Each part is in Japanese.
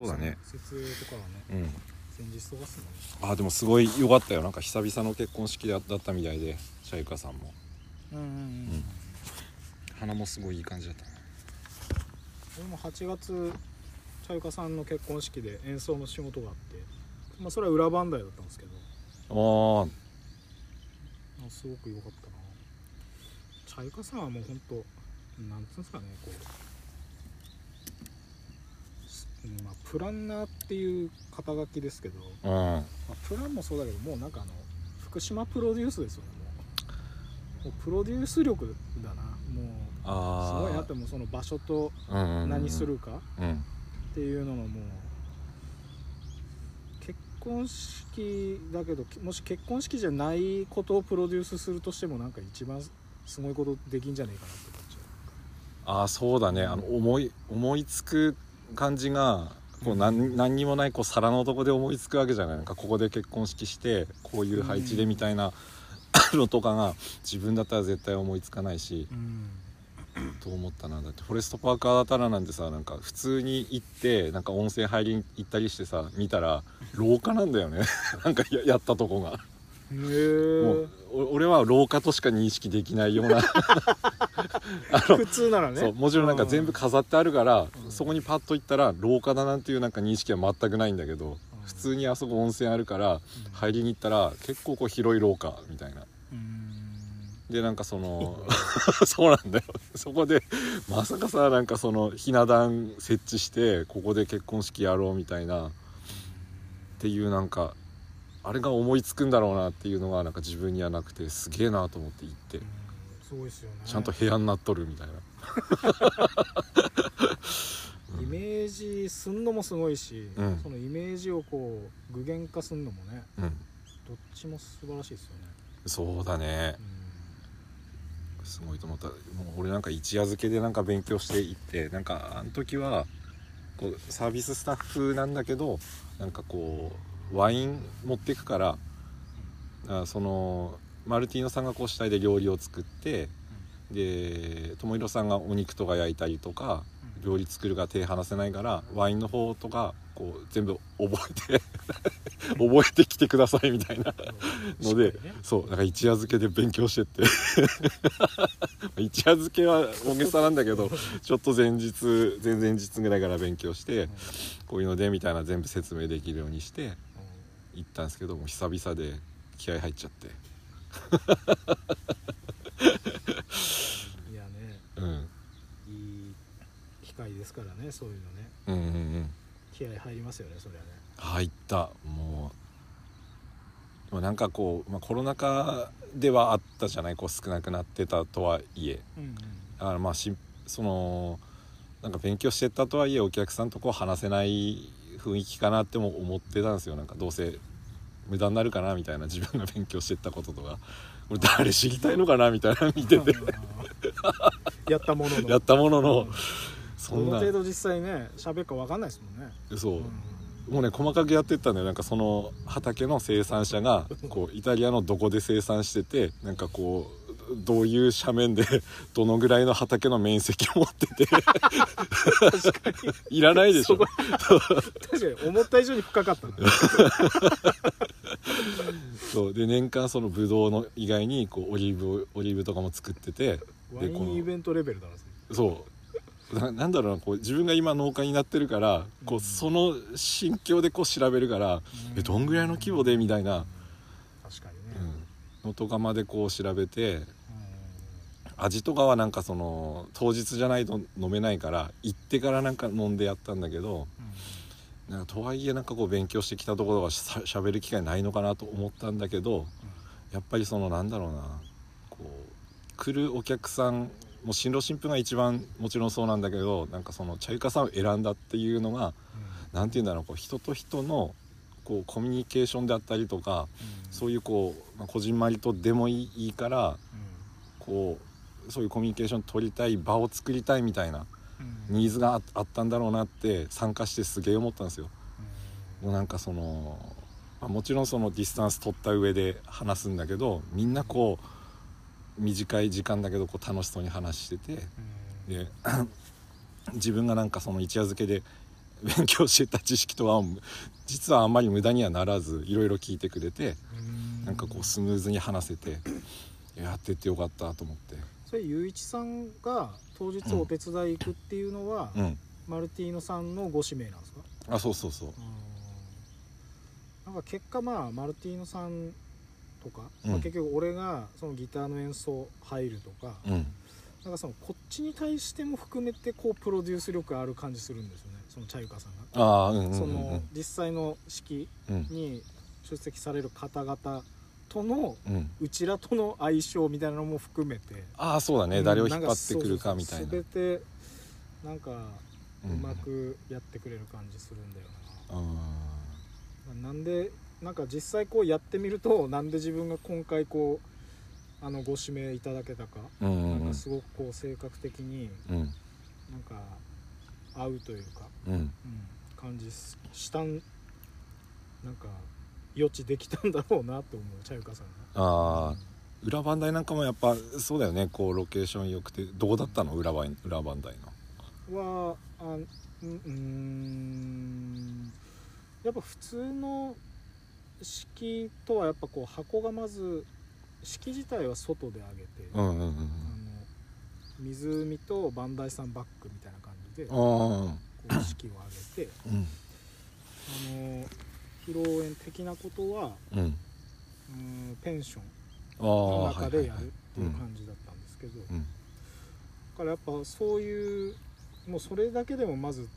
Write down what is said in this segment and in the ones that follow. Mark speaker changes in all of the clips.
Speaker 1: そうだね
Speaker 2: 設営とかはね
Speaker 1: うん
Speaker 2: 先日とかっすもんね
Speaker 1: あーでもすごい良かったよなんか久々の結婚式だったみたいでシャイカさんも
Speaker 2: うんうんうん
Speaker 1: ん花もすごいいい感じだった
Speaker 2: 俺も8月茶ゆかさんの結婚式で演奏の仕事があってまあそれは裏番台だったんですけど
Speaker 1: あ
Speaker 2: あすごく良かったな茶ゆかさんはもうほんとなんつうんですかねこうすまあプランナーっていう肩書きですけど、
Speaker 1: あうん
Speaker 2: まあプランもそうだけどもうなんかあの福島プロデュースですよねもうもうプロデュース力だなもう
Speaker 1: あ
Speaker 2: す
Speaker 1: ー
Speaker 2: ごいなってもうその場所と
Speaker 1: うんうんうん
Speaker 2: 何するか、
Speaker 1: うん
Speaker 2: っていうののもう結婚式だけどもし結婚式じゃないことをプロデュースするとしてもなんか一番すごいことできんじゃねえかなって思っちゃ
Speaker 1: ああそうだねあの思い思いつく感じがこう何何にもないこう皿のとこで思いつくわけじゃないなんかここで結婚式してこういう配置でみたいな のとかが自分だったら絶対思いつかないし
Speaker 2: う、うん、
Speaker 1: と思ったなだってフォレストパークアダタラなんてさなんか普通に行ってなんか温泉入りに行ったりしてさ見たら廊下なんだよね なんかややったとこが。
Speaker 2: へえ
Speaker 1: もうお俺は廊下としか認識できないよう なあの
Speaker 2: 普通ならね
Speaker 1: そうもちろんなんか全部飾ってあるから、
Speaker 2: うん
Speaker 1: そこにパッと行ったら廊下だなんていうなんか認識は全くないんだけど、
Speaker 2: うん
Speaker 1: 普通にあそこ温泉あるから
Speaker 2: うん
Speaker 1: 入りに行ったら結構こう広い廊下みたいな
Speaker 2: うん
Speaker 1: でなんかその そうなんだよそこでまさかさなんかそのひな壇設置してここで結婚式やろうみたいなっていうなんかあれが思いつくんだろうなっていうのがなんか自分にはなくてすげえなと思って行って
Speaker 2: すごいですよね
Speaker 1: ちゃんと部屋になっとるみたいな。
Speaker 2: イメージすんのもすごいし、
Speaker 1: うん
Speaker 2: そのイメージをこう具現化すんのもね
Speaker 1: うん
Speaker 2: どっちも素晴らしいですよね、
Speaker 1: そうだねすごいと思ったもう俺なんか一夜漬けでなんか勉強していってなんかあの時はこうサービススタッフなんだけどなんかこうワイン持ってくからあそのマルティーノさんがこう主体で料理を作ってで友廣さんがお肉とか焼いたりとか
Speaker 2: うん
Speaker 1: 料理作るが手離せないからワインの方とかこう全部覚えて 覚えてきてくださいみたいな
Speaker 2: うん
Speaker 1: ので
Speaker 2: しっかりね
Speaker 1: そうだから一夜漬けで勉強してって 一夜漬けは大げさなんだけどちょっと前日前々日ぐらいから勉強してこういうのでみたいな全部説明できるようにして行ったんですけども久々で気合入っちゃって
Speaker 2: いやね
Speaker 1: うん
Speaker 2: いい機会ですからねそういうのね
Speaker 1: うんうんうん
Speaker 2: 気合入りますよねそれはね
Speaker 1: 入ったもうでもなんかこう、まあ、コロナ禍ではあったじゃないこう少なくなってたとはいえ
Speaker 2: うんうん
Speaker 1: あのまあしそのなんか勉強してたとはいえお客さんとこう話せない雰囲気かなっても思ってたんですよなんかどうせ無駄になるかなみたいな自分が勉強してったこととか俺誰知りたいのかなみたいな見てて
Speaker 2: やったものの
Speaker 1: やったもの
Speaker 2: う
Speaker 1: の
Speaker 2: ん
Speaker 1: そ
Speaker 2: ど
Speaker 1: ん
Speaker 2: の
Speaker 1: な
Speaker 2: 程度実際ね喋るか分かんないですもんね
Speaker 1: そううんもうね細かくやってったんだよなんかその畑の生産者がこ うイタリアのどこで生産しててなんかこうどういう斜面で どのぐらいの畑の面積を持ってて いらないでしょ
Speaker 2: そこ確かに思った以上に深 かったな
Speaker 1: そうで年間そのブドウの以外にこうオリーブをオリーブとかも作ってて
Speaker 2: ワイ
Speaker 1: この
Speaker 2: ンイベントレベルだなそれ
Speaker 1: そうななんだろうなこう自分が今農家になってるからこうその心境でこう調べるから、えどんぐらいの規模でみたいな、
Speaker 2: 確かに
Speaker 1: う
Speaker 2: ね
Speaker 1: ん、のとかまでこう調べて味とかはなんかその当日じゃないと飲めないから行ってからなんか飲んでやったんだけど
Speaker 2: うん
Speaker 1: なんかとはいえなんかこう勉強してきたところがしゃしゃべる機会ないのかなと思ったんだけどやっぱりそのなんだろうなこう来るお客さんもう新郎新婦が一番もちろんそうなんだけどなんかその茶ゆかさんを選んだっていうのが何て言うんだろうこう人と人のこうコミュニケーションであったりとかそう
Speaker 2: い
Speaker 1: いうこう、まあ、こじんまりとでもいいいいからこうそういうコミュニケーション取りたい場を作りたいみたいなニーズがああったんだろうなって参加してすげえ思ったんですよ。もうなんかその、まあもちろんそのディスタンス取った上で話すんだけどみんなこう短い時間だけどこう楽 しそうに話しててで自分がなんかその一夜漬けで勉強してた知識とは実はあんまり無駄にはならずいろいろ聞いてくれて
Speaker 2: うん
Speaker 1: なんかこうスムーズに話せてやっててよかったと思って
Speaker 2: それゆういちさんが当日お手伝い行くっていうのは、
Speaker 1: うん
Speaker 2: マルティーノさんのご指名なんですか
Speaker 1: あそうそうそう
Speaker 2: うんなんか結果まあマルティーノさんとか、
Speaker 1: うん
Speaker 2: まあ、結局俺がそのギターの演奏入るとか、
Speaker 1: うん
Speaker 2: なんかそのこっちに対しても含めてこうプロデュース力ある感じするんですよねそのチャユカさんが、
Speaker 1: ああうんうんうん
Speaker 2: その実際の式
Speaker 1: うん
Speaker 2: に出席される方々との
Speaker 1: うん
Speaker 2: うちらとの相性みたいなのも含めて、
Speaker 1: ああそうだね、
Speaker 2: うん
Speaker 1: 誰を引っ張ってくるかみたいな
Speaker 2: なんかそうそうそう全てなんか
Speaker 1: う
Speaker 2: うんまくやってくれる感じするんだよな、
Speaker 1: うん
Speaker 2: なんでなんか実際こうやってみるとなんで自分が今回こうあのご指名いただけたか、
Speaker 1: うんうん
Speaker 2: な
Speaker 1: うんん
Speaker 2: かすごくこう性格的に
Speaker 1: うん
Speaker 2: なんか合うというか、
Speaker 1: うん
Speaker 2: うん、感じししたんなんか予知できたんだろうなと思う茶ゆかさんが
Speaker 1: ああ裏磐梯なんかもやっぱそうだよねこうロケーション良くてどうだったの裏磐裏磐梯の
Speaker 2: はあんうーんやっぱ普通の式とはやっぱこう箱がまず式自体は外で上げて、
Speaker 1: うんうんうん
Speaker 2: あの湖と磐梯山バックみたいな感じでこ
Speaker 1: ああ
Speaker 2: う式を上げて
Speaker 1: うん
Speaker 2: あの披露宴的なことは
Speaker 1: うん
Speaker 2: うんペンション
Speaker 1: ああ
Speaker 2: の
Speaker 1: は
Speaker 2: 中
Speaker 1: いは
Speaker 2: で
Speaker 1: い
Speaker 2: や
Speaker 1: はい
Speaker 2: るっていう感じだったんですけど、
Speaker 1: うん
Speaker 2: だからやっぱそういうもうそれだけでもまず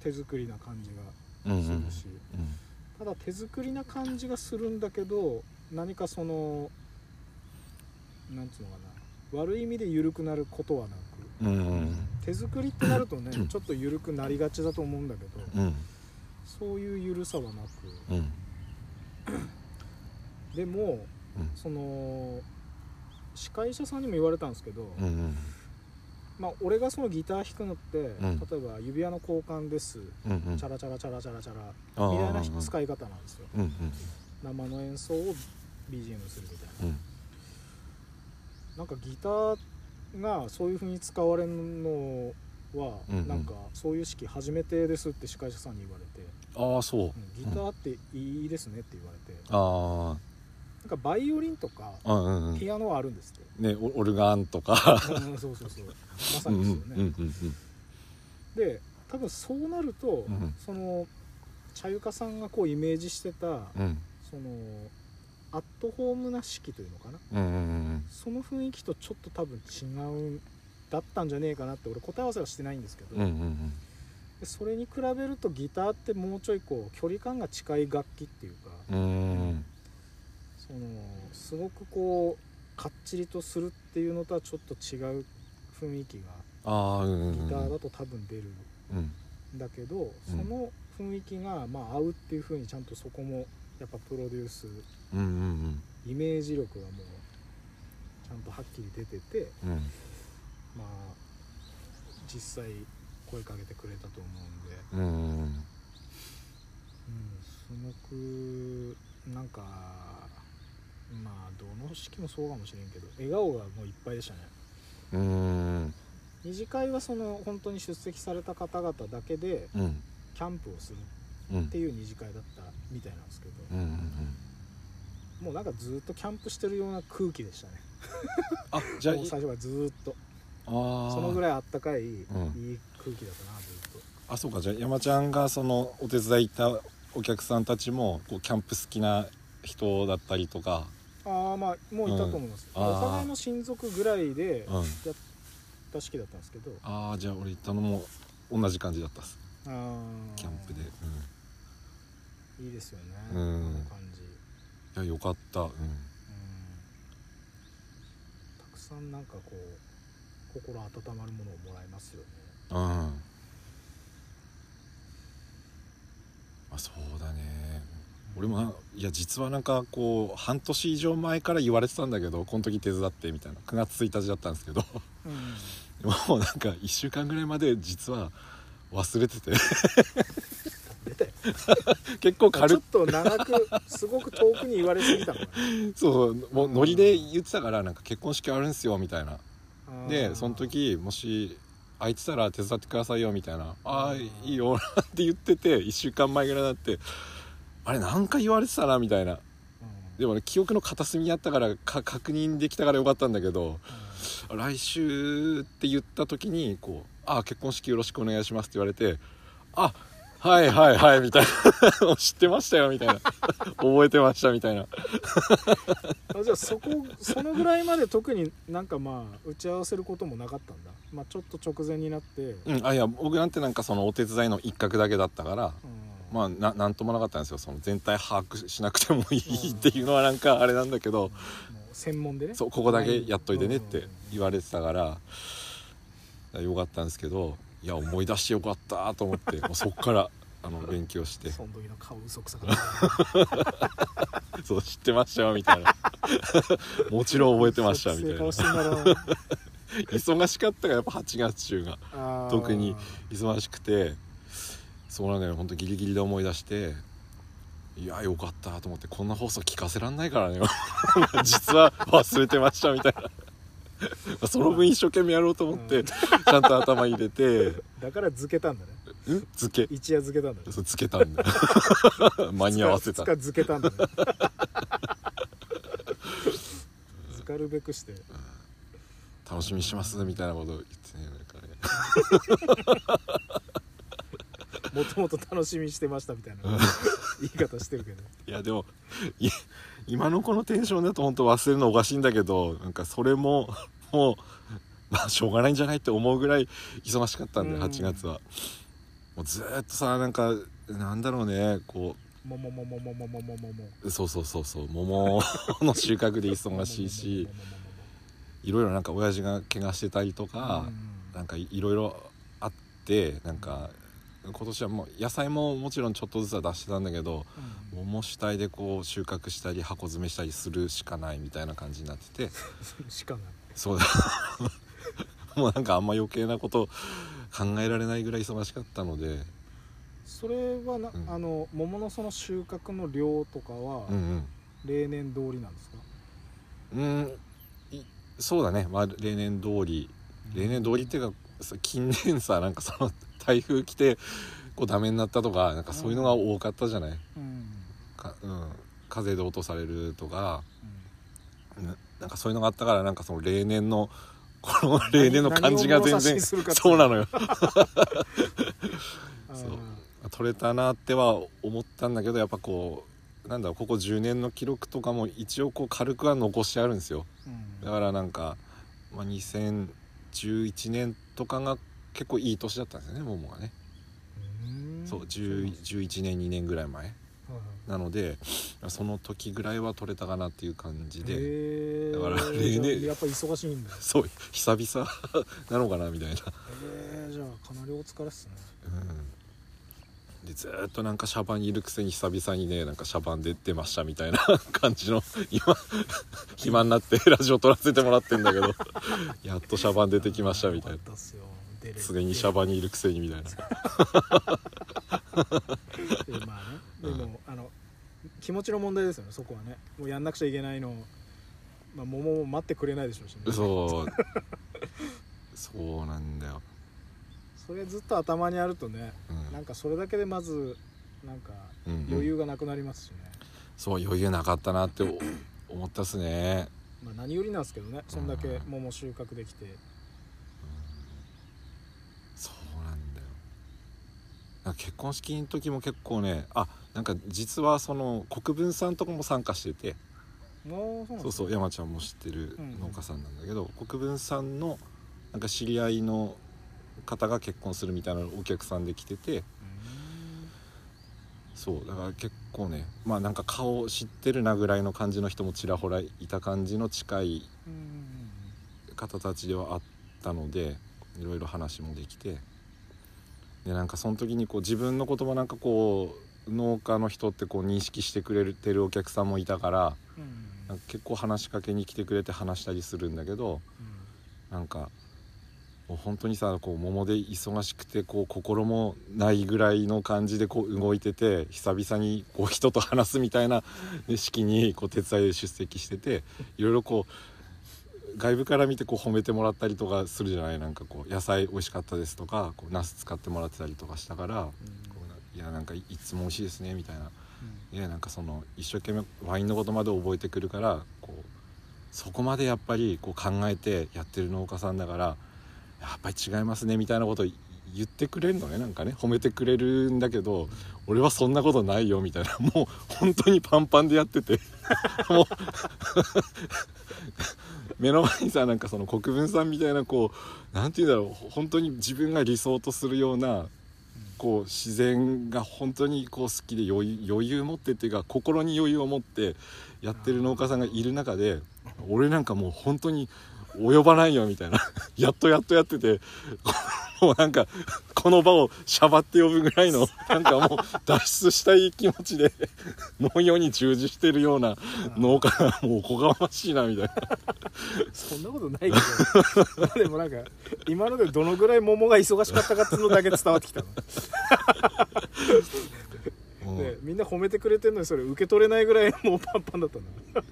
Speaker 2: 手作りな感じ
Speaker 1: うんうん
Speaker 2: がするし、
Speaker 1: うん
Speaker 2: ただ手作りな感じがするんだけど何かそのなんつうのかな悪い意味で緩くなることはなく。
Speaker 1: うんうん
Speaker 2: 手作りってなるとねちょっと緩くなりがちだと思うんだけど
Speaker 1: うん
Speaker 2: そういう緩さはな
Speaker 1: うんうん
Speaker 2: くでも
Speaker 1: うん
Speaker 2: その司会者さんにも言われたんですけど、
Speaker 1: うんうん
Speaker 2: まあ、俺がそのギター弾くのって、
Speaker 1: ん
Speaker 2: 例えば指輪の交換です
Speaker 1: うんうん
Speaker 2: チャラチャラチャラチャラチャラ
Speaker 1: ああ
Speaker 2: みたいな使い方なんですよ
Speaker 1: うんうん
Speaker 2: 生の演奏を BGM するみたい
Speaker 1: う
Speaker 2: な
Speaker 1: ん
Speaker 2: なんかギターがそういう風に使われるのは、
Speaker 1: うんうん
Speaker 2: なんかそういう式初めてですって司会者さんに言われて、
Speaker 1: ああそう
Speaker 2: うんギターっていいですねって言われて、
Speaker 1: あ
Speaker 2: なんかバイオリンとか
Speaker 1: あうんうんうん
Speaker 2: ピアノはあるんです って、
Speaker 1: ねオオルガンとか
Speaker 2: うんそうそうそうまさ
Speaker 1: うんう
Speaker 2: に
Speaker 1: んう
Speaker 2: です
Speaker 1: ん
Speaker 2: よね、
Speaker 1: うん
Speaker 2: で多分そうなると、
Speaker 1: うん
Speaker 2: その茶ゆかさんがこうイメージしてた、
Speaker 1: うん
Speaker 2: そのアットホームな式というのかな
Speaker 1: うんうんうん
Speaker 2: その雰囲気とちょっと多分違うんだったんじゃねえかなって俺答え合わせはしてないんですけど、
Speaker 1: うんうんうん
Speaker 2: でそれに比べるとギターってもうちょいこう距離感が近い楽器っていうか、
Speaker 1: うーん
Speaker 2: そのすごくこうかっちりとするっていうのとはちょっと違う雰囲気が
Speaker 1: ああうんうん
Speaker 2: ギ
Speaker 1: うん
Speaker 2: ターだと多分出る
Speaker 1: うん
Speaker 2: んだけど、その雰囲気がまあ合うっていうふうにちゃんとそこもやっぱプロデュース
Speaker 1: うんうん
Speaker 2: イメージ力がもうちゃんとはっきり出てて
Speaker 1: うんうん
Speaker 2: まあ実際声かけてくれたと思うんで、
Speaker 1: うんうん
Speaker 2: うん、すごくなんかまあどの式もそうかもしれんけど笑顔がもういっぱいでしたね。
Speaker 1: うんうん
Speaker 2: 二次会はその本当に出席された方々だけで
Speaker 1: うん
Speaker 2: キャンプをする
Speaker 1: うん
Speaker 2: っていう二次会だったみたいなんですけど、
Speaker 1: うんうん
Speaker 2: もうなんかずっとキャンプしてるような空気でしたね
Speaker 1: あじゃあ
Speaker 2: もう
Speaker 1: い
Speaker 2: 最初からずっと
Speaker 1: あー
Speaker 2: そのぐらいあったかい、いい
Speaker 1: ん
Speaker 2: 空気だったなずっと
Speaker 1: あそうかじゃあ山ちゃんがそのお手伝い行ったお客さんたちもこうキャンプ好きな人だったりとか
Speaker 2: ああまあもういたと思います、
Speaker 1: うんあー
Speaker 2: お互いの親族ぐらいで
Speaker 1: うん
Speaker 2: 座敷だったんですけど
Speaker 1: ああじゃあ俺行ったのも同じ感じだったっす
Speaker 2: あー
Speaker 1: キャンプで
Speaker 2: いいですよね、
Speaker 1: うん
Speaker 2: この感じ
Speaker 1: うんいやよかったうん
Speaker 2: うんたくさんなんかこう心温まるものをもらいますよね
Speaker 1: うんまあそうだね俺もないや実はなんかこう半年以上前から言われてたんだけどこの時手伝ってみたいな9月1日だったんですけど
Speaker 2: うん
Speaker 1: もうなんか1週間ぐらいまで実は忘れてて
Speaker 2: 出たよ
Speaker 1: 結構
Speaker 2: ち
Speaker 1: 軽
Speaker 2: ょっ
Speaker 1: く
Speaker 2: と長くすごく遠くに言われすぎたのか
Speaker 1: そうもうノリで言ってたからなんか結婚式あるんすよみたいな
Speaker 2: な
Speaker 1: でその時もし空いてたら手伝ってくださいよみたいな「ああいいよ」って言ってて1週間前ぐらいになって「あれ何回言われてたな」みたいなでもね記憶の片隅にあったからか確認できたからよかったんだけど「来週」って言った時にこう「ああ結婚式よろしくお願いします」って言われて「あはいはいはい」みたいな「 知ってましたよ」みたいな「覚えてました」みたいな
Speaker 2: あじゃあそこそのぐらいまで特になんかまあ打ち合わせることもなかったんだ、まあ、ちょっと直前になって、うん
Speaker 1: うん、あいや僕なんてなんかそのお手伝いの一角だけだったからまあななんともなかったんですよその全体把握しなくてもいいっていうのはなんかあれなんだけど、
Speaker 2: もう専門でね
Speaker 1: そうここだけやっといてねって言われてたからだからよかったんですけどいや思い出してよかったと思ってもうそっからあの勉強して
Speaker 2: その時の顔嘘く さかった
Speaker 1: そう知ってましたよみたいな もちろん覚えてましたみたいな
Speaker 2: そういう 顔してんだな
Speaker 1: 忙しかったからやっぱ8月中が
Speaker 2: あー
Speaker 1: 特に忙しくてそうなんだよ本当ギリギリで思い出していやよかったと思ってこんな放送聞かせらんないからね 実は忘れてましたみたいなまあ その分一生懸命やろうと思って、
Speaker 2: うん
Speaker 1: ちゃんと頭入れて
Speaker 2: だから漬けたんだね
Speaker 1: うんつけ
Speaker 2: 一夜漬けたんだね
Speaker 1: そうつけたん だ間に合わせた
Speaker 2: つか漬けたんだね漬かるべくして
Speaker 1: 楽しみにしてますみたいなこと言ってねなんかね
Speaker 2: もともと楽しみにしてましたみたいな言い方してるけど
Speaker 1: いやでもい今のこのテンションだと本当忘れるのおかしいんだけどなんかそれも もうまあしょうがないんじゃないって思うぐらい忙しかったんで
Speaker 2: うん
Speaker 1: 8月はもうずーっとさなんかなんだろうねこ
Speaker 2: もももももももももも
Speaker 1: うそうそうそうそう桃の収穫で忙しい しいろいろなんか親父が怪我してたりとか、なんかいろいろあってなんか今年はもう野菜ももちろんちょっとずつは出してたんだけど
Speaker 2: うん
Speaker 1: 桃主体でこう収穫したり箱詰めしたりするしかないみたいな感じになってて
Speaker 2: しかない
Speaker 1: そうだ もうなんかあんま余計なこと考えられないぐらい忙しかったので
Speaker 2: それはな、
Speaker 1: うん
Speaker 2: あの桃のその収穫の量とかは
Speaker 1: うん
Speaker 2: 例年通りなんですか、
Speaker 1: うんうんいそうだね、まあ、例年通り例年通りっていうかさ近年さなんかその台風来てこうダメになったとかなんかそういうのが多かったじゃない
Speaker 2: うん、
Speaker 1: か、うん、風で落とされるとか
Speaker 2: うん
Speaker 1: ななんかそういうのがあったからなんかその例年 のこの例年の感じが全
Speaker 2: 何を物差し
Speaker 1: 然
Speaker 2: にするかっていう
Speaker 1: そうなのよ
Speaker 2: あー
Speaker 1: そう取れたなっては思ったんだけどやっぱこうなんだろうここ10年の記録とかも一応こう軽くは残してあるんですよ
Speaker 2: うん
Speaker 1: だからなんか、まあ、2011年とかが結構いい年だったんですよねモモがね、
Speaker 2: うん
Speaker 1: そう10 11年2年ぐらい前
Speaker 2: はいはい
Speaker 1: なのでその時ぐらいは取れたかなっていう感じで、
Speaker 2: へえ
Speaker 1: だから例年
Speaker 2: やっぱ忙しいんだへ
Speaker 1: そう久々なのかなみたいな、
Speaker 2: えじゃあかなりお疲れっすね
Speaker 1: うん、でずーっとなんかシャバにいるくせに久々にねなんかシャバンで出ましたみたいな 感じの今暇になってラジオ撮らせてもらってんだけど やっとシャバン出てきましたみたいな
Speaker 2: よかっっすよ出れ
Speaker 1: すでにシャバにいるくせにみたいな
Speaker 2: でまあねでも、あの気持ちの問題ですよねそこはねもうやんなくちゃいけないのを、まあ、桃も待ってくれないでしょうしね
Speaker 1: そうそうなんだよ、
Speaker 2: それずっと頭にあるとね
Speaker 1: うん
Speaker 2: なんかそれだけでまずなんか
Speaker 1: うんうん
Speaker 2: 余裕がなくなりますしね、
Speaker 1: そう余裕なかったなってお思ったっすね
Speaker 2: まあ、何よりなんですけどねそんだけ桃収穫できて
Speaker 1: そうなんだよなんか結婚式の時も結構ねあなんか実はその国分さんとかも参加してて
Speaker 2: もうそう
Speaker 1: そ
Speaker 2: なん
Speaker 1: う
Speaker 2: です
Speaker 1: そう山ちゃんも知ってる農家さんなんだけど、国分さんのなんか知り合いの方が結婚するみたいなお客さんで来ててそうだから結構ねまあなんか顔知ってるなぐらいの感じの人もちらほらいた感じの近い
Speaker 2: うんうん
Speaker 1: 方たちではあったのでいろいろ話もできてでなんかその時にこう自分のこともなんかこう農家の人ってこう認識してくれてるお客さんもいたから
Speaker 2: うんうんうん
Speaker 1: なんか結構話しかけに来てくれて話したりするんだけど
Speaker 2: うん
Speaker 1: なんかもう本当にさこう桃で忙しくてこう心もないぐらいの感じでこう動いてて久々にこう人と話すみたいなね式にこう手伝いで出席してていろいろこう外部から見てこう褒めてもらったりとかするじゃないなんかこう野菜美味しかったですとかこうナス使ってもらってたりとかしたからこういやなんかいつも美味しいですねみたいなねなんかその一生懸命ワインのことまで覚えてくるからこうそこまでやっぱりこう考えてやってる農家さんだからやっぱり違いますねみたいなことい言ってくれるのねなんかね褒めてくれるんだけど俺はそんなことないよみたいな もう本当にパンパンでやって てもう目の前にさなんかその国分さんみたいなこうなんて言うんだろう本当に自分が理想とするようなこう自然が本当にこう好きで余裕余裕持ってっていうか心に余裕を持ってやってる農家さんがいる中で俺なんかもう本当に及ばないよみたいな やっとやっとやっててもうなんかこの場をしゃばって呼ぶぐらいのなんかもう脱出したい気持ちで農業に従事してるような農家がもうおこがましいなみたいな
Speaker 2: そんなことないけど でもなんか今のでどのぐらい桃が忙しかったかっていうのだけ伝わってきたの、
Speaker 1: も
Speaker 2: で
Speaker 1: う、
Speaker 2: みんな褒めてくれてんのにそれ受け取れないぐらいもうパンパンだったん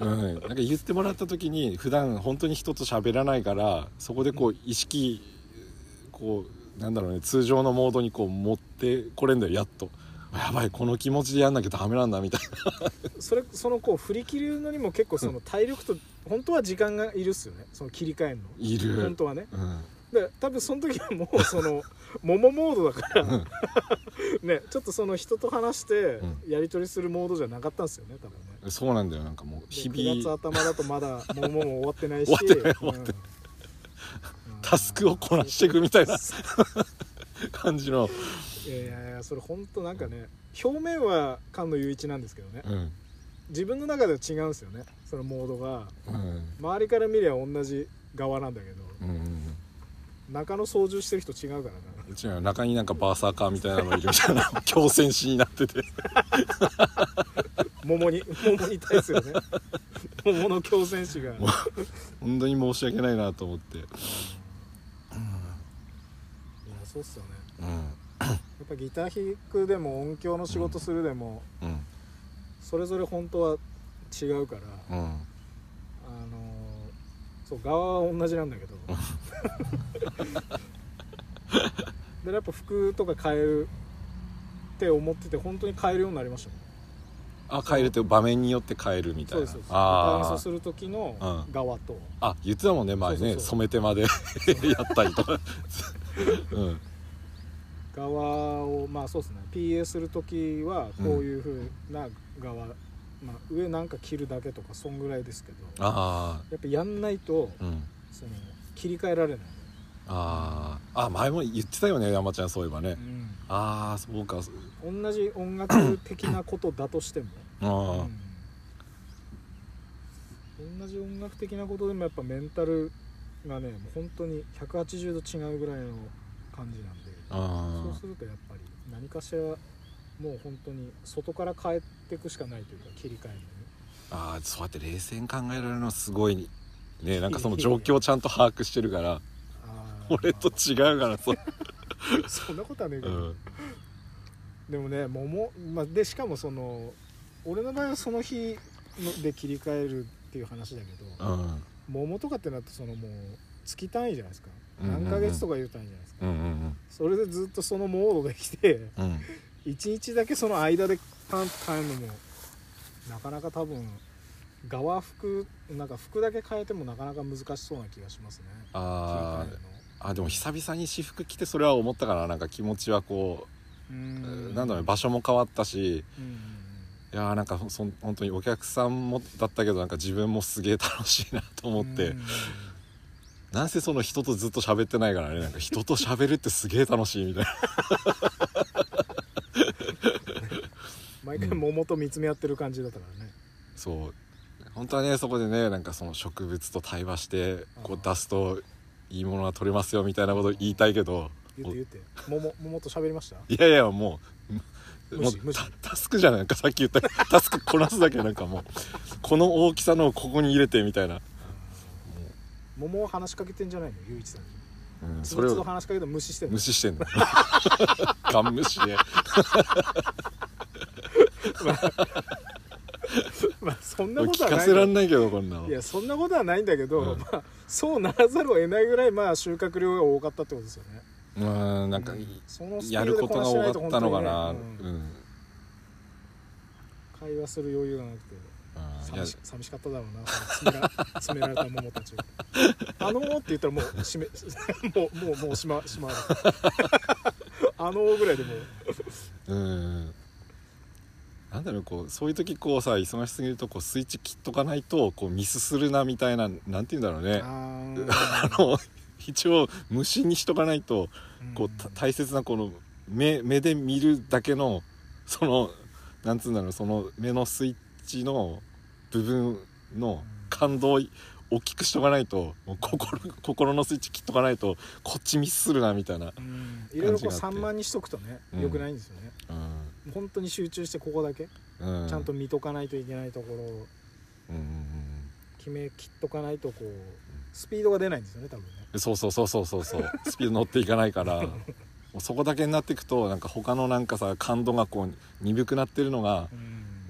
Speaker 2: だ
Speaker 1: うん、なんか言ってもらった時に普段本当に人と喋らないからそこでこう意識こうなんだろうね通常のモードにこう持ってこれんだよやっと。やばいこの気持ちでやんなきゃダメなんだみたいな
Speaker 2: それそのこう振り切るのにも結構その体力と本当は時間がいるっすよねその切り替えるの
Speaker 1: いる
Speaker 2: 本当はね
Speaker 1: うん
Speaker 2: で多分その時はもうその桃モードだから
Speaker 1: うん
Speaker 2: ねちょっとその人と話して
Speaker 1: うん
Speaker 2: やり取りするモードじゃなかったんですよね多分ね
Speaker 1: そうなんだよなんかもう
Speaker 2: で
Speaker 1: 日
Speaker 2: 9月
Speaker 1: 々
Speaker 2: 頭だとまだ桃も終わってないし
Speaker 1: 終わってない終わって
Speaker 2: うん
Speaker 1: タスクをこなしていくみたいな感じの、
Speaker 2: いやいやいやそれ本当なんかね表面は菅野雄一なんですけどね
Speaker 1: うん
Speaker 2: 自分の中では違うんですよねそのモードが
Speaker 1: うん
Speaker 2: 周りから見りゃ同じ側なんだけど
Speaker 1: うんうん、
Speaker 2: 中の操縦してる人違うからな
Speaker 1: うちの中になんかバーサーカーみたいなのがいるみたいな強戦士になってて
Speaker 2: 桃に桃に対するね 桃の強戦士が
Speaker 1: もう本当に申し訳ないなと思って、
Speaker 2: いやそうっすよね
Speaker 1: う
Speaker 2: やっぱギター弾くでも音響の仕事するでも、
Speaker 1: んうん
Speaker 2: それぞれ本当は違うから、
Speaker 1: うん
Speaker 2: あのーそう側は同じなんだけ どでやっぱ服とか変えるって思ってて本当に変えるようになりましたもん
Speaker 1: あ変えるって場面によって変えるみた
Speaker 2: そ
Speaker 1: いうな
Speaker 2: ですそうです
Speaker 1: あ
Speaker 2: 演奏
Speaker 1: ー
Speaker 2: する時の
Speaker 1: うん
Speaker 2: 側と、
Speaker 1: あ言ってたもんね前ね
Speaker 2: そうそうそう
Speaker 1: 染めてまで やったりとか、うん、
Speaker 2: 側をまあそうですね PA する時はこういう風な側、まあ、上なんか切るだけとかそんぐらいですけどや
Speaker 1: あ
Speaker 2: っぱやんないと
Speaker 1: あうん
Speaker 2: その切り替えられない、
Speaker 1: あーあ前も言ってたよね山ちゃんそういえばね、ああそうか
Speaker 2: 同じ音楽的なことだとしても、
Speaker 1: あー、
Speaker 2: うん同じ音楽的なことでもやっぱメンタルがねもう本当に180度違うぐらいの感じなんで
Speaker 1: あ
Speaker 2: そうするとやっぱり何かしらもう本当に外から変えていくしかないというか切り替えるのね
Speaker 1: あーそうやって冷静に考えられるのはすごいねなんかその状況をちゃんと把握してる から
Speaker 2: あー
Speaker 1: 俺と違うからそう、
Speaker 2: そんなことはねえけ
Speaker 1: う
Speaker 2: ど、
Speaker 1: ん、
Speaker 2: でもね桃、まあ、でしかもその俺の場合はその日ので切り替えるっていう話だけ
Speaker 1: う
Speaker 2: ど、
Speaker 1: ん、
Speaker 2: 桃とかってなるとそのもう月単位じゃないですか
Speaker 1: うんうんうん
Speaker 2: 何ヶ月とかいう単位じゃないですか、
Speaker 1: うんうん
Speaker 2: それでずっとそのモードできて
Speaker 1: うんうん
Speaker 2: 1日だけその間でパンと変えるのもなかなか多分側服なんか服だけ変えてもなかなか難しそうな気がしますね
Speaker 1: あ
Speaker 2: 切り替える
Speaker 1: ーあでも久々に私服着てそれは思ったからなんか気持ちはこう、
Speaker 2: のう
Speaker 1: なんだろうね場所も変わったし
Speaker 2: うんうん
Speaker 1: いやーなんかそん本当にお客さんもだったけどなんか自分もすげえ楽しいなと
Speaker 2: うん
Speaker 1: 思って、
Speaker 2: うん
Speaker 1: なんせその人とずっと喋ってないからねなんか人と喋るってすげえ楽しいみたいな
Speaker 2: 毎回桃と見つめ合ってる感じだったからね
Speaker 1: そう本当はねそこでねなんかその植物と対話してこう
Speaker 2: あー
Speaker 1: 出すといいものが取れますよみたいなこと言いたいけど
Speaker 2: 言って言って桃桃と喋りました
Speaker 1: いやいやもう
Speaker 2: 無
Speaker 1: もう
Speaker 2: 視無視
Speaker 1: タタスクじゃないなんかさっき言った タスクこなすだけなんかもうこの大きさのをここに入れてみたいな、
Speaker 2: 桃を話しかけてんじゃないのゆういちさんに
Speaker 1: うん、そ
Speaker 2: そ
Speaker 1: れ
Speaker 2: れを
Speaker 1: を
Speaker 2: 話しかけても無視してんの
Speaker 1: 無視してんの ガン無視で
Speaker 2: まあそんなこ
Speaker 1: 聞
Speaker 2: とはない
Speaker 1: か
Speaker 2: け
Speaker 1: せ
Speaker 2: ど
Speaker 1: らんないけどこんなの
Speaker 2: いやそんなことはないんだけど、
Speaker 1: うん
Speaker 2: まあ、そうならざるを得ないぐらい、まあ、収穫量が多かったってことですよね
Speaker 1: うーんなんか
Speaker 2: うそのスピ
Speaker 1: や
Speaker 2: ー
Speaker 1: る
Speaker 2: ドで
Speaker 1: こと
Speaker 2: こな
Speaker 1: が
Speaker 2: してない
Speaker 1: 多
Speaker 2: と
Speaker 1: か
Speaker 2: 本
Speaker 1: っ
Speaker 2: 当
Speaker 1: た
Speaker 2: に
Speaker 1: の
Speaker 2: ね
Speaker 1: かなうん、
Speaker 2: うん会話する余裕がなくて
Speaker 1: うんいや
Speaker 2: 寂し寂しかっただろうな詰めら詰められた桃た ちが「あのー」って言ったらもう締め もうもうもうしましまうあのーぐらいでもう
Speaker 1: うんなんだろうこうそういう時こうさ忙しすぎるとこうスイッチ切っとかないとこうミスするなみたいななんて言うんだろうね
Speaker 2: あ
Speaker 1: あ
Speaker 2: ー
Speaker 1: の一応無心にしとかないと
Speaker 2: うん
Speaker 1: こうた大切なこの目目で見るだけのそのなんつうんだろうその目のスイッチの部分の感動を大きくしとかないともう心心のスイッチ切っとかないとこっちミスするなみたいな、
Speaker 2: うんいろいろ
Speaker 1: 感
Speaker 2: こう
Speaker 1: じがあっ
Speaker 2: 散
Speaker 1: て
Speaker 2: 漫にしとくとね
Speaker 1: うん
Speaker 2: 良くないんですよね、
Speaker 1: う
Speaker 2: 本当に集中してここだけ
Speaker 1: んうん、
Speaker 2: ちゃんと見とかないといけないところを
Speaker 1: うんうん
Speaker 2: 決めきっとかないとこうスピードが出ないんですよね多分ね
Speaker 1: うんそうそうそうそうそうそうスピード乗っていかないから もうそこだけになっていくとなんか他のなんかさ感動がこう鈍くなってるのが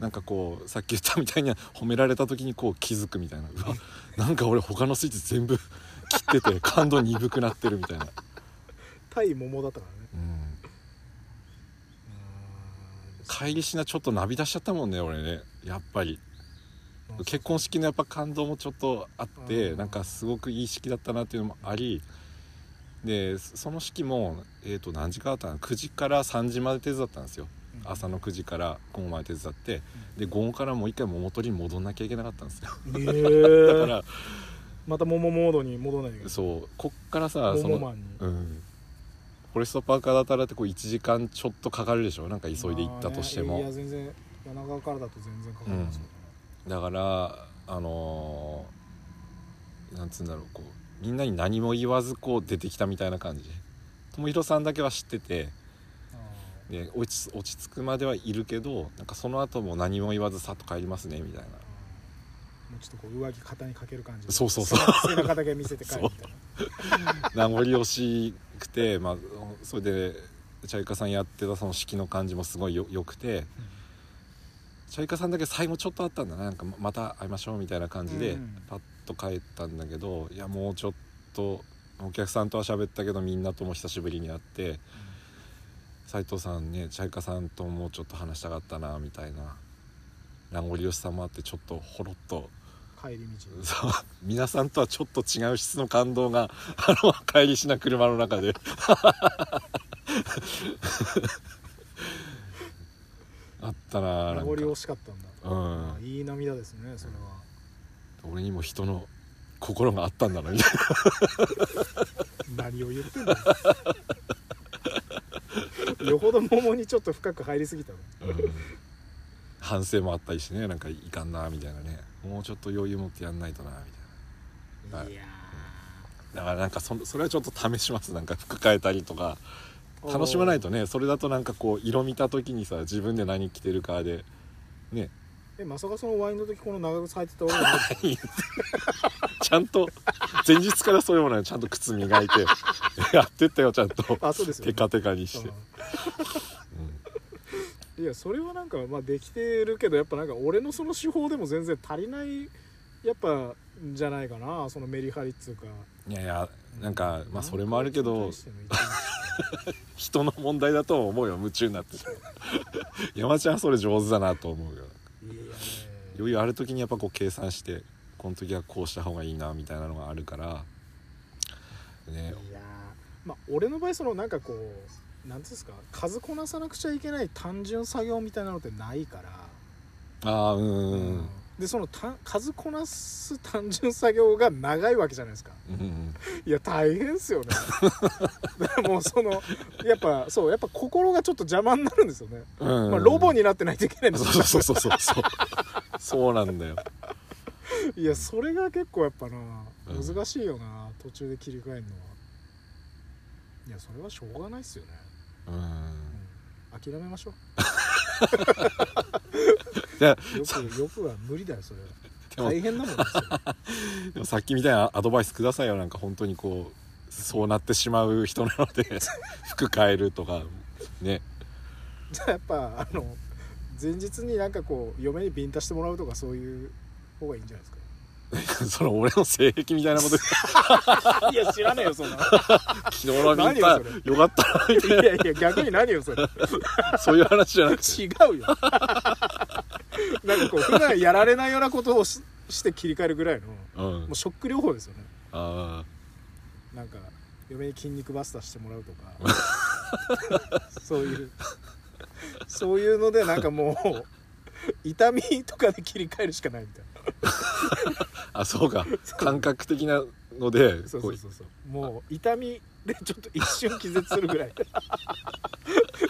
Speaker 1: なんかこうさっき言ったみたいに褒められた時にこう気づくみたいなうわなんか俺他のスイッチ全部切ってて感動鈍くなってるみたいな、
Speaker 2: 対桃だったからね
Speaker 1: うん、
Speaker 2: あ
Speaker 1: 帰りしなちょっと涙しちゃったもんね俺ねやっぱり
Speaker 2: ー
Speaker 1: 結婚式のやっぱ感動もちょっとあって
Speaker 2: うん
Speaker 1: なんかすごくいい式だったなっていうのもありでその式も、えー、と何時からだったの9時から3時まで手伝ったんですよ朝の9時から午後まで手伝ってで午後からもう一回桃取りに戻んなきゃいけなかったんですよ
Speaker 2: え
Speaker 1: だか
Speaker 2: ー
Speaker 1: ら
Speaker 2: また桃モードに戻らないで
Speaker 1: そうこっからさそ
Speaker 2: 桃
Speaker 1: の
Speaker 2: マンに
Speaker 1: うんフォレストパーカーだったらってこう1時間ちょっとかかるでしょなんか急いで行ったとして
Speaker 2: ま
Speaker 1: も、
Speaker 2: あねいや全然柳川からだと全然かかりますよね
Speaker 1: だからあのーなんつうんだろうこうみんなに何も言わずこう出てきたみたいな感じ友弘さんだけは知ってて
Speaker 2: あ
Speaker 1: で落ち落ち着くまではいるけどなんかその後も何も言わずさっと帰りますねみたいな
Speaker 2: ーもうちょっとこう上着肩にかける感じで
Speaker 1: そうそうそう
Speaker 2: 背中だけ見せて帰るみたい
Speaker 1: 名残惜しくて、まあ、それでチャイカさんやってたその式の感じもすごいよよくてチャイカさんだけ最後ちょっとあったんだななんかままた会いましょうみたいな感じ
Speaker 2: う
Speaker 1: で
Speaker 2: ん
Speaker 1: パッと帰ったんだけど、いやもうちょっとお客さんとは喋ったけどみんなとも久しぶりに会って斉藤さんねチャイカさんともうちょっと話したかったなみたいな名残惜しさもあってちょっとほろっと
Speaker 2: な、帰り道に
Speaker 1: そう皆さんとはちょっと違う質の感動があの帰りしな車の中であったな
Speaker 2: 名
Speaker 1: なん
Speaker 2: 残
Speaker 1: か
Speaker 2: 惜しかったんだ
Speaker 1: うん
Speaker 2: あーいい涙ですねそれは、
Speaker 1: 俺にも人の心があったんだなみたいな
Speaker 2: 何を言ってんだ よよほど桃にちょっと深く入りすぎたの
Speaker 1: うん反省もあったりしてねなんかいかんなみたいなねもうちょっと余裕持ってやんないとなみたいはい
Speaker 2: いや
Speaker 1: なだからなんかそそれはちょっと試しますなんか服変えたりとか
Speaker 2: ー
Speaker 1: 楽しまないとねそれだとなんかこう色見た時にさ自分で何着てるかでね
Speaker 2: えまさかそのワインの時この長靴履いてた俺は
Speaker 1: ちゃんと前日からそれもねちゃんと靴磨いて やってったよちゃんと
Speaker 2: あそうですよ、ね、
Speaker 1: テカテカにして、
Speaker 2: うんいやそれはなんかまあできてるけどやっぱなんか俺のその手法でも全然足りないやっぱんじゃないかなそのメリハリっつうか
Speaker 1: うんいやいやなんかまあそれもあるけど
Speaker 2: なんか俺に対
Speaker 1: 人の問題だと思うよ夢中になってしま う山ちゃんはそれ上手だなと思うよ
Speaker 2: しての一番いやね
Speaker 1: 余裕ある時にやっぱこう計算してこの時はこうした方がいいなみたいなのがあるからね
Speaker 2: いやーまあ俺の場合そのなんかこうなんつうんですか数こなさなくちゃいけない単純作業みたいなのってないから、
Speaker 1: ああうんうんうん
Speaker 2: でそのた数こなす単純作業が長いわけじゃないですか
Speaker 1: うんうん
Speaker 2: いや大変っすよね だからもうそのやっぱそうやっぱ心がちょっと邪魔になるんですよね、
Speaker 1: うんうん
Speaker 2: まあ、ロボになってないといけないんですよ
Speaker 1: そうそうそうそうそう そうなんだよ
Speaker 2: いやそれが結構やっぱな
Speaker 1: うん
Speaker 2: 難しいよな、途中で切り替えるのはいやそれはしょうがないっすよね
Speaker 1: うん
Speaker 2: 諦めましょう
Speaker 1: いや
Speaker 2: よ くよくは無理だよそれは
Speaker 1: でも
Speaker 2: 大変なもんですよ
Speaker 1: でもさっきみたいなアドバイスくださいよなんか本当にこうそうなってしまう人な ので服変えるとかね
Speaker 2: じゃあやっぱあの前日になんかこう嫁にビンタしてもらうとかそういう方がいいんじゃないですか
Speaker 1: その俺の性癖みたいなこと
Speaker 2: いや知らねえよそんな
Speaker 1: 昨日の見
Speaker 2: 何
Speaker 1: た
Speaker 2: よそ
Speaker 1: よかったない
Speaker 2: やいや逆に何よそれ
Speaker 1: そういう話じゃなくて
Speaker 2: 違うよなんかこう普段やられないようなことをしして切り替えるぐらいの
Speaker 1: う
Speaker 2: も
Speaker 1: ん
Speaker 2: うショック療法ですよね
Speaker 1: あ
Speaker 2: なんか嫁に筋肉バスターしてもらうとかそういうそういうのでなんかもう痛みとかで切り替えるしかないみたい
Speaker 1: ーあそうか感覚的なので
Speaker 2: なそう
Speaker 1: こ
Speaker 2: そうそうそうもう痛みでちょっと一瞬気絶するぐらい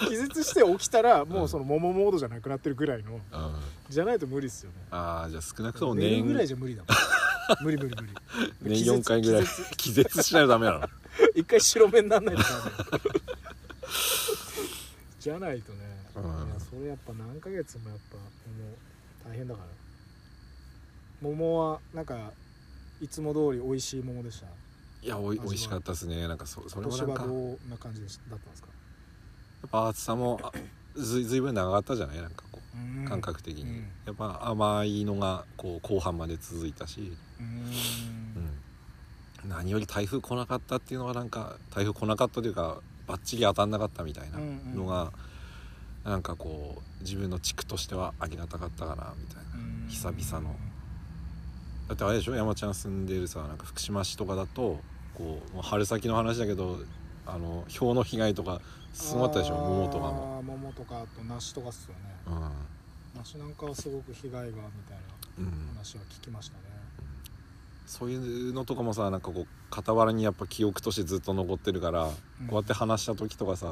Speaker 2: 気絶して起きたらもうその桃モードじゃなくなってるぐらいの
Speaker 1: うん
Speaker 2: じゃないと無理っすよね
Speaker 1: ああじゃあ少なくとも
Speaker 2: 寝る
Speaker 1: 年
Speaker 2: ぐらいじゃ無理だ もん無理無理無理
Speaker 1: 年4回ぐらい
Speaker 2: 気
Speaker 1: 気絶しないとダメな の
Speaker 2: 一回白目になんないとダメ よじゃないとね、
Speaker 1: うん
Speaker 2: いやそれやっぱ何ヶ月もやっぱもう大変だから桃はなんかいつも通り美味しい桃でした
Speaker 1: いやおい
Speaker 2: 味は
Speaker 1: 美味しかったですねなんかそそ
Speaker 2: 今
Speaker 1: れも
Speaker 2: 年
Speaker 1: なん
Speaker 2: は
Speaker 1: か
Speaker 2: ど
Speaker 1: やっ
Speaker 2: んな感じでしだったんですか
Speaker 1: ぱ厚さもあずいずいぶん長かったじゃないなんかこう感覚的に、
Speaker 2: うん
Speaker 1: やっぱ甘いのがこう後半まで続いたし、
Speaker 2: うーん
Speaker 1: うん、何より台風来なかったっていうのはなんか台風来なかったというかバッチリ当たんなかったみたいな
Speaker 2: うんうん
Speaker 1: のが、なんかこう自分の地区としてはありがたかったかなみたいな
Speaker 2: うーん
Speaker 1: 久々のだってあれでしょ山ちゃん住んでるさなんか福島市とかだとこうもう春先の話だけどあの氷の被害とかすごかったでしょ
Speaker 2: あー
Speaker 1: 桃とかも、
Speaker 2: 桃とかあと梨とかっすよね梨なんかはすごく被害がみたいな
Speaker 1: うんうん、
Speaker 2: 話は聞きましたね
Speaker 1: そういうのとかもさなんかこう傍らにやっぱ記憶としてずっと残ってるから、こうやって話した時とかさ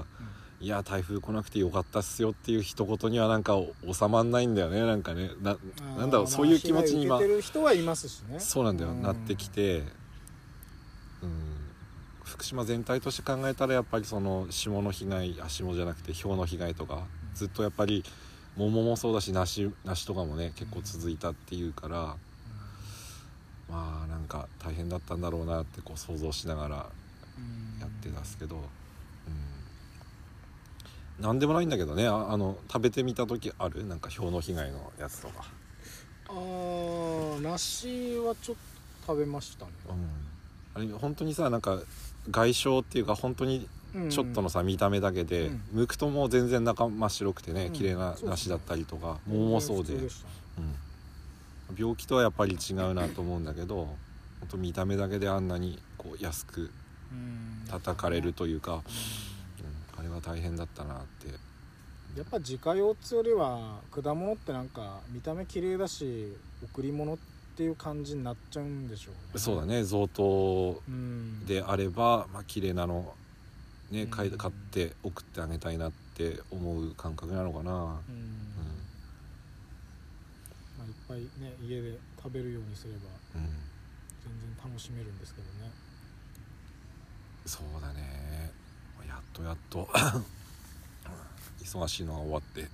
Speaker 2: う
Speaker 1: 「
Speaker 2: ん
Speaker 1: いや台風来なくてよかったっすよ」っていう一言にはなんか収まんないんだよねなんかねななんだろうそういう気持ちに今
Speaker 2: 今受けてる人はいますしね
Speaker 1: そうなんだよ、
Speaker 2: うん
Speaker 1: なってきて、うん、福島全体として考えたらやっぱりその霜の被害あ霜じゃなくて氷の被害とかずっとやっぱり桃もそうだし梨梨とかもね結構続いたっていうから、まあなんか大変だったんだろうなってこう想像しながら
Speaker 2: うん
Speaker 1: やってたっすけど、うんなんでもないんだけどねああの食べてみた時あるなんか氷の被害のやつとか。
Speaker 2: あー梨はちょっと食べましたね
Speaker 1: うん、あれ本当にさなんか外傷っていうか本当に
Speaker 2: うん
Speaker 1: ちょっとのさ、見た目だけで、
Speaker 2: うん
Speaker 1: 剥くともう全然中真っ白くてね、
Speaker 2: うん
Speaker 1: 綺麗な
Speaker 2: そうそう
Speaker 1: 梨だったりとか桃もそうで
Speaker 2: 普通したね
Speaker 1: うん、病気とはやっぱり違うなと思うんだけど本当見た目だけであんなにこう安く
Speaker 2: うん
Speaker 1: 叩かれるというか、
Speaker 2: うん
Speaker 1: うん、あれは大変だったなって
Speaker 2: やっぱ自家用つよりは果物ってなんか見た目綺麗だし贈り物っていう感じになっちゃうんでしょうね
Speaker 1: そうだね贈答
Speaker 2: うん
Speaker 1: であれば、まあ綺麗なのね買い
Speaker 2: うん
Speaker 1: 買って送ってあげたいなって思う感覚なのかな、
Speaker 2: うん
Speaker 1: うん
Speaker 2: まあ、いっぱいね家で食べるようにすれば
Speaker 1: うん
Speaker 2: 全然楽しめるんですけどね
Speaker 1: そうだねやっとやっと 忙しいのが終わって、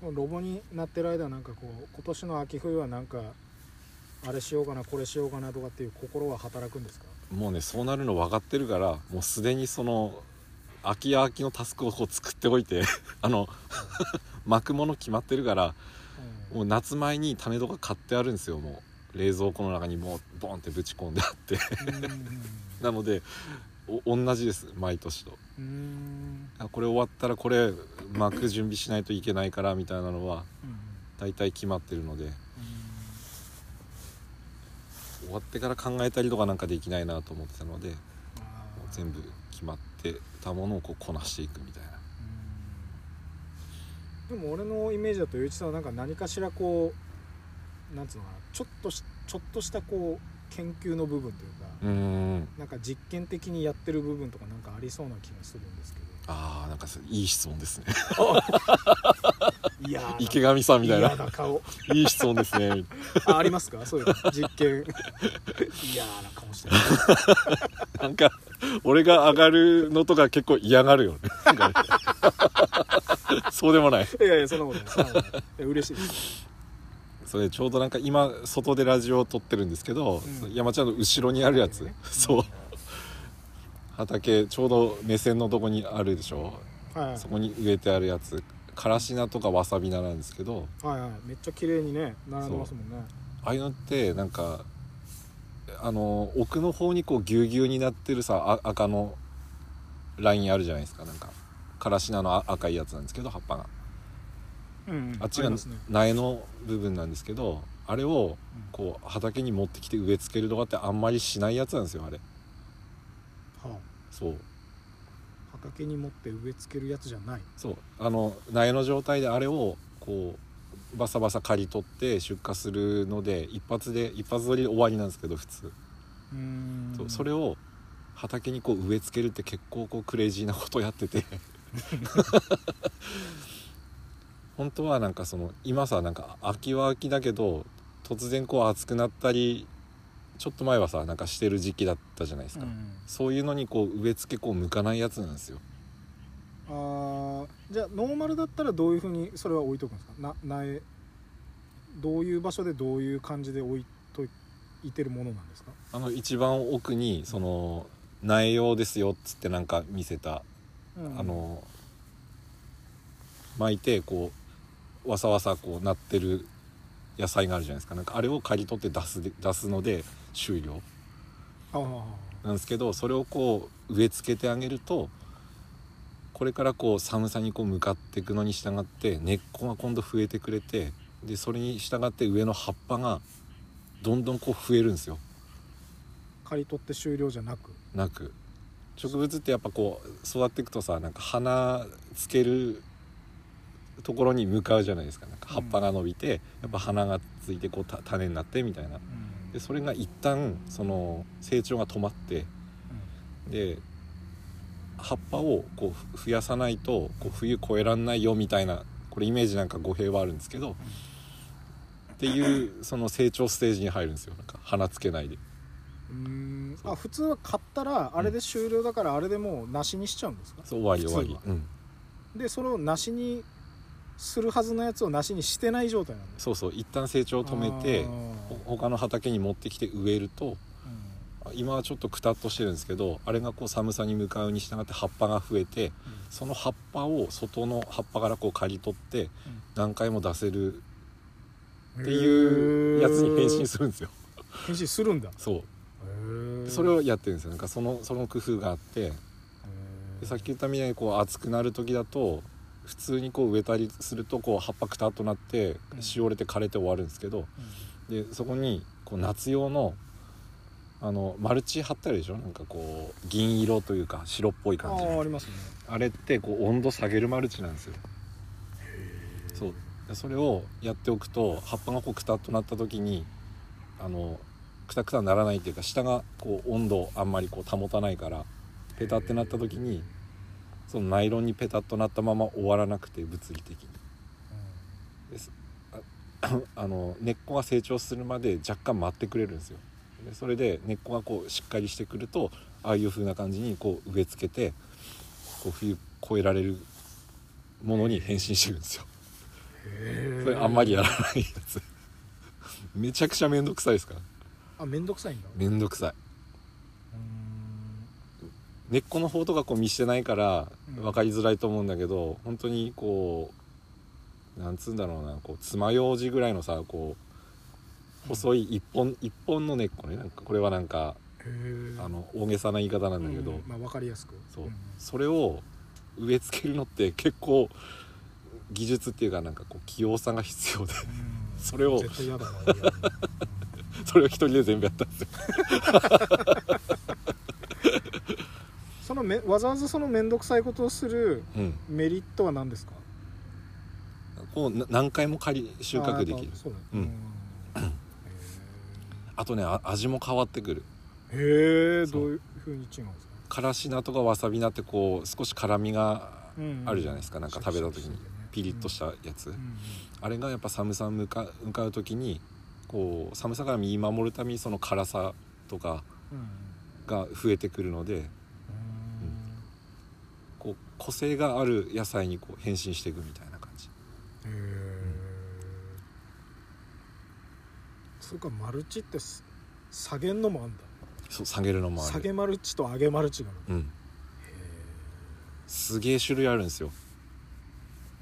Speaker 2: そのロボになってる間はなんかこう今年の秋冬はなんかあれしようかなこれしようかなとかっていう心は働くんですか
Speaker 1: うんもうねそうなるの分かってるからもうすでにその秋や秋のタスクをこう作っておいて あの巻くもの決まってるから
Speaker 2: うん
Speaker 1: もう夏前に種とか買ってあるんですよもう冷蔵庫の中にもうボンってぶち込んであって なのでお同じです毎年と
Speaker 2: うんうん
Speaker 1: あこれ終わったらこれ巻く準備しないといけないからみたいなのは
Speaker 2: うん
Speaker 1: 大体決まってるので終わってから考えたりとかなんかできないなと思ってたのでも
Speaker 2: あ
Speaker 1: う
Speaker 2: ー
Speaker 1: 全部決まってたものをこうこなしていくみたいな
Speaker 2: うんでも俺のイメージだと雄一さんはなんか何かしらこうなんつうのかなちょっとしちょっとしたこう研究の部分というか、
Speaker 1: うーん
Speaker 2: なんか実験的にやってる部分とかなんかありそうな気がするんですけ
Speaker 1: あーなんかそれいい質問ですね
Speaker 2: どいやー
Speaker 1: 池上さんみたい
Speaker 2: 嫌
Speaker 1: な
Speaker 2: な顔
Speaker 1: いい質問ですね
Speaker 2: あありますかそういうの実験嫌な顔してる
Speaker 1: なんか俺が上がるのとか結構嫌がるよねなんかねそうでもない
Speaker 2: いやいやそんなことないそんなことないいや嬉しいです
Speaker 1: それちょうどなんか今外でラジオを撮ってるんですけど、
Speaker 2: うん
Speaker 1: 山ちゃんの後ろにあるやつ、
Speaker 2: ね
Speaker 1: そう畑ちょうど目線のとこにあるでしょ
Speaker 2: はいはい
Speaker 1: そこに植えてあるやつからし菜とかわさび菜なんですけど
Speaker 2: はいはいめっちゃ綺麗にね並んでますもんね
Speaker 1: ああいうのってなんかあの奥の方にこうぎゅうぎゅうになってるさあ赤のラインあるじゃないですかなんかからし菜のあ赤いやつなんですけど葉っぱが
Speaker 2: うんうん
Speaker 1: あっち
Speaker 2: り
Speaker 1: が
Speaker 2: ますね
Speaker 1: 苗の部分なんですけどあれをこう畑に持ってきて植え付けるとかってあんまりしないやつなんですよあれ
Speaker 2: は
Speaker 1: そう
Speaker 2: あ畑に持って植え付けるやつじゃない
Speaker 1: そうあの苗の状態であれをこうバサバサ刈り取って出荷するので一発で一発撮りで終わりなんですけど普通、
Speaker 2: うーん
Speaker 1: そうそれを畑にこう植え付けるって結構こうクレイジーなことやって て本当はなんかその今さなんか秋は秋だけど突然こう暑くなったりちょっと前はさなんかしてる時期だったじゃないです
Speaker 2: うん
Speaker 1: か、
Speaker 2: うん
Speaker 1: そういうのにこう植え付けこう向かないやつなんですよ
Speaker 2: あーじゃあノーマルだったらどういうふうにそれは置いとくんですかな苗どういう場所でどういう感じで置いといてるものなんですか
Speaker 1: あの一番奥にその苗用ですよっつってなんか見せた、あの巻いてこうわさわさこうなってる野菜があるじゃないですかなんかあれを刈り取って出すで出すので終了
Speaker 2: あー
Speaker 1: なんですけどそれをこう植え付けてあげるとこれからこう寒さにこう向かっていくのに従って根っこが今度増えてくれてでそれに従って上の葉っぱがどんどんこう増えるんですよ。
Speaker 2: 刈り取って終了じゃなく
Speaker 1: なく植物ってやっぱこう育っていくとさなんか花つけるところに向かうじゃないですかなんか葉っぱが伸びて、やっぱ花がついてこうた種になってみたいなでそれが一旦その成長が止まってで葉っぱをこうふ増やさないとこう冬越えらんないよみたいなこれイメージなんか語弊はあるんですけど、っていうその成長ステージに入るんですよなんか花つけないで。
Speaker 2: うん
Speaker 1: そう
Speaker 2: あ普通は買ったらあれで終了だからあれでもうなしにしちゃうんですか、
Speaker 1: そう終わり終わり
Speaker 2: 普、通
Speaker 1: うん、
Speaker 2: でそれをなしにするはずのやつをなしにしてない状態なんです
Speaker 1: そうそう一旦成長を止めて
Speaker 2: あー
Speaker 1: ほ他の畑に持ってきて植えるとあ今はちょっとくたっとしてるんですけどあれがこう寒さに向かうに従って葉っぱが増えてその葉っぱを外の葉っぱからこう刈り取って何回も出せる
Speaker 2: うん
Speaker 1: っていうやつに変身
Speaker 2: へー
Speaker 1: するんですよ。
Speaker 2: 変身するんだ
Speaker 1: そうそれをやってるんですよなんかそのその工夫があってでさっき言ったみたいにこう暑くなる時だと普通にこう植えたりするとこう葉っぱくたっとなって
Speaker 2: うん
Speaker 1: しおれて枯れて終わるんですけど、でそこにこう夏用のあのマルチ貼ってあるでしょなんかこう銀色というか白っぽい
Speaker 2: あ
Speaker 1: 感じ
Speaker 2: あーあ
Speaker 1: の
Speaker 2: りますね
Speaker 1: あれってこう温度下げるマルチなんですよそうでそれをやっておくと葉っぱがこうくたっとなった時にあのくたくたならないっていうか下がこう温度をあんまりこう保たないからペタってなった時にそのナイロンにペタッとなったまま終わらなくて物理的にですああの根っこが成長するまで若干待ってくれるんですよでそれで根っこがこうしっかりしてくるとああいう風な感じにこう植え付けてこう冬越えられるものに変身してるんですよそれあんまりやらないやつめちゃくちゃ面倒くさいですから
Speaker 2: あ面倒くさいんだ
Speaker 1: 面倒くさい
Speaker 2: うん
Speaker 1: 根っこの方とかこう見してないから
Speaker 2: うん
Speaker 1: 分かりづらいと思うんだけど、本当にこうなんつうんだろうなこう爪楊枝ぐらいのさこう細い一本一本の根っこねなんかこれはなんか
Speaker 2: へえ
Speaker 1: あの大げさな言い方なんだけど、
Speaker 2: まあ分かりやすく
Speaker 1: そう、
Speaker 2: ん
Speaker 1: それを植え付けるのって結構技術っていうかなんかこう器用さが必要で
Speaker 2: うん
Speaker 1: それを
Speaker 2: 絶対嫌だな俺やるの
Speaker 1: それを一人で全部やったんですよ
Speaker 2: そのめわざわざその面倒くさいことをする
Speaker 1: うん
Speaker 2: メリットは何ですか
Speaker 1: こうな何回も刈り収穫で
Speaker 2: あ
Speaker 1: き
Speaker 2: ーやっ
Speaker 1: る
Speaker 2: ぱそうだね
Speaker 1: うん
Speaker 2: うん
Speaker 1: あとねあ味も変わってくる
Speaker 2: へーへえ
Speaker 1: そう
Speaker 2: どういうふうに違うんですか
Speaker 1: からし菜とかわさび菜ってこう少し辛みがあるじゃないですか、
Speaker 2: うん
Speaker 1: なんか食べた時にピリッとしたやつ、
Speaker 2: うんうん
Speaker 1: あれがやっぱ寒さに向か向かう時にこう寒さから身守るためにその辛さとか
Speaker 2: うんう
Speaker 1: が
Speaker 2: ん
Speaker 1: 増えてくるのでこう個性がある野菜にこう変身していくみたいな感じ
Speaker 2: へえそうかマルチってす下げんのもあんだ
Speaker 1: そう下げるのもあ
Speaker 2: 下
Speaker 1: る
Speaker 2: げマルチと上げマルチがある
Speaker 1: うん
Speaker 2: へ
Speaker 1: すげえ種類あるんですよ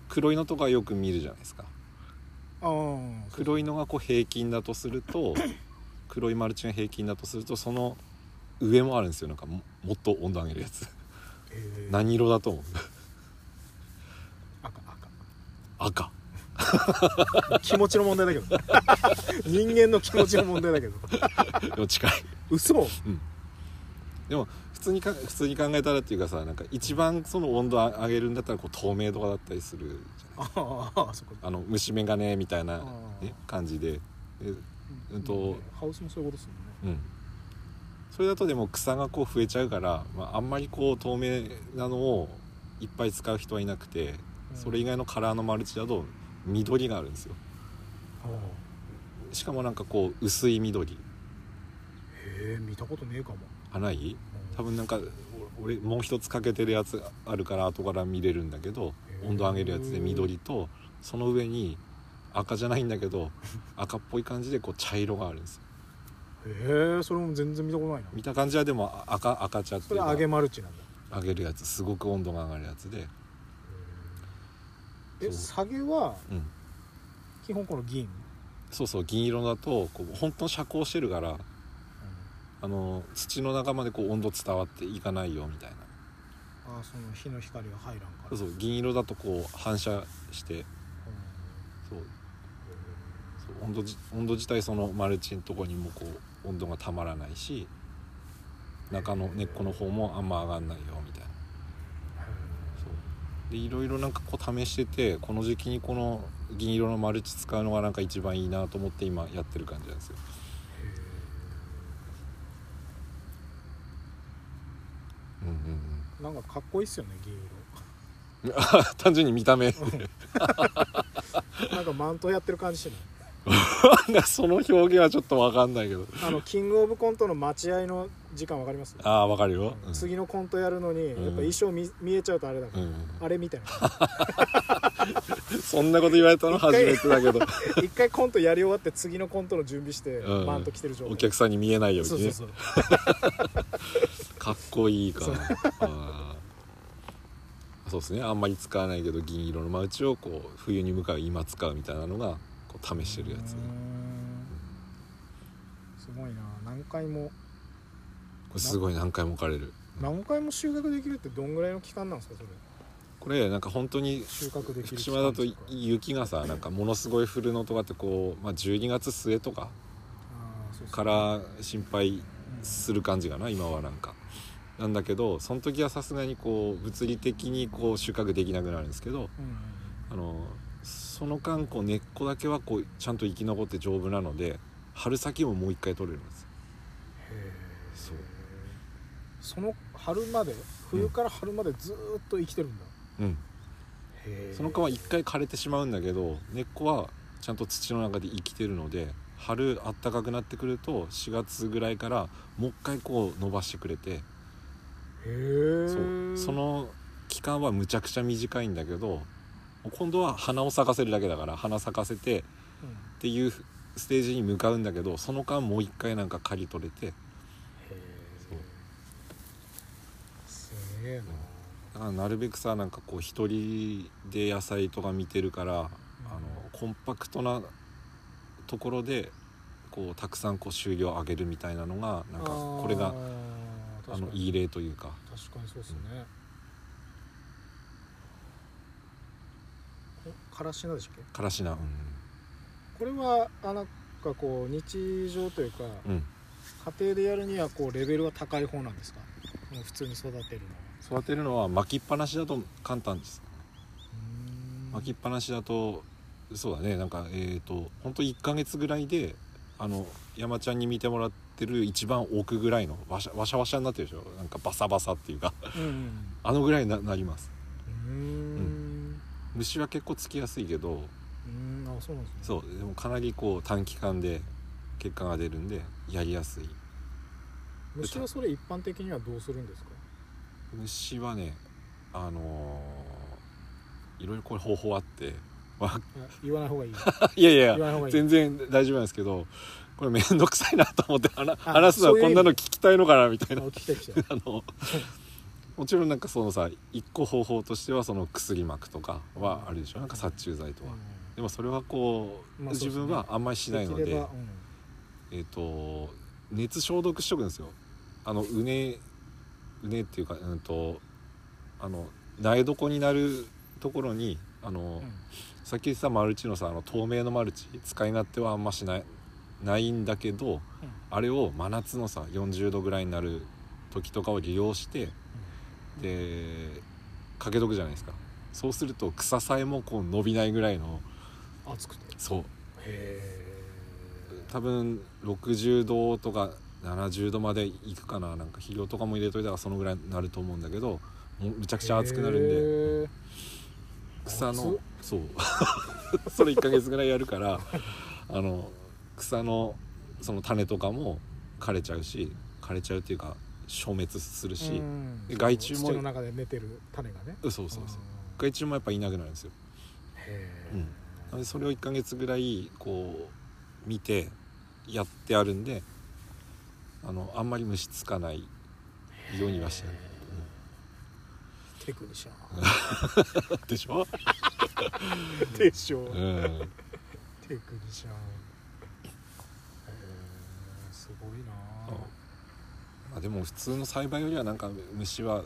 Speaker 1: 黒いのとかよく見るじゃないですか
Speaker 2: ああ
Speaker 1: 黒いのがこう平均だとする と黒いマルチが平均だとするとその上もあるんですよなんかももっと温度上げるやつ
Speaker 2: えー
Speaker 1: 何色だと思う
Speaker 2: 赤赤
Speaker 1: 赤
Speaker 2: 気持ちの問題だけど 人間の気持ちの問題だけど
Speaker 1: でも近い
Speaker 2: 嘘
Speaker 1: でも普通にか普通に考えたらっていうかさなんか一番その温度上げるんだったらこう透明とかだったりするじゃない
Speaker 2: あああそこ
Speaker 1: あの虫眼鏡みたいな、
Speaker 2: ー
Speaker 1: ね、感じででうんと
Speaker 2: うんハウスもそういうことですもん
Speaker 1: うん、
Speaker 2: ね
Speaker 1: それだとでも草がこう増えちゃうから、まあ、あんまりこう透明なのをいっぱい使う人はいなくて
Speaker 2: うん
Speaker 1: それ以外のカラーのマルチだと緑があるんですよ
Speaker 2: ああ
Speaker 1: しかもなんかこう薄い緑
Speaker 2: へえ見たことねえかも
Speaker 1: あない多分なんかお俺もう一つ欠けてるやつがあるから後から見れるんだけど
Speaker 2: へー
Speaker 1: 温度上げるやつで緑とその上に赤じゃないんだけど赤っぽい感じでこう茶色があるんですよ
Speaker 2: へえそれも全然見たことないな
Speaker 1: 見た感じはでもあ赤赤茶って
Speaker 2: そ
Speaker 1: いう
Speaker 2: れ
Speaker 1: か
Speaker 2: 揚げマルチなんだ
Speaker 1: 上げるやつすごく温度が上がるやつで、
Speaker 2: え
Speaker 1: そ
Speaker 2: 下げは
Speaker 1: うん、
Speaker 2: 基本この銀
Speaker 1: そうそう銀色だとこう本当に遮光してるからあの土の中までこう温度伝わっていかないよみたいな
Speaker 2: ああその日の光が入らんから
Speaker 1: そうそう銀色だとこう反射して
Speaker 2: うん
Speaker 1: そうそう温度じ温度自体そのマルチのとこにもこう温度がたまらないし中の根っこの方もあんま上がんないよみたいなそうでいろいろなんかこう試しててこの時期にこの銀色のマルチ使うのがなんか一番いいなと思って今やってる感じなんですようんうん うん
Speaker 2: なんかかっこいいっすよね銀
Speaker 1: あ単純に見た目
Speaker 2: 色 なんかマントやってる感 じしない
Speaker 1: その表現はちょっとわかんないけど
Speaker 2: あのキングオブコントの待合の時間わかります
Speaker 1: ああわかるよ、うん、
Speaker 2: 次のコントやるのにやっぱ
Speaker 1: ん
Speaker 2: 衣装見見えちゃうとあれだか
Speaker 1: う
Speaker 2: ら、
Speaker 1: ん
Speaker 2: あれみ たいな
Speaker 1: そんなこと言われたの
Speaker 2: 一回
Speaker 1: 初めてだけど
Speaker 2: 一回コントやり終わって次のコントの準備して
Speaker 1: うん
Speaker 2: マント着てる状態
Speaker 1: お客さんに見えないよう
Speaker 2: そう
Speaker 1: に
Speaker 2: そ
Speaker 1: ね
Speaker 2: うそう
Speaker 1: かっこいいから あーそうですねあんまり使わないけど銀色のマウチをこう冬に向かう今使うみたいなのがこう試してるやつ
Speaker 2: うーんすごいな何回も
Speaker 1: これすごい何回も枯れる
Speaker 2: 何回も収穫できるってどんぐらいの期間なんですかそれ
Speaker 1: これなんか本当に
Speaker 2: 収穫できる
Speaker 1: 福
Speaker 2: 期
Speaker 1: 島
Speaker 2: 間
Speaker 1: だ
Speaker 2: って
Speaker 1: と
Speaker 2: いうか
Speaker 1: 雪がさなんかものすごい降るのとかってこう、まあ、12月末とか
Speaker 2: あーそうそう
Speaker 1: から心配する感じかな今はなんかなんだけどその時はさすがにこう物理的にこう収穫できなくなるんですけど
Speaker 2: うんうん
Speaker 1: あのその間こう根っこだけはこうちゃんと生き残って丈夫なので春先ももう一回取れるんです
Speaker 2: へー
Speaker 1: そう
Speaker 2: その春まで冬から春までずーっと生きてるんだ、
Speaker 1: うん
Speaker 2: へー
Speaker 1: その間は一回枯れてしまうんだけど根っこはちゃんと土の中で生きてるので春あったかくなってくると4月ぐらいからもう一回こう伸ばしてくれて
Speaker 2: へ
Speaker 1: そう
Speaker 2: ー
Speaker 1: その期間はむちゃくちゃ短いんだけど今度は花を咲かせるだけだから花咲かせてっ
Speaker 2: うんへ
Speaker 1: ていうステージに向かうんだけどその間もう一回なんか刈り取れてそう
Speaker 2: ーすげえな、
Speaker 1: だからなるべくさなんかこう一人で野菜とか見てるから、あのコンパクトなところでこうたくさんこう収量上げるみたいなのがなんか
Speaker 2: あー
Speaker 1: これがあ
Speaker 2: 確か
Speaker 1: の
Speaker 2: に
Speaker 1: いい例というか
Speaker 2: 確かにそうですね、おからしなでしたっけ
Speaker 1: からしな
Speaker 2: これはあなんかこう日常というか、
Speaker 1: うん、うん、
Speaker 2: 家庭でやるにはこうレベルが高い方なんですかこの普通に育てるのは
Speaker 1: 育てるのは巻きっぱなしだと簡単です
Speaker 2: うーん
Speaker 1: 巻きっぱなしだとそうだねなんかえっ、とほんと1ヶ月ぐらいであの山ちゃんに見てもらってる一番奥ぐらいのわしゃわしゃわしゃになってるでしょなんかバサバサっていうか
Speaker 2: うんうん
Speaker 1: あのぐらいにななります
Speaker 2: うん
Speaker 1: 虫は結構つきやすいけど
Speaker 2: うんあそうなんですね
Speaker 1: そうでもかなりこう短期間で結果が出るんでやりやすい
Speaker 2: 虫はそれ一般的にはどうするんですか
Speaker 1: 虫はねあのーいろいろこれ方法あってわ
Speaker 2: あ言わない方がいい
Speaker 1: いやいや
Speaker 2: 言わない方がいい
Speaker 1: 全然大丈夫なんですけどこれ面倒くさいなと思って話
Speaker 2: あ
Speaker 1: 話すのは
Speaker 2: そうい
Speaker 1: こ
Speaker 2: う意味
Speaker 1: んなの聞きたいのかなみたい
Speaker 2: あ
Speaker 1: な
Speaker 2: 聞きたい聞きたい
Speaker 1: あのもちろんなんかそのさ一個方法としてはその薬膜とかはあるでしょなんか殺虫剤と
Speaker 2: うん
Speaker 1: は、でもそれはこう、
Speaker 2: まあそうで
Speaker 1: 自
Speaker 2: すね
Speaker 1: 分はあんまりしないので
Speaker 2: きれば
Speaker 1: えっ、と熱消毒しとくんですよあのうねうねっていうかうんとあの苗床になるところにあの、
Speaker 2: うんうん
Speaker 1: さっき言ってたマルチのさあの透明のマルチ使い勝手はあんましないないんだけどあれを真夏のさ40度ぐらいになる時とかを利用してでかけとくじゃないですかそうすると草さえもこう伸びないぐらいの
Speaker 2: うん暑くて
Speaker 1: そう
Speaker 2: へ
Speaker 1: 多分60度とか70度までいくかななんか肥料とかも入れといたらそのぐらいになると思うんだけどもうむちゃくちゃ暑くなるんで。
Speaker 2: んで
Speaker 1: 草の
Speaker 2: 夏
Speaker 1: そう それ1ヶ月ぐらいやるからあの草のその種とかも枯れちゃうし枯れちゃうっていうか消滅するし、で害虫も
Speaker 2: 土の中で寝てる種がね
Speaker 1: うそうそうそう
Speaker 2: うん
Speaker 1: 害虫もやっぱいなくなるんですよ
Speaker 2: へ
Speaker 1: うんなのでそれを1ヶ月ぐらいこう見てやってあるんであのあんまり虫つかないようにはしてる、
Speaker 2: えテクニシャ
Speaker 1: うん でしょ、
Speaker 2: ンでしょ
Speaker 1: うん、
Speaker 2: テクニシャンへえすごいな
Speaker 1: そうまあ、でも普通の栽培よりはなんか虫は、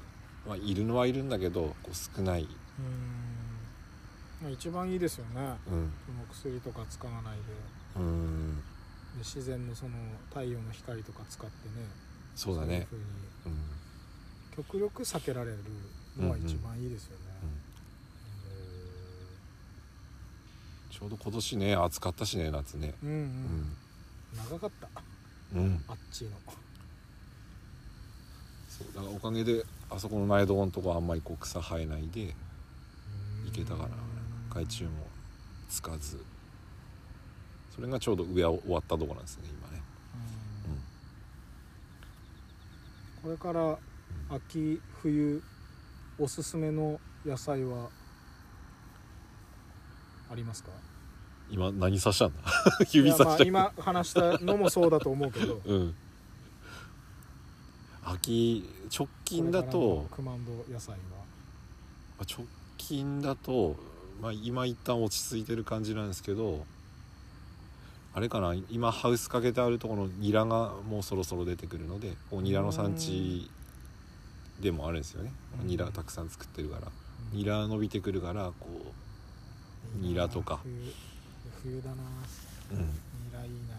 Speaker 1: まあ、いるのはいるんだけどこう少ない、
Speaker 2: うんまあ一番いいですよね
Speaker 1: うん、
Speaker 2: その薬とか使わないで
Speaker 1: うん
Speaker 2: で自然のその太陽の光とか使ってね
Speaker 1: そうだ
Speaker 2: い
Speaker 1: ね
Speaker 2: 風に
Speaker 1: うん、
Speaker 2: 極力避けられるのは一番いいですよね、
Speaker 1: うんちょうど今年ね暑かったしね夏ね
Speaker 2: うんうん、
Speaker 1: うん、
Speaker 2: 長かった
Speaker 1: うん、
Speaker 2: あっちの
Speaker 1: そうだからおかげであそこの苗床のとこはあんまりこう草生えないでいけたかな害虫もつかずそれがちょうど植え終わったとこなんですね今ね、
Speaker 2: う
Speaker 1: うんん、
Speaker 2: これから秋冬おすすめの野菜はありますか
Speaker 1: 今何刺 したんだ指刺した
Speaker 2: いやまあ今話したのもそうだと思うけど
Speaker 1: うん秋直近だと
Speaker 2: これからの熊本野菜は
Speaker 1: まあ直近だと、まあ、今一旦落ち着いてる感じなんですけどあれかな今ハウスかけてあるところのニラがもうそろそろ出てくるのでこうニラの産地でもあるんですよね
Speaker 2: うん
Speaker 1: ニラたくさん作ってるから
Speaker 2: うん
Speaker 1: ニラ伸びてくるからこニラとか
Speaker 2: 冬冬だな
Speaker 1: う、うん、
Speaker 2: ニラいいな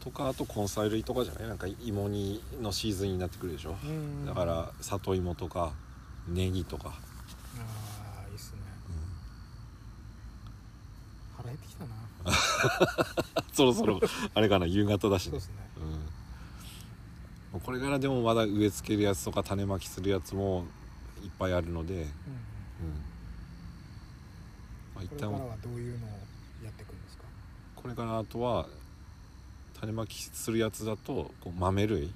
Speaker 1: とかあと根菜類とかじゃないなんか芋にのシーズンになってくるでしょ
Speaker 2: うん
Speaker 1: だから里芋とかネギとか、
Speaker 2: ああいいっすね腹減ってきたな
Speaker 1: そろそろあれかな夕方だし
Speaker 2: そう
Speaker 1: ね
Speaker 2: ですね
Speaker 1: うんもうこれからでもまだ植え付けるやつとか種まきするやつもいっぱいあるので、うん
Speaker 2: うんうん
Speaker 1: まあ、一
Speaker 2: これから
Speaker 1: 旦
Speaker 2: はどういうのをやっていくんですか
Speaker 1: これからあとは種まきするやつだとこう豆類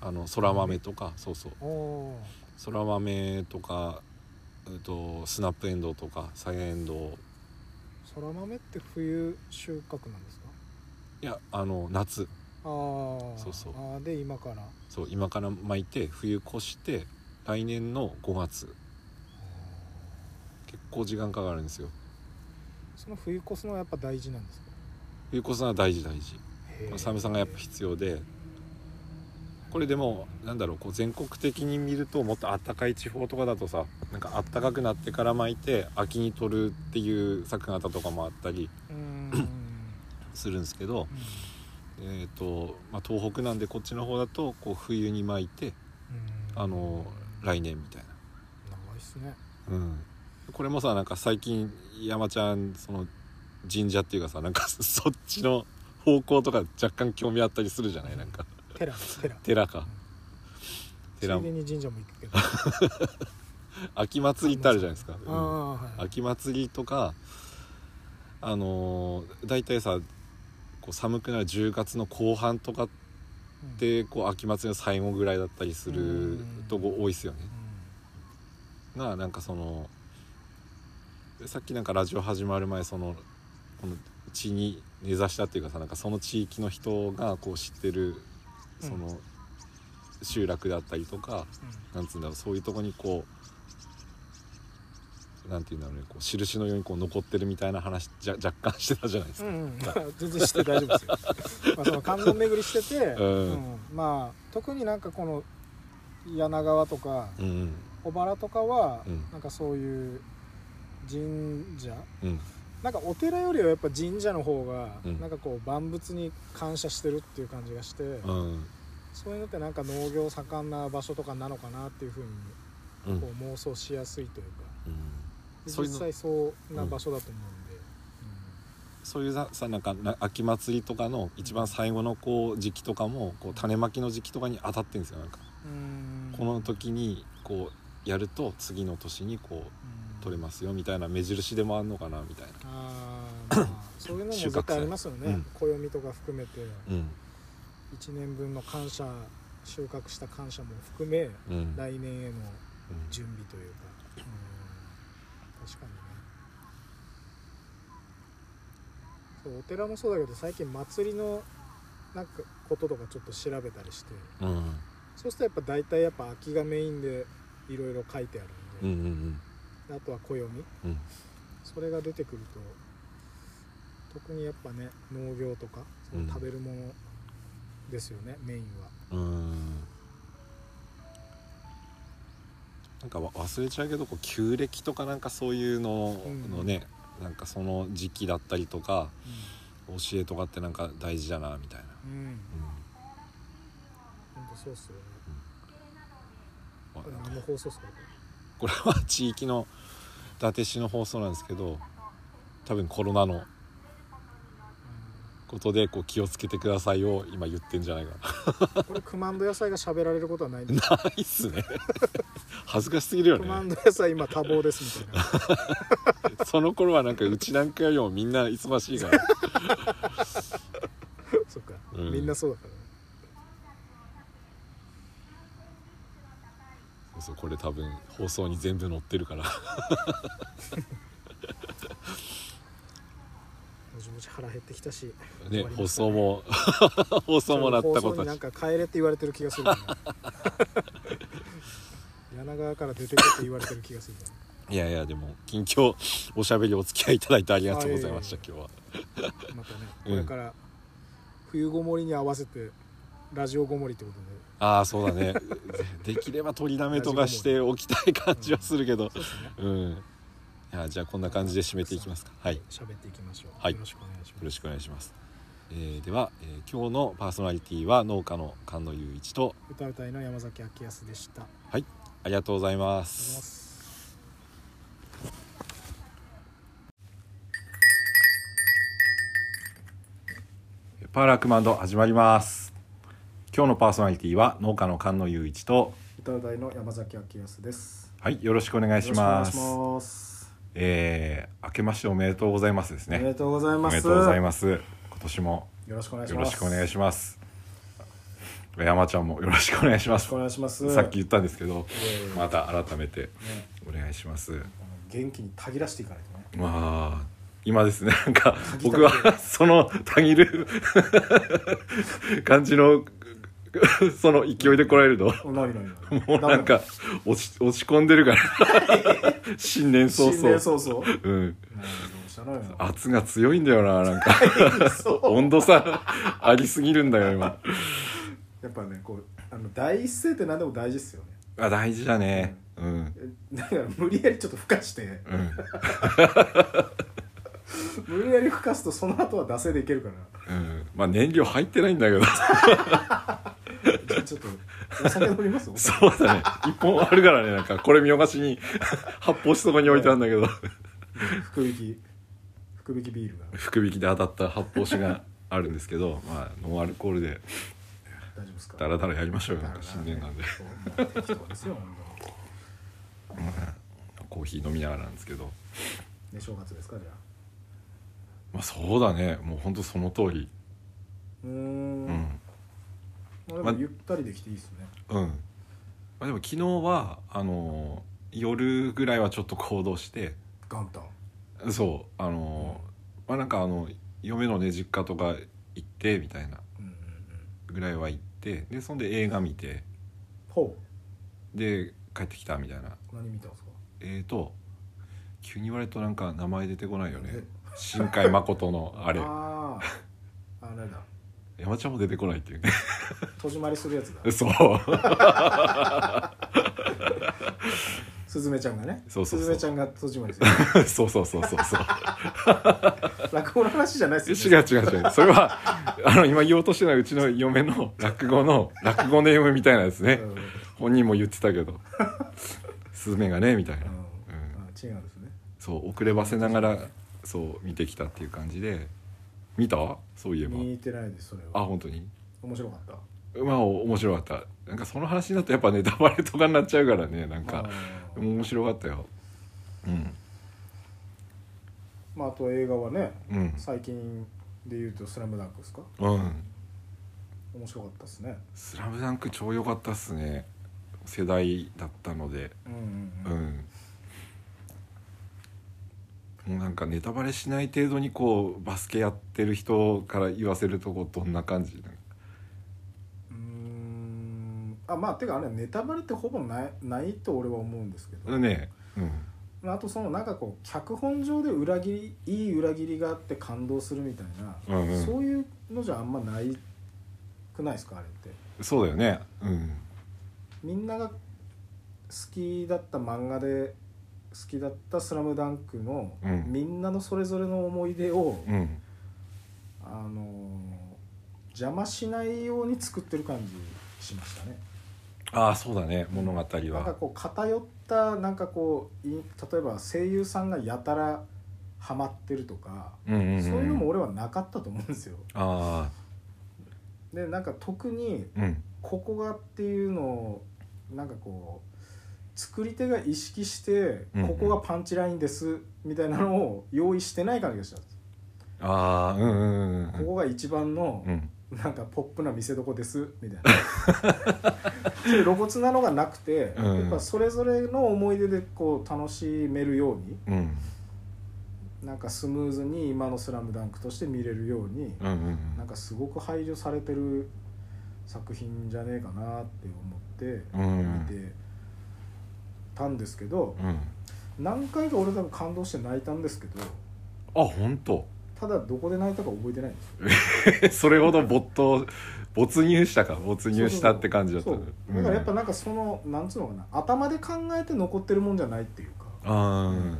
Speaker 1: あのそら豆とかそうそう
Speaker 2: おお
Speaker 1: そら豆とか、えっと、スナップエンドウとかサヤエンドウ
Speaker 2: そら豆って冬収穫なんですか
Speaker 1: いやあの夏
Speaker 2: ああ
Speaker 1: そうそう
Speaker 2: あーで今からあ
Speaker 1: そう今から巻いて冬越して来年の5月
Speaker 2: ー
Speaker 1: 結構時間かかるんですよ
Speaker 2: その冬越すのはやっぱ大事なんですか
Speaker 1: 冬越すのは大事大事
Speaker 2: へー
Speaker 1: 寒さがやっぱ必要でこれでもなんだろうこう全国的に見るともっと暖かい地方とかだとさなんか暖かくなってから巻いて秋に取るっていう作型とかもあったり
Speaker 2: うーんうん
Speaker 1: するんですけど、えーとまあ、東北なんでこっちの方だとこう冬に巻いて
Speaker 2: うん
Speaker 1: あの来年みたい
Speaker 2: 長いっすね
Speaker 1: な、うん、これもさなんか最近山ちゃんその神社っていうかさなんか そっちの方向とか若干興味あったりするじゃないなんか
Speaker 2: 寺です寺
Speaker 1: 寺か寺
Speaker 2: ついでに神社も行 くけど
Speaker 1: 秋祭りってあるじゃないですか、
Speaker 2: ああはい
Speaker 1: 秋祭りとかあのー大体さこう寒くなる10月の後半とかっ
Speaker 2: うん
Speaker 1: てこう秋祭りの最後ぐらいだったりする
Speaker 2: うん
Speaker 1: とこ多いですよね
Speaker 2: う。
Speaker 1: がなんかそのさっきなんかラジオ始まる前そのこの地に根ざしたっていうかさなんかその地域の人がこう知ってるその集落だったりとかなんつうんだろうそういうとこにこうなんていうんだろうねこう印のようにこう残ってるみたいな話じゃ若干してたじゃないです
Speaker 2: うん
Speaker 1: か。
Speaker 2: うんうん まあ全然して大丈夫ですよ まあその関門巡りしてて、
Speaker 1: うん
Speaker 2: うんまあ特になんかこの柳川とか
Speaker 1: うんうん
Speaker 2: 小原とかは、
Speaker 1: うん
Speaker 2: なんかそういう神社
Speaker 1: うん
Speaker 2: なんかお寺よりはやっぱ神社の方が、
Speaker 1: うん
Speaker 2: なんかこう万物に感謝してるっていう感じがして、
Speaker 1: うん
Speaker 2: そういうのってなんか農業盛んな場所とかなのかなっていうふうに
Speaker 1: うん
Speaker 2: こう妄想しやすいというか、
Speaker 1: うん
Speaker 2: で
Speaker 1: そういうの
Speaker 2: 実際そうな場所だと思うんで、
Speaker 1: そういうささなんかな秋祭りとかの一番最後のこう時期とかもこう種まきの時期とかに当たってるんですよなんか
Speaker 2: うん
Speaker 1: この時にこうやると次の年にこう取れ
Speaker 2: ま
Speaker 1: ますよみたいな目印でもあんのかなみたいな
Speaker 2: あー、 まあ、そういうのも
Speaker 1: 収穫祭
Speaker 2: 絶対ありますよね、
Speaker 1: うん
Speaker 2: 暦とか含めて
Speaker 1: うん
Speaker 2: 1年分の感謝収穫した感謝も含め
Speaker 1: うんうん
Speaker 2: 来年への準備というか、うん確かにねそうお寺もそうだけど最近祭りのなんかこととかちょっと調べたりして
Speaker 1: うん
Speaker 2: そうするとやっぱ大体やっぱ空きがメインでいろいろ書いてあ
Speaker 1: うんう
Speaker 2: るんで、
Speaker 1: ん
Speaker 2: あとは暦
Speaker 1: うん
Speaker 2: それが出てくると特にやっぱね農業とかその食べるものですよね、メインは
Speaker 1: うんなんかわ忘れちゃうけどこう旧暦とかなんかそういうののね、なんかその時期だったりとか教えとかってなんか大事だなみたいな、
Speaker 2: うん、うん、
Speaker 1: う
Speaker 2: ほんとそうっすよね
Speaker 1: ん
Speaker 2: こ
Speaker 1: まあ
Speaker 2: れ何の放送っすかこれ
Speaker 1: これは地域の伊達市の放送なんですけど多分コロナのことでこう気をつけてくださいを今言ってんじゃないか
Speaker 2: これクマンド野菜が喋られることはないんです
Speaker 1: なないっすね恥ずかしすぎるよ
Speaker 2: クマン
Speaker 1: ね
Speaker 2: ド野菜今多忙ですみたいな
Speaker 1: その頃はなんかうちなんかよりもみんな忙しいから
Speaker 2: そっか、
Speaker 1: うん
Speaker 2: みんなそうだからね
Speaker 1: そうそうこれ多分放送に全部載ってるから
Speaker 2: もちもち腹減ってきたし
Speaker 1: ね
Speaker 2: 終わり
Speaker 1: 放
Speaker 2: ますか
Speaker 1: 送 も放送もなったこ
Speaker 2: 放送
Speaker 1: と
Speaker 2: にな
Speaker 1: だ
Speaker 2: ん
Speaker 1: し
Speaker 2: か帰れって言われてる 気がするな柳川から出てくって言われてる気がするない
Speaker 1: やいやでも近況おしゃべりお付き合いいただいてありがとうございました
Speaker 2: あい
Speaker 1: 今日は
Speaker 2: またね
Speaker 1: う
Speaker 2: こ
Speaker 1: ん
Speaker 2: れから冬ごもりに合わせてラジオごもりってことで
Speaker 1: ああそうだねできれば取りだめとかしておきたい感じはするけど
Speaker 2: そうですね
Speaker 1: うんいやじゃあこんな感じで締めていきますかはいよ
Speaker 2: 喋っていきましょう、
Speaker 1: はい
Speaker 2: よろしくお願いします
Speaker 1: ろしくお願いします、えーでは、えー今日のパーソナリティは農家の菅野雄一と
Speaker 2: 歌うたいの山崎明康でしたあ
Speaker 1: は
Speaker 2: りがとう
Speaker 1: いありがとうございま
Speaker 2: ござい
Speaker 1: す
Speaker 2: ます
Speaker 1: パーラークマンド始まります今日のパーソナリティは農家の菅野雄一と
Speaker 2: 歌うたいの山崎明康です
Speaker 1: はいよろしくお願いします
Speaker 2: よろしくお願いします
Speaker 1: えー明けましておめでとうございますです
Speaker 2: おめで
Speaker 1: ね
Speaker 2: とうござい
Speaker 1: お
Speaker 2: ます
Speaker 1: めでとうございます今年も
Speaker 2: よろしくお願いし
Speaker 1: よ
Speaker 2: ま
Speaker 1: ろ
Speaker 2: す
Speaker 1: しくお願い
Speaker 2: よ
Speaker 1: します。山ちゃんもよろしくお願いしま
Speaker 2: ろし
Speaker 1: す。
Speaker 2: くお願いします
Speaker 1: さっき言ったんですけど
Speaker 2: えいえ、
Speaker 1: また改めて
Speaker 2: ね
Speaker 1: お願いします。
Speaker 2: あの元気にたぎらしていかないとね
Speaker 1: まあ、今ですね、 なんか
Speaker 2: ぎ
Speaker 1: 僕は そのたぎる 感じの その勢いで来られると、
Speaker 2: おなになに
Speaker 1: もうなんか落ち落ち込んでるから 新年早
Speaker 2: 新年
Speaker 1: 々。
Speaker 2: 早々なる
Speaker 1: うん、
Speaker 2: どうしたのよ
Speaker 1: 圧が強いんだよな、なんか
Speaker 2: そう
Speaker 1: 温度差ありすぎるんだよ今。
Speaker 2: やっぱねこうあの第一声って何でも大事っすよね
Speaker 1: あ大事だね。うん。
Speaker 2: えだから無理やりちょっとふかして
Speaker 1: うん。
Speaker 2: 無理やりふかすとその後は惰性でいけるから
Speaker 1: うん、まあ燃料入ってないんだけど
Speaker 2: じゃあちょっとお酒飲みます
Speaker 1: そうだね一本あるからねなんかこれ見逃しに 発泡しそこに置いてあるんだけど
Speaker 2: 福引き福引きビールが
Speaker 1: 福引きで当たった発泡酒があるんですけど まあノンアルコールで
Speaker 2: 大丈夫ですか
Speaker 1: ダラダラやりましょうよ
Speaker 2: だ
Speaker 1: なんか
Speaker 2: らね
Speaker 1: 新年なんで
Speaker 2: そうまあ適当ですよ本当に
Speaker 1: コーヒー飲みながらなんですけど
Speaker 2: ね正月ですかじゃあ
Speaker 1: まあそうだねもうほんとその通り
Speaker 2: うー
Speaker 1: うんん
Speaker 2: まあで
Speaker 1: ま
Speaker 2: もゆったりできていいですね
Speaker 1: うん、まあ、でも昨日はあのー夜ぐらいはちょっと行動して
Speaker 2: 元旦
Speaker 1: そうあのーまあなんかあの嫁のね実家とか行ってみたいな
Speaker 2: うんうん
Speaker 1: ぐらいは行ってでそんで映画見て
Speaker 3: ほ
Speaker 1: で帰ってきたみたいな
Speaker 2: 何見たんですか
Speaker 1: えーと急に言われるとなんか名前出てこないよね新海誠のあれ
Speaker 2: あああれだ
Speaker 1: 山ちゃんも出てこないっていうね
Speaker 3: う戸締まりするやつだ
Speaker 1: そう
Speaker 3: すずめちゃんがね
Speaker 1: そうそうそう
Speaker 3: すずめちゃんが戸締ま りする
Speaker 1: そうそうそうそう そう
Speaker 3: 落語の話じゃないで
Speaker 1: 違う
Speaker 3: すよね
Speaker 1: 違う違うそれはあの今言おうとしてないうちの嫁の落語の落語ネームみたいなですね
Speaker 2: うんうん
Speaker 1: 本人も言ってた けど「スズメがね」みたいな、うん
Speaker 2: あ違うんですね
Speaker 1: そう遅ればせながらそう見てきたっていう感じで見たそういえば
Speaker 2: 見てないですそれ
Speaker 1: あ
Speaker 2: は
Speaker 1: 本当に
Speaker 2: 面白かった
Speaker 1: まあお面白かったなんかその話になるとやっぱネタバレとかになっちゃうからねなん
Speaker 2: あ
Speaker 1: か
Speaker 2: ー
Speaker 1: 面白かったようん
Speaker 2: まああと映画はね
Speaker 1: うん
Speaker 2: 最近で言うと「スラムダンクですか
Speaker 1: うん
Speaker 2: 面白かったですね
Speaker 1: 「スラムダンク超良かったっすね世代だったので
Speaker 2: うん
Speaker 1: う
Speaker 2: うんうん
Speaker 1: んもうなんかネタバレしない程度にこうバスケやってる人から言わせるとこどんな感じ
Speaker 2: うーんあまあてかあれネタバレってほぼないないと俺は思うんですけど、
Speaker 1: ねうん
Speaker 2: あとそのなんかこう脚本上で裏切りいい裏切りがあって感動するみたいな、
Speaker 1: うんうん
Speaker 2: そういうのじゃあんまないくないですかあれって
Speaker 1: そうだよねうん
Speaker 2: みんなが好きだった漫画で好きだった「スラムダンクの、
Speaker 1: うん
Speaker 2: みんなのそれぞれの思い出を、
Speaker 1: うん
Speaker 2: あのー邪魔しないように作ってる感じしましたね
Speaker 1: ああそうだね物語
Speaker 2: なんか
Speaker 1: は
Speaker 2: こう偏ったなんかこうい例えば声優さんがやたらハマってるとか、
Speaker 1: うんうんうん
Speaker 2: そういうのも俺はなかったと思うんですよ
Speaker 1: あ
Speaker 2: でなんか特に
Speaker 1: あうん
Speaker 2: ここがっていうのをなんかこう作り手が意識して
Speaker 1: うんうん
Speaker 2: ここがパンチラインですみたいなのを用意してない感じがしたんです
Speaker 1: ああうんうんうん
Speaker 2: ここが一番の
Speaker 1: うんうん
Speaker 2: なんかポップな見せどこですみたいな そういう露骨なのがなくて、
Speaker 1: うん
Speaker 2: やっぱそれぞれの思い出でこう楽しめるように
Speaker 1: うん
Speaker 2: なんかスムーズに今の「スラムダンクとして見れるように、
Speaker 1: うんうん
Speaker 2: なんかすごく配慮されてる作品じゃねえかなって思って
Speaker 1: うんうん
Speaker 2: 見てたんですけど、
Speaker 1: うんあ
Speaker 2: 何回か俺多分感動して泣いたんですけど
Speaker 1: 本当
Speaker 2: ただどこで泣いたか覚えてないんですよ
Speaker 1: それほど没頭没入したか没入したって感じだった
Speaker 2: そ
Speaker 1: ね
Speaker 2: う
Speaker 1: うん
Speaker 2: だからやっぱなんかそのなんつうのかな頭で考えて残ってるもんじゃないっていうか
Speaker 1: あーうん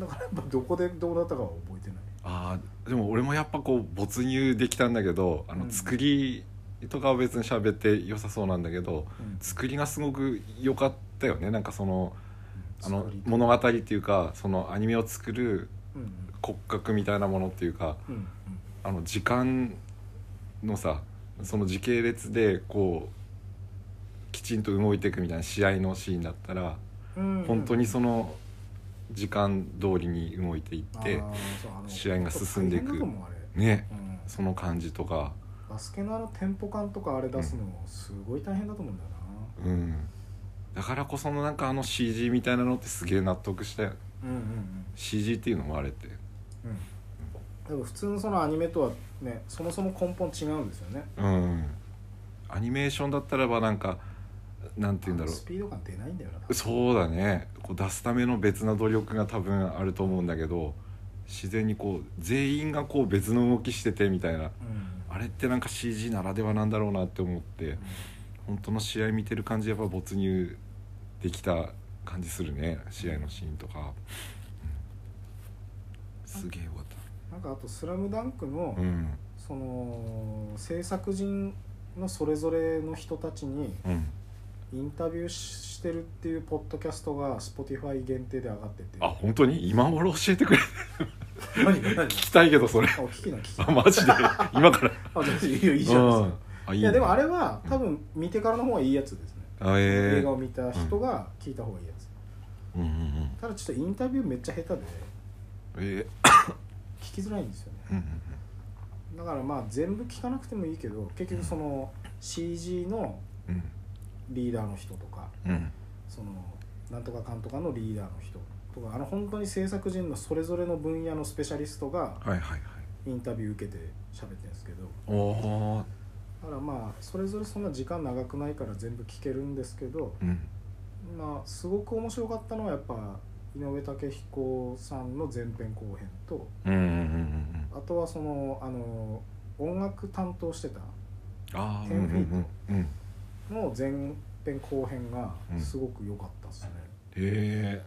Speaker 2: だからやっぱどこでどうだったかは覚えてない
Speaker 1: あーでも俺もやっぱこう没入できたんだけどあ
Speaker 2: う
Speaker 1: の
Speaker 2: ん
Speaker 1: 作りとかは別に喋って良さそうなんだけど作りがすごく良かったよねなんかそのあの
Speaker 2: 作りと
Speaker 1: 物語っていうかそのアニメを作る
Speaker 2: うん
Speaker 1: 骨格みたいなものっていうか
Speaker 2: うんうん
Speaker 1: あの時間のさその時系列でこうきちんと動いていくみたいな試合のシーンだったら
Speaker 2: うんうん
Speaker 1: 本当にその時間通りに動いていって
Speaker 2: あーそうあの
Speaker 1: 試合が進んでいく
Speaker 2: 大変だと思うあれ
Speaker 1: ね
Speaker 2: うん
Speaker 1: その感じとか
Speaker 2: バスケのあのテンポ感とかあれ出すのすごい大変だと思うんだよな、
Speaker 1: うんだからこそのなんかあの CG みたいなのってすげえ納得したよ
Speaker 2: うんうん
Speaker 1: CG っていうのもあれって
Speaker 2: うんうん多分普通のそのアニメとはねそもそも根本違うんですよね
Speaker 1: うんアニメーションだったらばなんかなんて言うんだろ
Speaker 2: スピード感出ないんだよな多
Speaker 1: う
Speaker 2: 分
Speaker 1: そうだねこう出すための別な努力が多分あると思うんだけど自然にこう全員がこう別の動きしててみたいな
Speaker 2: うん
Speaker 1: あれってなんか CG ならではなんだろうなって思って本当の試合見てる感じやっぱ没入できた感じするね試合のシーンとか、うんすげえよかっ
Speaker 2: なんかあと「スラムダンクの、
Speaker 1: たうん
Speaker 2: その制作人のそれぞれの人たちに
Speaker 1: うん
Speaker 2: インタビューししてるっていうポッドキャストが Spotify 限定で上がってて
Speaker 1: あ本当に今頃教えてくれ
Speaker 2: 何何 何
Speaker 1: 聞きたいけどそれ
Speaker 2: あ聞きな聞きな
Speaker 1: あマ ジで今から
Speaker 2: あじゃあいいよいいじゃないですか
Speaker 1: うんあいいね
Speaker 2: いやでもあれは
Speaker 1: うん
Speaker 2: 多分見てからの方がいいやつですね、
Speaker 1: あええ
Speaker 2: 映画を見た人が聞いた方がいいやつ、
Speaker 1: うんうんうん
Speaker 2: ただちょっとインタビューめっちゃ下手で
Speaker 1: え
Speaker 2: 聞きづらいんですよね
Speaker 1: えうんうん
Speaker 2: だからまあ全部聞かなくてもいいけど結局その CG の
Speaker 1: うん
Speaker 2: リーダーの人とか
Speaker 1: うん
Speaker 2: そのなんとかかんとかのリーダーの人とかあの本当に制作人のそれぞれの分野のスペシャリストが
Speaker 1: はいはいはい
Speaker 2: インタビュー受けて喋ってるんですけど
Speaker 1: おお
Speaker 2: だからまあそれぞれそんな時間長くないから全部聞けるんですけど、
Speaker 1: うん
Speaker 2: まあすごく面白かったのはやっぱ井上武彦さんの前編後編と
Speaker 1: うんうんうんうん
Speaker 2: あとはそのあの音楽担当してた
Speaker 1: ああうん
Speaker 2: 10フィート
Speaker 1: うんうんうん
Speaker 2: の前編後編が
Speaker 1: うん
Speaker 2: すごく良かったですね。
Speaker 1: え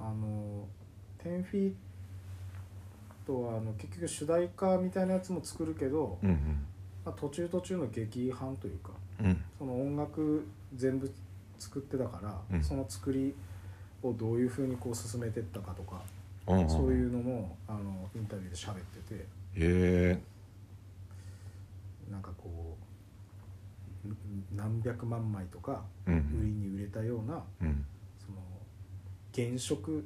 Speaker 2: あの10フィートはあの結局主題歌みたいなやつも作るけど、
Speaker 1: えうん
Speaker 2: まあ、途中途中の劇伴というか
Speaker 1: うんうん
Speaker 2: その音楽全部作ってたから、
Speaker 1: うん
Speaker 2: その作りをどういうふうにこう進めてったかとか、
Speaker 1: うんん
Speaker 2: そういうのもあのインタビューで喋ってて
Speaker 1: え
Speaker 2: なんかこううん何百万枚とか
Speaker 1: えう
Speaker 2: 売り
Speaker 1: ん
Speaker 2: に売れたような
Speaker 1: うん
Speaker 2: その原色っ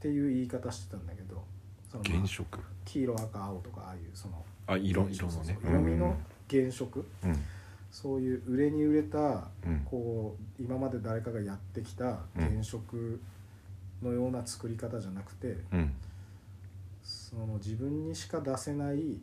Speaker 2: ていう言い方してたんだけどそのまあ
Speaker 1: 原色
Speaker 2: 黄色赤青とかああいうその
Speaker 1: あ色色のね
Speaker 2: そうそう色味の原色、
Speaker 1: うん
Speaker 2: そういう売れに売れた
Speaker 1: うん
Speaker 2: こう今まで誰かがやってきた原色のような作り方じゃなくて
Speaker 1: うん
Speaker 2: その自分にしか出せない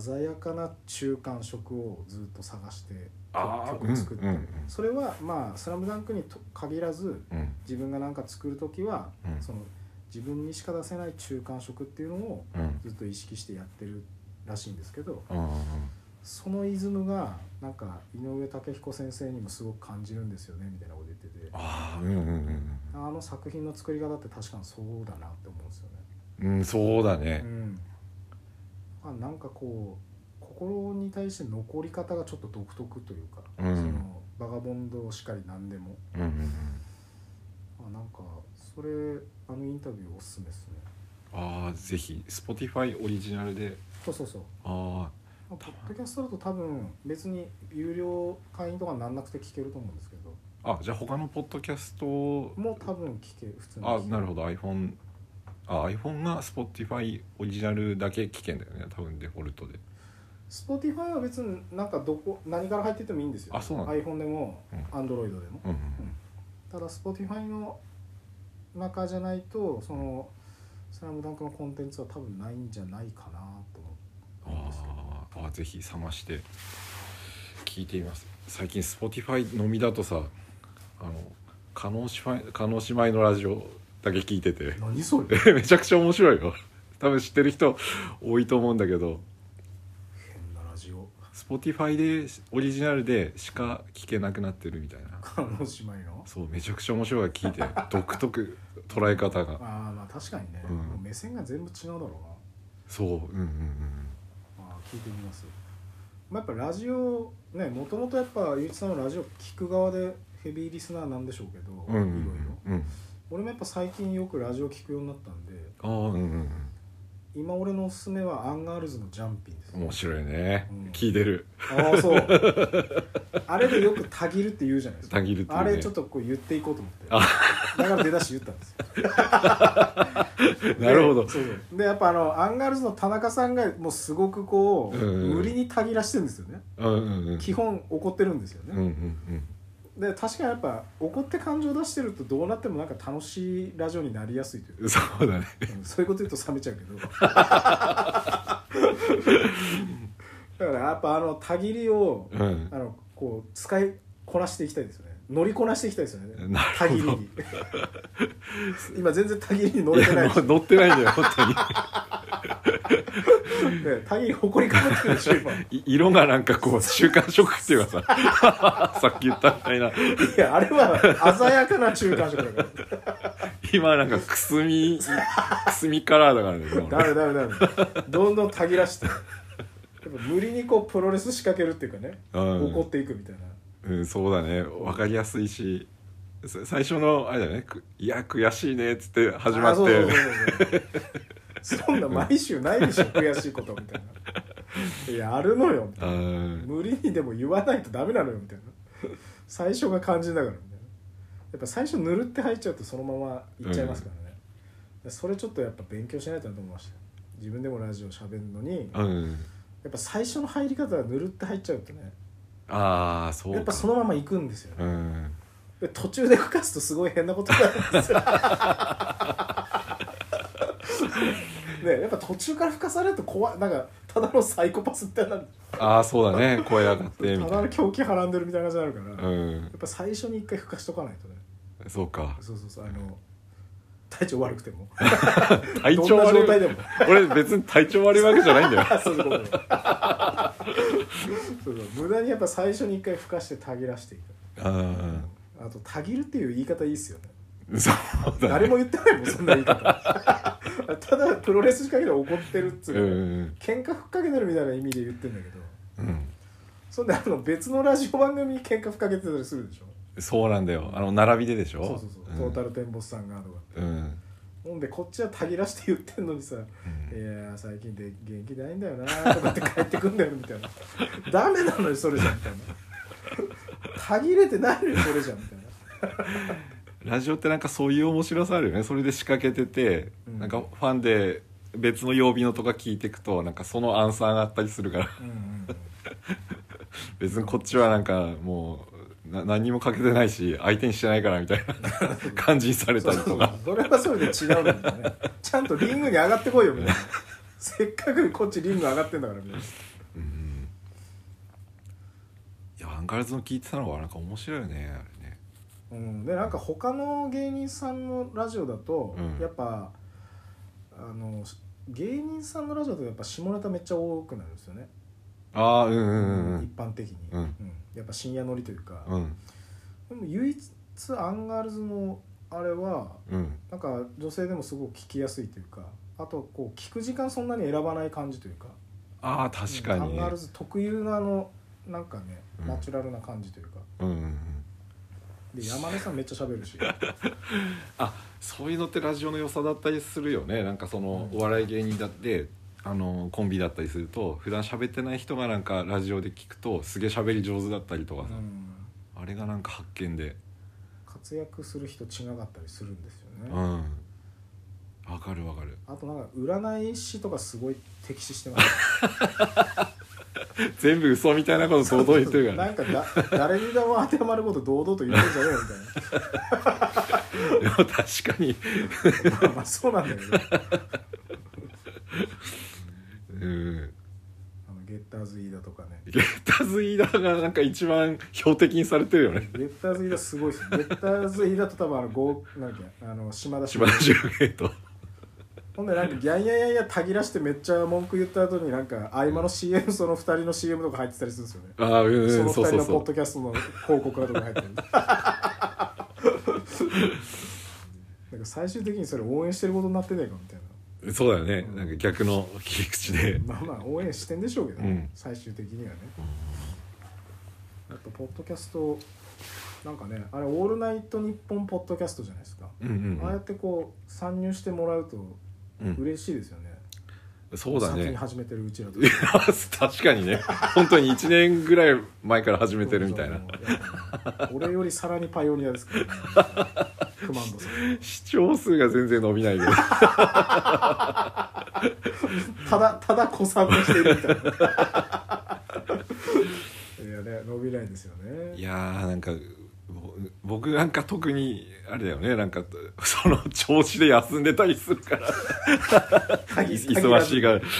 Speaker 2: 鮮やかな中間色をずっと探して
Speaker 1: あー
Speaker 2: 曲を作って
Speaker 1: うん
Speaker 2: る、
Speaker 1: うんうん
Speaker 2: それはまあ「スラムダンクにと限らず
Speaker 1: うん
Speaker 2: 自分が何か作る時は、
Speaker 1: うん
Speaker 2: その自分にしか出せない中間色っていうのを
Speaker 1: うん
Speaker 2: ずっと意識してやってるらしいんですけど
Speaker 1: うん
Speaker 2: そのイズムがなんか井上武彦先生にもすごく感じるんですよねみたいなこと言ってて。
Speaker 1: ああうんうんうん
Speaker 2: あの作品の作り方って確かにそうだなって思うんですよね。
Speaker 1: うんうんそうだね
Speaker 2: うん、まあなんかこう心に対して残り方がちょっと独特というか、
Speaker 1: うん
Speaker 2: そのバガボンドしかり何でも、
Speaker 1: うんうんうん
Speaker 2: まあ、なんかそれあのインタビューおすすめですね。
Speaker 1: ああぜひ Spotify オリジナルで
Speaker 2: そうそうそう。
Speaker 1: あ
Speaker 2: まあポッドキャストだと多分別に有料会員とかなんなくて聞けると思うんですけど、
Speaker 1: ああじゃあ他のポッドキャスト
Speaker 2: もう多分聞ける普通に聞
Speaker 1: あ
Speaker 2: ける。
Speaker 1: なるほど iPhone あ iPhone が Spotify オリジナルだけ聞けんだよね多分デフォルトで
Speaker 2: Spotify は別になんかどこ何から入っててもいいんですよ。
Speaker 1: あそうなんだ
Speaker 2: iPhone でも
Speaker 1: うん
Speaker 2: Android でも。
Speaker 1: うんうん
Speaker 2: ただ Spotify の中じゃないとその「スラムダンクのコンテンツは多分ないんじゃないかなと思うんですけど
Speaker 1: あーあぜひ冷まして聞いてみます最近 Spotify のみだとさあの加納姉妹加納姉妹のラジオだけ聞いてて
Speaker 2: 何それ
Speaker 1: めちゃくちゃ面白いよ多分知ってる人多いと思うんだけど
Speaker 2: 変なラジオ
Speaker 1: Spotify でオリジナルでしか聞けなくなってるみたいな
Speaker 2: あの姉妹の
Speaker 1: そうめちゃくちゃ面白いから聞いて 独特捉え方が
Speaker 2: ああまあ確かにね、
Speaker 1: うん
Speaker 2: もう目線が全部違うだろう
Speaker 1: そううんうんうん
Speaker 2: な、まあ、聞いてみます、まあ、やっぱラジオねもともとやっぱゆういちさんのラジオ聞く側でヘビーリスナーなんでしょうけど、
Speaker 1: うんうん
Speaker 2: いろいろ
Speaker 1: うん
Speaker 2: 俺もやっぱ最近よくラジオ聞くようになったんで
Speaker 1: ああうんうん
Speaker 2: 今俺のおすすめはアンガールズのジャンピンです
Speaker 1: うん面白いね、
Speaker 2: うん
Speaker 1: 聞いてる
Speaker 2: ああそうあれでよく「たぎる」って言うじゃないですか
Speaker 1: たぎるっていう
Speaker 2: あ
Speaker 1: ね
Speaker 2: れちょっとこう言っていこうと思ってだから出だし言ったんですよ
Speaker 1: なるほど
Speaker 2: でそうそうでやっぱあのアンガールズの田中さんがもうすごくこ
Speaker 1: う
Speaker 2: う、
Speaker 1: んうん
Speaker 2: 無理にたぎらしてるんですよね
Speaker 1: うんうんうん
Speaker 2: 基本怒ってるんですよ
Speaker 1: うんう
Speaker 2: ね、
Speaker 1: ん
Speaker 2: で確かにやっぱ怒って感情出してるとどうなってもなんか楽しいラジオになりやすいというか
Speaker 1: うんそうだね
Speaker 2: うんそういうこと言うと冷めちゃうけどだ からやっぱあのたぎりを
Speaker 1: うん
Speaker 2: あのこう使いこなしていきたいですよね乗りこなしていきたいですよね
Speaker 1: な
Speaker 2: たぎ
Speaker 1: る
Speaker 2: り
Speaker 1: ほど
Speaker 2: に今全然たぎりに乗
Speaker 1: い
Speaker 2: れてない
Speaker 1: や
Speaker 2: で
Speaker 1: の乗ってないんだよ本当に
Speaker 2: たぎりほこりかぶってるでしょ今い
Speaker 1: い色がなんかこう中間色っていうかさ さっき言ったみたいな
Speaker 2: やあれは鮮やかな中間色だか
Speaker 1: 今なんかくすみくすみカラーだからね今
Speaker 2: らダメダメダメどんどんたぎらしてやっぱ無理にこうプロレス仕掛けるっていうかね、
Speaker 1: うん
Speaker 2: 怒っていくみたいな
Speaker 1: うん、そうだね分かりやすいしさ最初のあれだねく「いや悔しいね」っつって始ま
Speaker 2: あ
Speaker 1: っ
Speaker 2: そうそう
Speaker 1: て
Speaker 2: そうそうそんな毎週ないでしょ悔しいことみたいないやあるのよみたいな
Speaker 1: あー
Speaker 2: 無理にでも言わないとダメなのよみたいな最初が肝心だからみたいなやっぱ最初ぬるって入っちゃうとそのままいっちゃいますからね、それちょっとやっぱ勉強しないとなと思いました自分でもラジオ喋るのにや
Speaker 1: うん
Speaker 2: っぱ最初の入り方はぬるって入っちゃうとね
Speaker 1: あーそう
Speaker 2: やっぱそのまま行くんですよね
Speaker 1: うん
Speaker 2: で途中で吹かすとすごい変なことになるんですよねやっぱ途中から吹かされると怖いなんかただのサイコパスってなる
Speaker 1: ああそうだね声上がってみ
Speaker 2: た
Speaker 1: た
Speaker 2: だ
Speaker 1: い
Speaker 2: の狂気はらんでるみたいな感じになるか
Speaker 1: な
Speaker 2: ら、
Speaker 1: う
Speaker 2: や
Speaker 1: ん
Speaker 2: っぱ最初に一回ふかしとかないとね
Speaker 1: そうか
Speaker 2: そうそうそうあの体調悪くても
Speaker 1: 体調悪
Speaker 2: どんない状態でも
Speaker 1: 俺別に体調悪いわけじゃないんだ よ
Speaker 2: そうそうごめんそうそう無駄にやっぱ最初に一回ふかしてたぎらしていく
Speaker 1: うん
Speaker 2: あとたぎるっていう言い方いいっすよね
Speaker 1: そうだ
Speaker 2: 誰も言ってないもんそんな言い方ただプロレス仕掛けで怒ってるっつ
Speaker 1: う
Speaker 2: うんか、
Speaker 1: うん
Speaker 2: 喧嘩ふっかけてるみたいな意味で言ってんだけど
Speaker 1: うん
Speaker 2: そんであの別のラジオ番組に喧嘩ふっかけてたりするでしょ
Speaker 1: そうなんだよあの並びででしょ
Speaker 2: そうそうそう、トータルテンボスさんがとか
Speaker 1: うんうん
Speaker 2: ほんでこっちはたぎらして言ってんのにさ「いやー最近で元気ないんだよな」とかって帰ってくんだよみたい な「ダメなのよそれじゃ」みたいな「たぎれてないのよそれじゃ」みたいな
Speaker 1: ラジオってなんかそういう面白さあるよねそれで仕掛けてて、
Speaker 2: うん
Speaker 1: なんかファンで別の曜日のとか聞いてくとなんかそのアンサーがあったりするから
Speaker 2: うんうん
Speaker 1: 別にこっちはなんかもうな何にもかけてないし相手にしてないからみたいな 感じにされた
Speaker 2: そう
Speaker 1: り
Speaker 2: そう
Speaker 1: と
Speaker 2: そ
Speaker 1: か
Speaker 2: うそれはそれで違うんだよねちゃんとリングに上がってこいよみたいなせっかくこっちリング上がってんだからみたいな
Speaker 1: うんいやアンガールズの聞いてたのはなんか面白いよねあれね
Speaker 2: うん、でなんか他の芸人さんのラジオだと、
Speaker 1: うん
Speaker 2: やっぱあのし芸人さんのラジオだとやっぱ下ネタめっちゃ多くなるんですよね、
Speaker 1: ああうんうんうん
Speaker 2: 一般的に、
Speaker 1: うん
Speaker 2: やっぱ深夜乗りというか、
Speaker 1: うん
Speaker 2: でも唯一アンガールズのあれは
Speaker 1: うん
Speaker 2: なんか女性でもすごく聞きやすいというかあとこう聞く時間そんなに選ばない感じというか
Speaker 1: ああ確か
Speaker 2: うんア
Speaker 1: に
Speaker 2: ン
Speaker 1: ね
Speaker 2: ガールズ特有のあのなんかね、
Speaker 1: うん
Speaker 2: ナチュラルな感じというか
Speaker 1: うんうんうん
Speaker 2: で山根さんめっちゃ喋 るし
Speaker 1: あそういうのってラジオの良さだったりするよねなんかその
Speaker 2: う
Speaker 1: お
Speaker 2: ん
Speaker 1: 笑い芸人だってあのコンビだったりすると普段喋ってない人がなんかラジオで聞くとすげえ喋り上手だったりと
Speaker 2: う
Speaker 1: かさ、
Speaker 2: ん
Speaker 1: あれがなんか発見で
Speaker 2: 活躍する人違かったりするんですよね、
Speaker 1: うんわかるわかる
Speaker 2: あとなんか占い師とかすごい敵視し てます
Speaker 1: 全部嘘みたいなこと堂々言ってるから、
Speaker 2: な
Speaker 1: ね、
Speaker 2: んかだ誰にでも当てはまること堂々と言ってんじゃねえよみ
Speaker 1: で も確かに、
Speaker 2: たいなま あまあそうなんだけど
Speaker 1: うん、
Speaker 2: あのゲッターズイーダとかね
Speaker 1: ゲッターズイーダーがなんか一番標的にされてるよね
Speaker 2: ゲッターズイーダすごいですよゲッターズイーダと多分あのゴーなんだっけあの島田
Speaker 1: 島田秀平と
Speaker 2: ほんでなんかギャンヤンヤンヤンたぎらしてめっちゃ文句言った後になんか合間の CM その2人の CM とか入ってたりするんですよね
Speaker 1: あ あうん
Speaker 2: そ
Speaker 1: うん
Speaker 2: の
Speaker 1: そう
Speaker 2: 2人
Speaker 1: そう
Speaker 2: のポ
Speaker 1: そ
Speaker 2: ッドキャストの広告がとか入ってる なんか最終的にそれ応援してることになってねえかみたいう
Speaker 1: そうだよねなんか逆の切り口で
Speaker 2: なまあまあ応援してんでしょうけど、
Speaker 1: うん
Speaker 2: 最終的にはねやっぱポッドキャストなんかねあれ「オールナイトニッポン」ポッドキャストじゃないですか、
Speaker 1: うんうん
Speaker 2: ああやってこう参入してもらうと
Speaker 1: うん
Speaker 2: 嬉しいですよね、
Speaker 1: そうだ
Speaker 2: 先に
Speaker 1: ね。
Speaker 2: 始めてる うちらと
Speaker 1: いや確かにね。本当に1年ぐらい前から始めてるみたいな。
Speaker 2: 俺よりさらにパイオニアですからねクマンドさん
Speaker 1: 視聴数が全然伸 びないけど。
Speaker 2: ただただ小散歩している みたいないやね伸びないですよね
Speaker 1: いやー、なんか、ぼ僕なんか特に、あれだよね、なんか、その調子で休んでたりするから、
Speaker 2: 鍵
Speaker 1: 忙しい
Speaker 2: が
Speaker 1: から。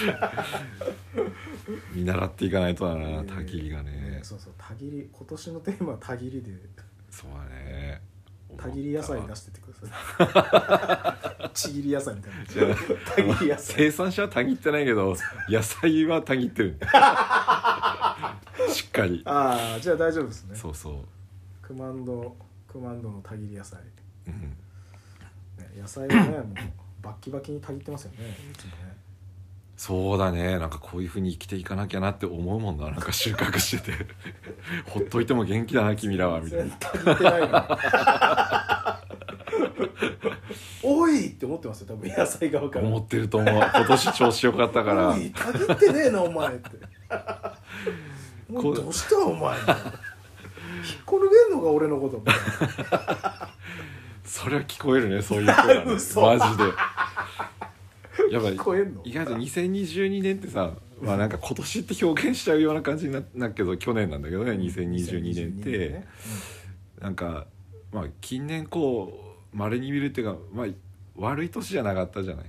Speaker 1: 見習っていかないとだな、たぎりがね。
Speaker 2: そうそうたぎり今年のテーマはたぎりで
Speaker 1: そうだね。
Speaker 2: たぎり野菜出してってくだ さいちぎり野菜みたい
Speaker 1: ゃ
Speaker 2: なたぎり野菜
Speaker 1: 生産者はたぎってないけ ど、野菜はたぎってる。しっかり。
Speaker 2: ああじゃあ大丈夫ですね
Speaker 1: そうそう。
Speaker 2: クマンドクマンドのたぎり野菜、ね、
Speaker 1: うん
Speaker 2: 野菜はねもうバッキバキにたぎってますよねいつもね
Speaker 1: そうだねなんかこういうふうに生きていかなきゃなって思うもんだなんか収穫しててほっといても元気だな君らはみたいな
Speaker 2: 全然足りてない わおいって思ってますよ多分野菜側から
Speaker 1: 思ってると思う今年調子良かったから
Speaker 2: おい限ってねえなお前って もうどうしたお前みたいな引っこ抜けんのか俺のことみたい
Speaker 1: それは聞こえるねそういう声が、ね、マジ
Speaker 2: 嘘
Speaker 1: でやっぱ
Speaker 2: な
Speaker 1: り
Speaker 2: 聞こえんの
Speaker 1: 意外と2022年ってさまあなんか今年って表現しちゃうような感じにななるけど去年なんだけどね2022年って
Speaker 2: 2022ね
Speaker 1: なんかまあ近年こうまれに見るっていうかまあ悪い年じゃなかったじゃない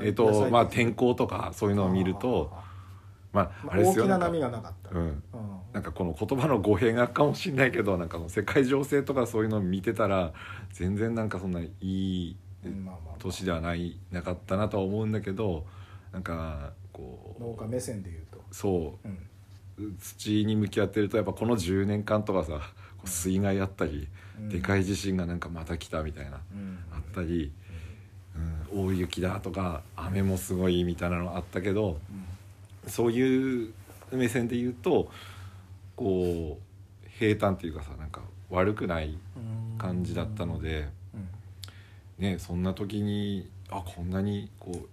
Speaker 1: えっ、
Speaker 2: 野菜
Speaker 1: と
Speaker 2: と
Speaker 1: まあ天候とかそういうのを見るとまあ
Speaker 2: ま
Speaker 1: あ
Speaker 2: あ
Speaker 1: れで
Speaker 2: 大
Speaker 1: す
Speaker 2: き
Speaker 1: よな
Speaker 2: な
Speaker 1: んか
Speaker 2: 波がなかった、
Speaker 1: うん
Speaker 2: うん
Speaker 1: なんかこの言葉の語弊があるかもしれないけどなんかもう世界情勢とかそういうのを見てたら全然なんかそんないい
Speaker 2: うんまあまあ
Speaker 1: 年ではないなかったなとは思うんだけどなんか
Speaker 2: 農
Speaker 1: こ
Speaker 2: 家目線で言うと、
Speaker 1: うそう
Speaker 2: うん、
Speaker 1: 土に向き合ってるとやっぱこの10年間とかさこう水害あったり、
Speaker 2: うん
Speaker 1: でかい地震がなんかまた来たみたいな、
Speaker 2: うん
Speaker 1: あったり、うん、大雪だとか雨もすごいみたいなのあったけどそういう目線で言うとこう平坦っていうかさなんか悪くない
Speaker 2: うん
Speaker 1: 感じだったので、
Speaker 2: うん
Speaker 1: ね、そんな時にあこんなにこう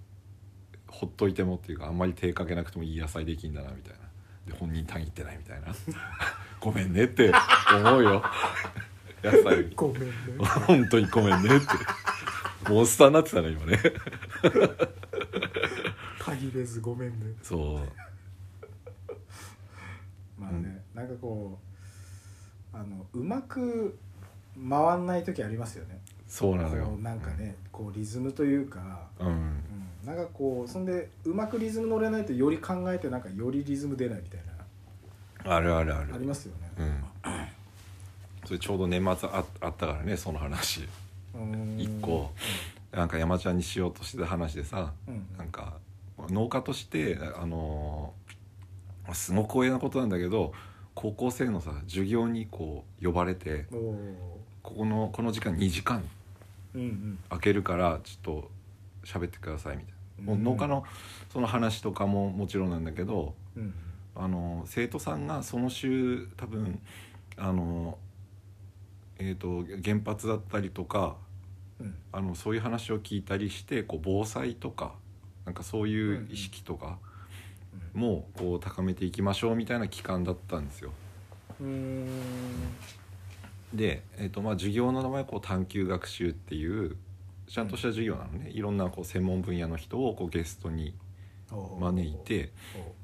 Speaker 1: ほっといてもっていうかあんまり手かけなくてもいい野菜できんだなみたいなで本人単位ってないみたいな ごめんねって思うよ 野菜 に
Speaker 3: ごめんね
Speaker 1: 本当にごめんねってモンスターになってたね今ね
Speaker 3: 限れずごめんね
Speaker 1: そ
Speaker 2: まあね、なんかこうあのうまく回んない時ありますよね
Speaker 1: うそうな
Speaker 2: あ
Speaker 1: のよ
Speaker 2: のなんかねこうリズムというか、
Speaker 1: うん
Speaker 2: うん、なんかこうそんでうまくリズム乗れないとより考えてなんかよりリズム出ないみたいな
Speaker 1: あるあるある
Speaker 2: ありますよね
Speaker 1: うんそれちょうど年末ああったからねその話
Speaker 2: うーん
Speaker 1: 一個なんか山ちゃんにしようとしてた話でさ
Speaker 2: うん
Speaker 1: なんか農家としてあのーすごく光栄なことなんだけど高校生のさ授業にこう呼ばれて
Speaker 2: おー
Speaker 1: ここのこの時間2時間
Speaker 2: うんうん
Speaker 1: 開けるからちょっと喋ってくださいみたいな、
Speaker 2: うん
Speaker 1: もう農家のその話とかももちろんなんだけど
Speaker 2: うん
Speaker 1: あの生徒さんがその週多分あの、えー、と原発だったりとか
Speaker 2: うん
Speaker 1: あのそういう話を聞いたりしてこう防災とかなんかそういう意識とかもこう高めていきましょうみたいな期間だったんですよ。
Speaker 2: うーん
Speaker 1: で、えーとまあ、授業の名前はこう探究学習っていうちゃんとした授業なのねいろんなこう専門分野の人をこうゲストに
Speaker 2: おー
Speaker 1: 招いて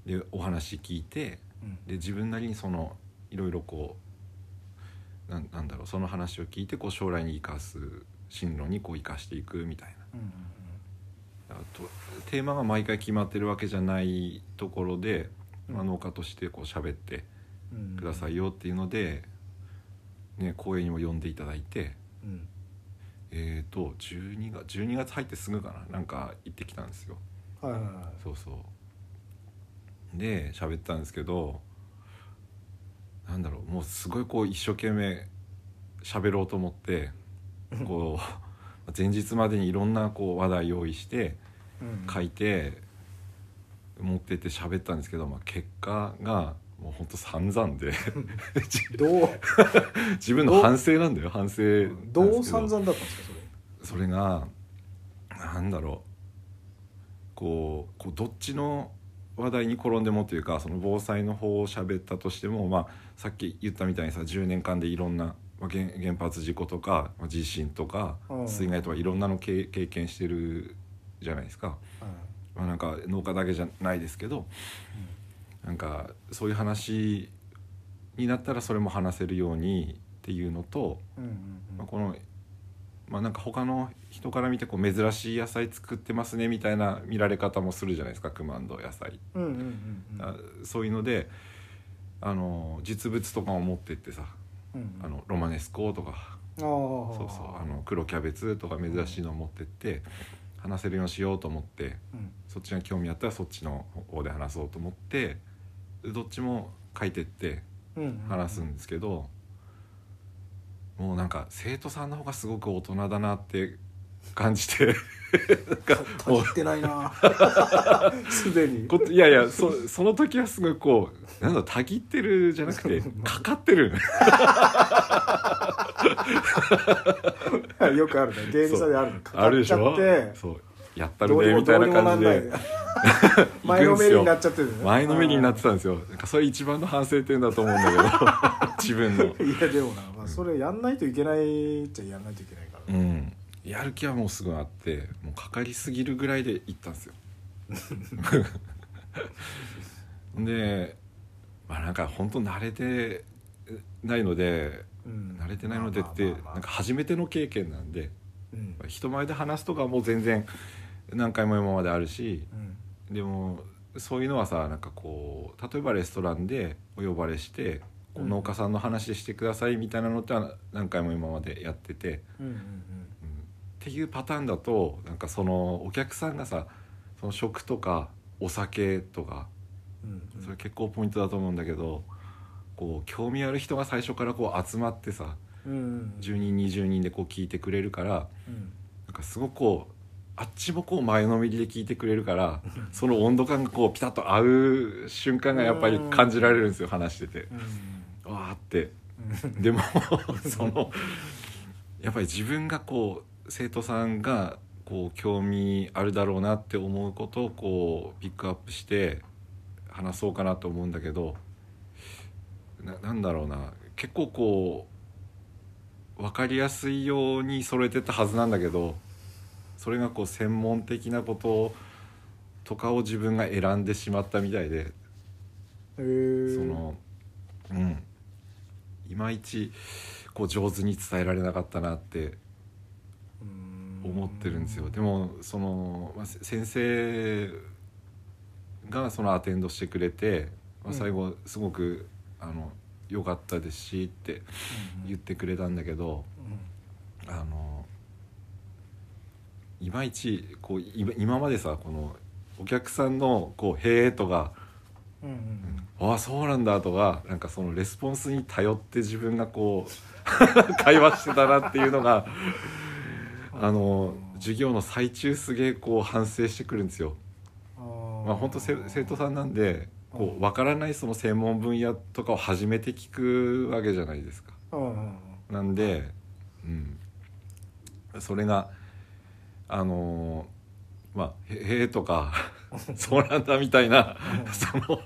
Speaker 2: おー
Speaker 1: でお話聞いて
Speaker 2: うん
Speaker 1: で自分なりにそのいろいろこうなんなんだろうその話を聞いてこう将来に生かす進路にこう生かしていくみたい
Speaker 2: うんうん
Speaker 1: なあとテーマが毎回決まってるわけじゃないところで、まあ、農家としてこう喋って
Speaker 2: うんうん
Speaker 1: くださいよっていうので、ね、講演にも呼んでいただいて。
Speaker 2: うん
Speaker 1: えー、と12月12月入ってすぐかななんか行ってきたんですよ
Speaker 2: はいはいは
Speaker 1: そうそうで喋ったんですけどなんだろうもうすごいこう一生懸命喋ろうと思ってこう前日までにいろんなこう話題用意して
Speaker 2: いうん
Speaker 1: 書いて持ってって喋ったんですけど、まあ、結果がもうほんと散々で
Speaker 2: どう
Speaker 1: 自分の反省なんだよ反省なんですけ
Speaker 2: どう散々だったんですかそれ
Speaker 1: それがなんだろうこうこうどっちの話題に転んでもというかその防災の方を喋ったとしても、まあ、さっき言ったみたいにさ10年間でいろんな、まあ、原原発事故とかまあ地震とか
Speaker 2: うん
Speaker 1: 水害とかいろんなの経経験してるじゃないですか、
Speaker 2: う
Speaker 1: まあ、なんか農家だけじゃないですけどなんかそういう話になったらそれも話せるようにっていうのと
Speaker 2: んうん
Speaker 1: まあ、この、まあ、なんか他の人から見てこう珍しい野菜作ってますねみたいな見られ方もするじゃないですか熊戸野菜、
Speaker 2: うんうんうんうんうん
Speaker 1: あそういうのであの実物とかを持ってってさ
Speaker 2: うん
Speaker 1: あのロマネスコとか
Speaker 2: ああ
Speaker 1: そうそうあの黒キャベツとか珍しいのを持ってって話せるようにしようと思って
Speaker 2: うん
Speaker 1: そっちが興味あったらそっちの方で話そうと思ってどっちも書いてって
Speaker 2: うんうん
Speaker 1: 話すんですけど、もうなんか生徒さんの方がすごく大人だなって感じて なんかも
Speaker 2: 足ってないな すでに
Speaker 1: うこいやいやそその時はすごいこうなんだたぎってるじゃなくてかかって る
Speaker 2: よくあるね芸人さんであるのか
Speaker 1: あ
Speaker 2: か
Speaker 1: る
Speaker 2: っ
Speaker 1: でし
Speaker 2: ちゃ
Speaker 1: ょ
Speaker 2: って
Speaker 1: そうやった
Speaker 2: ど
Speaker 1: る
Speaker 2: うに
Speaker 1: ね
Speaker 2: も
Speaker 1: みたいな感じ
Speaker 2: どうに
Speaker 1: で
Speaker 2: もなんない
Speaker 1: 行く
Speaker 2: 前の
Speaker 1: んす
Speaker 2: めり
Speaker 1: よ
Speaker 2: になっちゃってるね
Speaker 1: 前のめりになってたんですよなんかそれ一番の反省点だと思うんだけど 自分の
Speaker 2: いやでもな、まあ、それやんないといけないっちゃやんないといけないか
Speaker 1: うんやる気はもうすぐあってもうかかりすぎるぐらいで行ったんですよ でまあなんか本当慣れてないので
Speaker 2: ら、うん
Speaker 1: 慣れてないのでって
Speaker 2: まあまあまあ
Speaker 1: なんか初めての経験なんで
Speaker 2: うん
Speaker 1: 人前で話すとかはもう全然何回も今まであるし
Speaker 2: うん
Speaker 1: でもそういうのはさなんかこう例えばレストランでお呼ばれして、こう
Speaker 2: うん
Speaker 1: 農家さんの話してくださいみたいなのっては何回も今までやってて、
Speaker 2: うんうん
Speaker 1: うんっていうパターンだとなんかそのお客さんがさその食とかお酒とか
Speaker 2: うんうん
Speaker 1: それ結構ポイントだと思うんだけど、こう興味ある人が最初からこう集まってさ
Speaker 2: うんうん
Speaker 1: 10人20人でこう聞いてくれるから
Speaker 2: うん
Speaker 1: なんかすごくこうあっちもこう前のめりで聞いてくれるからその温度感がこうピタッと合う瞬間がやっぱり感じられるんですよ話してて
Speaker 2: うん
Speaker 1: わーって
Speaker 2: うん
Speaker 1: でもそのやっぱり自分がこう生徒さんがこう興味あるだろうなって思うことをこうピックアップして話そうかなと思うんだけどななんだろうな結構こう分かりやすいように揃えてったはずなんだけどそれがこう専門的なこととかを自分が選んでしまったみたいで
Speaker 2: へー
Speaker 1: そのうんいまいちこう上手に伝えられなかったなって
Speaker 2: うん
Speaker 1: 思ってるんですよでもその、まあ、せ先生がそのアテンドしてくれて、まあ、
Speaker 2: うん
Speaker 1: 最後すごくあの良かったですしって
Speaker 2: うん
Speaker 1: 言ってくれたんだけどあのいまいちこうい今までさこのお客さんのこう「へえ」とか
Speaker 2: うんうんうん
Speaker 1: ああそうなんだとかなんかそのレスポンスに頼って自分がこう 会話してたなっていうのがあの授業の最中すげえこう反省してくるんですよ。
Speaker 2: あ
Speaker 1: まあ本当せ生徒さんなんでこう分からないその専門分野とかを初めて聞くわけじゃないですか。
Speaker 2: んうんうん
Speaker 1: なんで、うん、それがあのーまあ「へへえ」と か「そうなんだ」みたいな
Speaker 2: うん
Speaker 1: その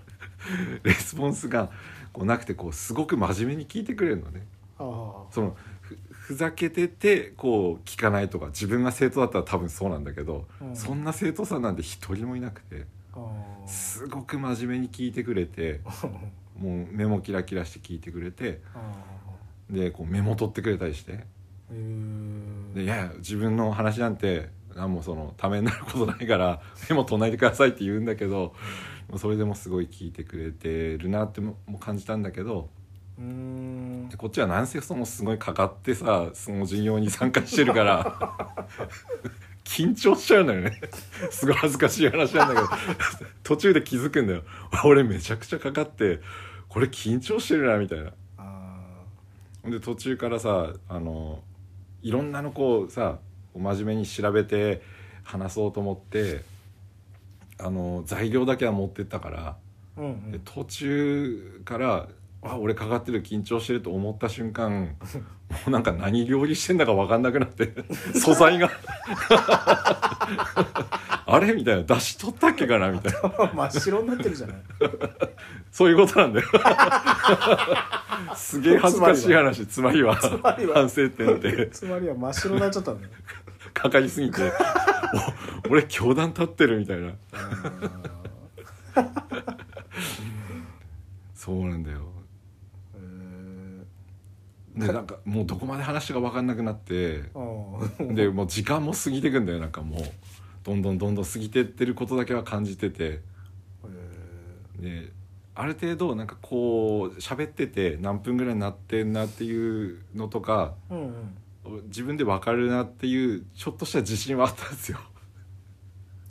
Speaker 1: レスポンスがこうなくてこうすごく真面目に聞いてくれるのね。
Speaker 2: あー
Speaker 1: そのふふざけててこう聞かないとか自分が生徒だったら多分そうなんだけど、
Speaker 2: うん
Speaker 1: そんな生徒さんなんて一人もいなくて
Speaker 2: あー
Speaker 1: すごく真面目に聞いてくれてもう目もキラキラして聞いてくれて
Speaker 2: あ
Speaker 1: でこうメモ取ってくれたりして。
Speaker 2: ーへー
Speaker 1: でいや自分の話なんて何もそのためになることないから メモ唱えてくださいって言うんだけどもうそれでもすごい聞いてくれてるなってもも感じたんだけど
Speaker 2: うーん
Speaker 1: でこっちはなんせそのすごいかかってさその授業に参加してるから 緊張しちゃうのよねすごい恥ずかしい話なんだけど途中で気づくんだよ俺めちゃくちゃかかってこれ緊張してるなみたいな。
Speaker 2: あ
Speaker 1: で途中からさあのいろんなのこうさ真面目に調べて話そうと思ってあの材料だけは持ってったから、
Speaker 2: ーうんう
Speaker 1: で
Speaker 2: ん
Speaker 1: 途中からあ俺かかってる緊張してると思った瞬 間もうなんか何料理してんだか分かんなくなって素材 があれみたいな出し取ったっけかなみたいな
Speaker 2: 真っ白になってるじゃない
Speaker 1: そういうことなん だよすげえ恥ずかしい話つまりは
Speaker 2: まりは
Speaker 1: 反省点って。
Speaker 2: つまりは真っ白になっちゃったんだよ
Speaker 1: かかりすぎてお俺教団立ってるみたいなそうなんだよ
Speaker 2: えー
Speaker 1: でなんかもうどこまで話したか分かんなくなって
Speaker 2: あー
Speaker 1: でもう時間も過ぎてくんだよなんかもうどんどんどんどん過ぎてってることだけは感じてて
Speaker 2: え
Speaker 1: である程度なんかこう喋ってて何分ぐらいになってんなっていうのとか
Speaker 2: ーうんうん
Speaker 1: 自分で分かるなっていうちょっとした自信はあったんですよ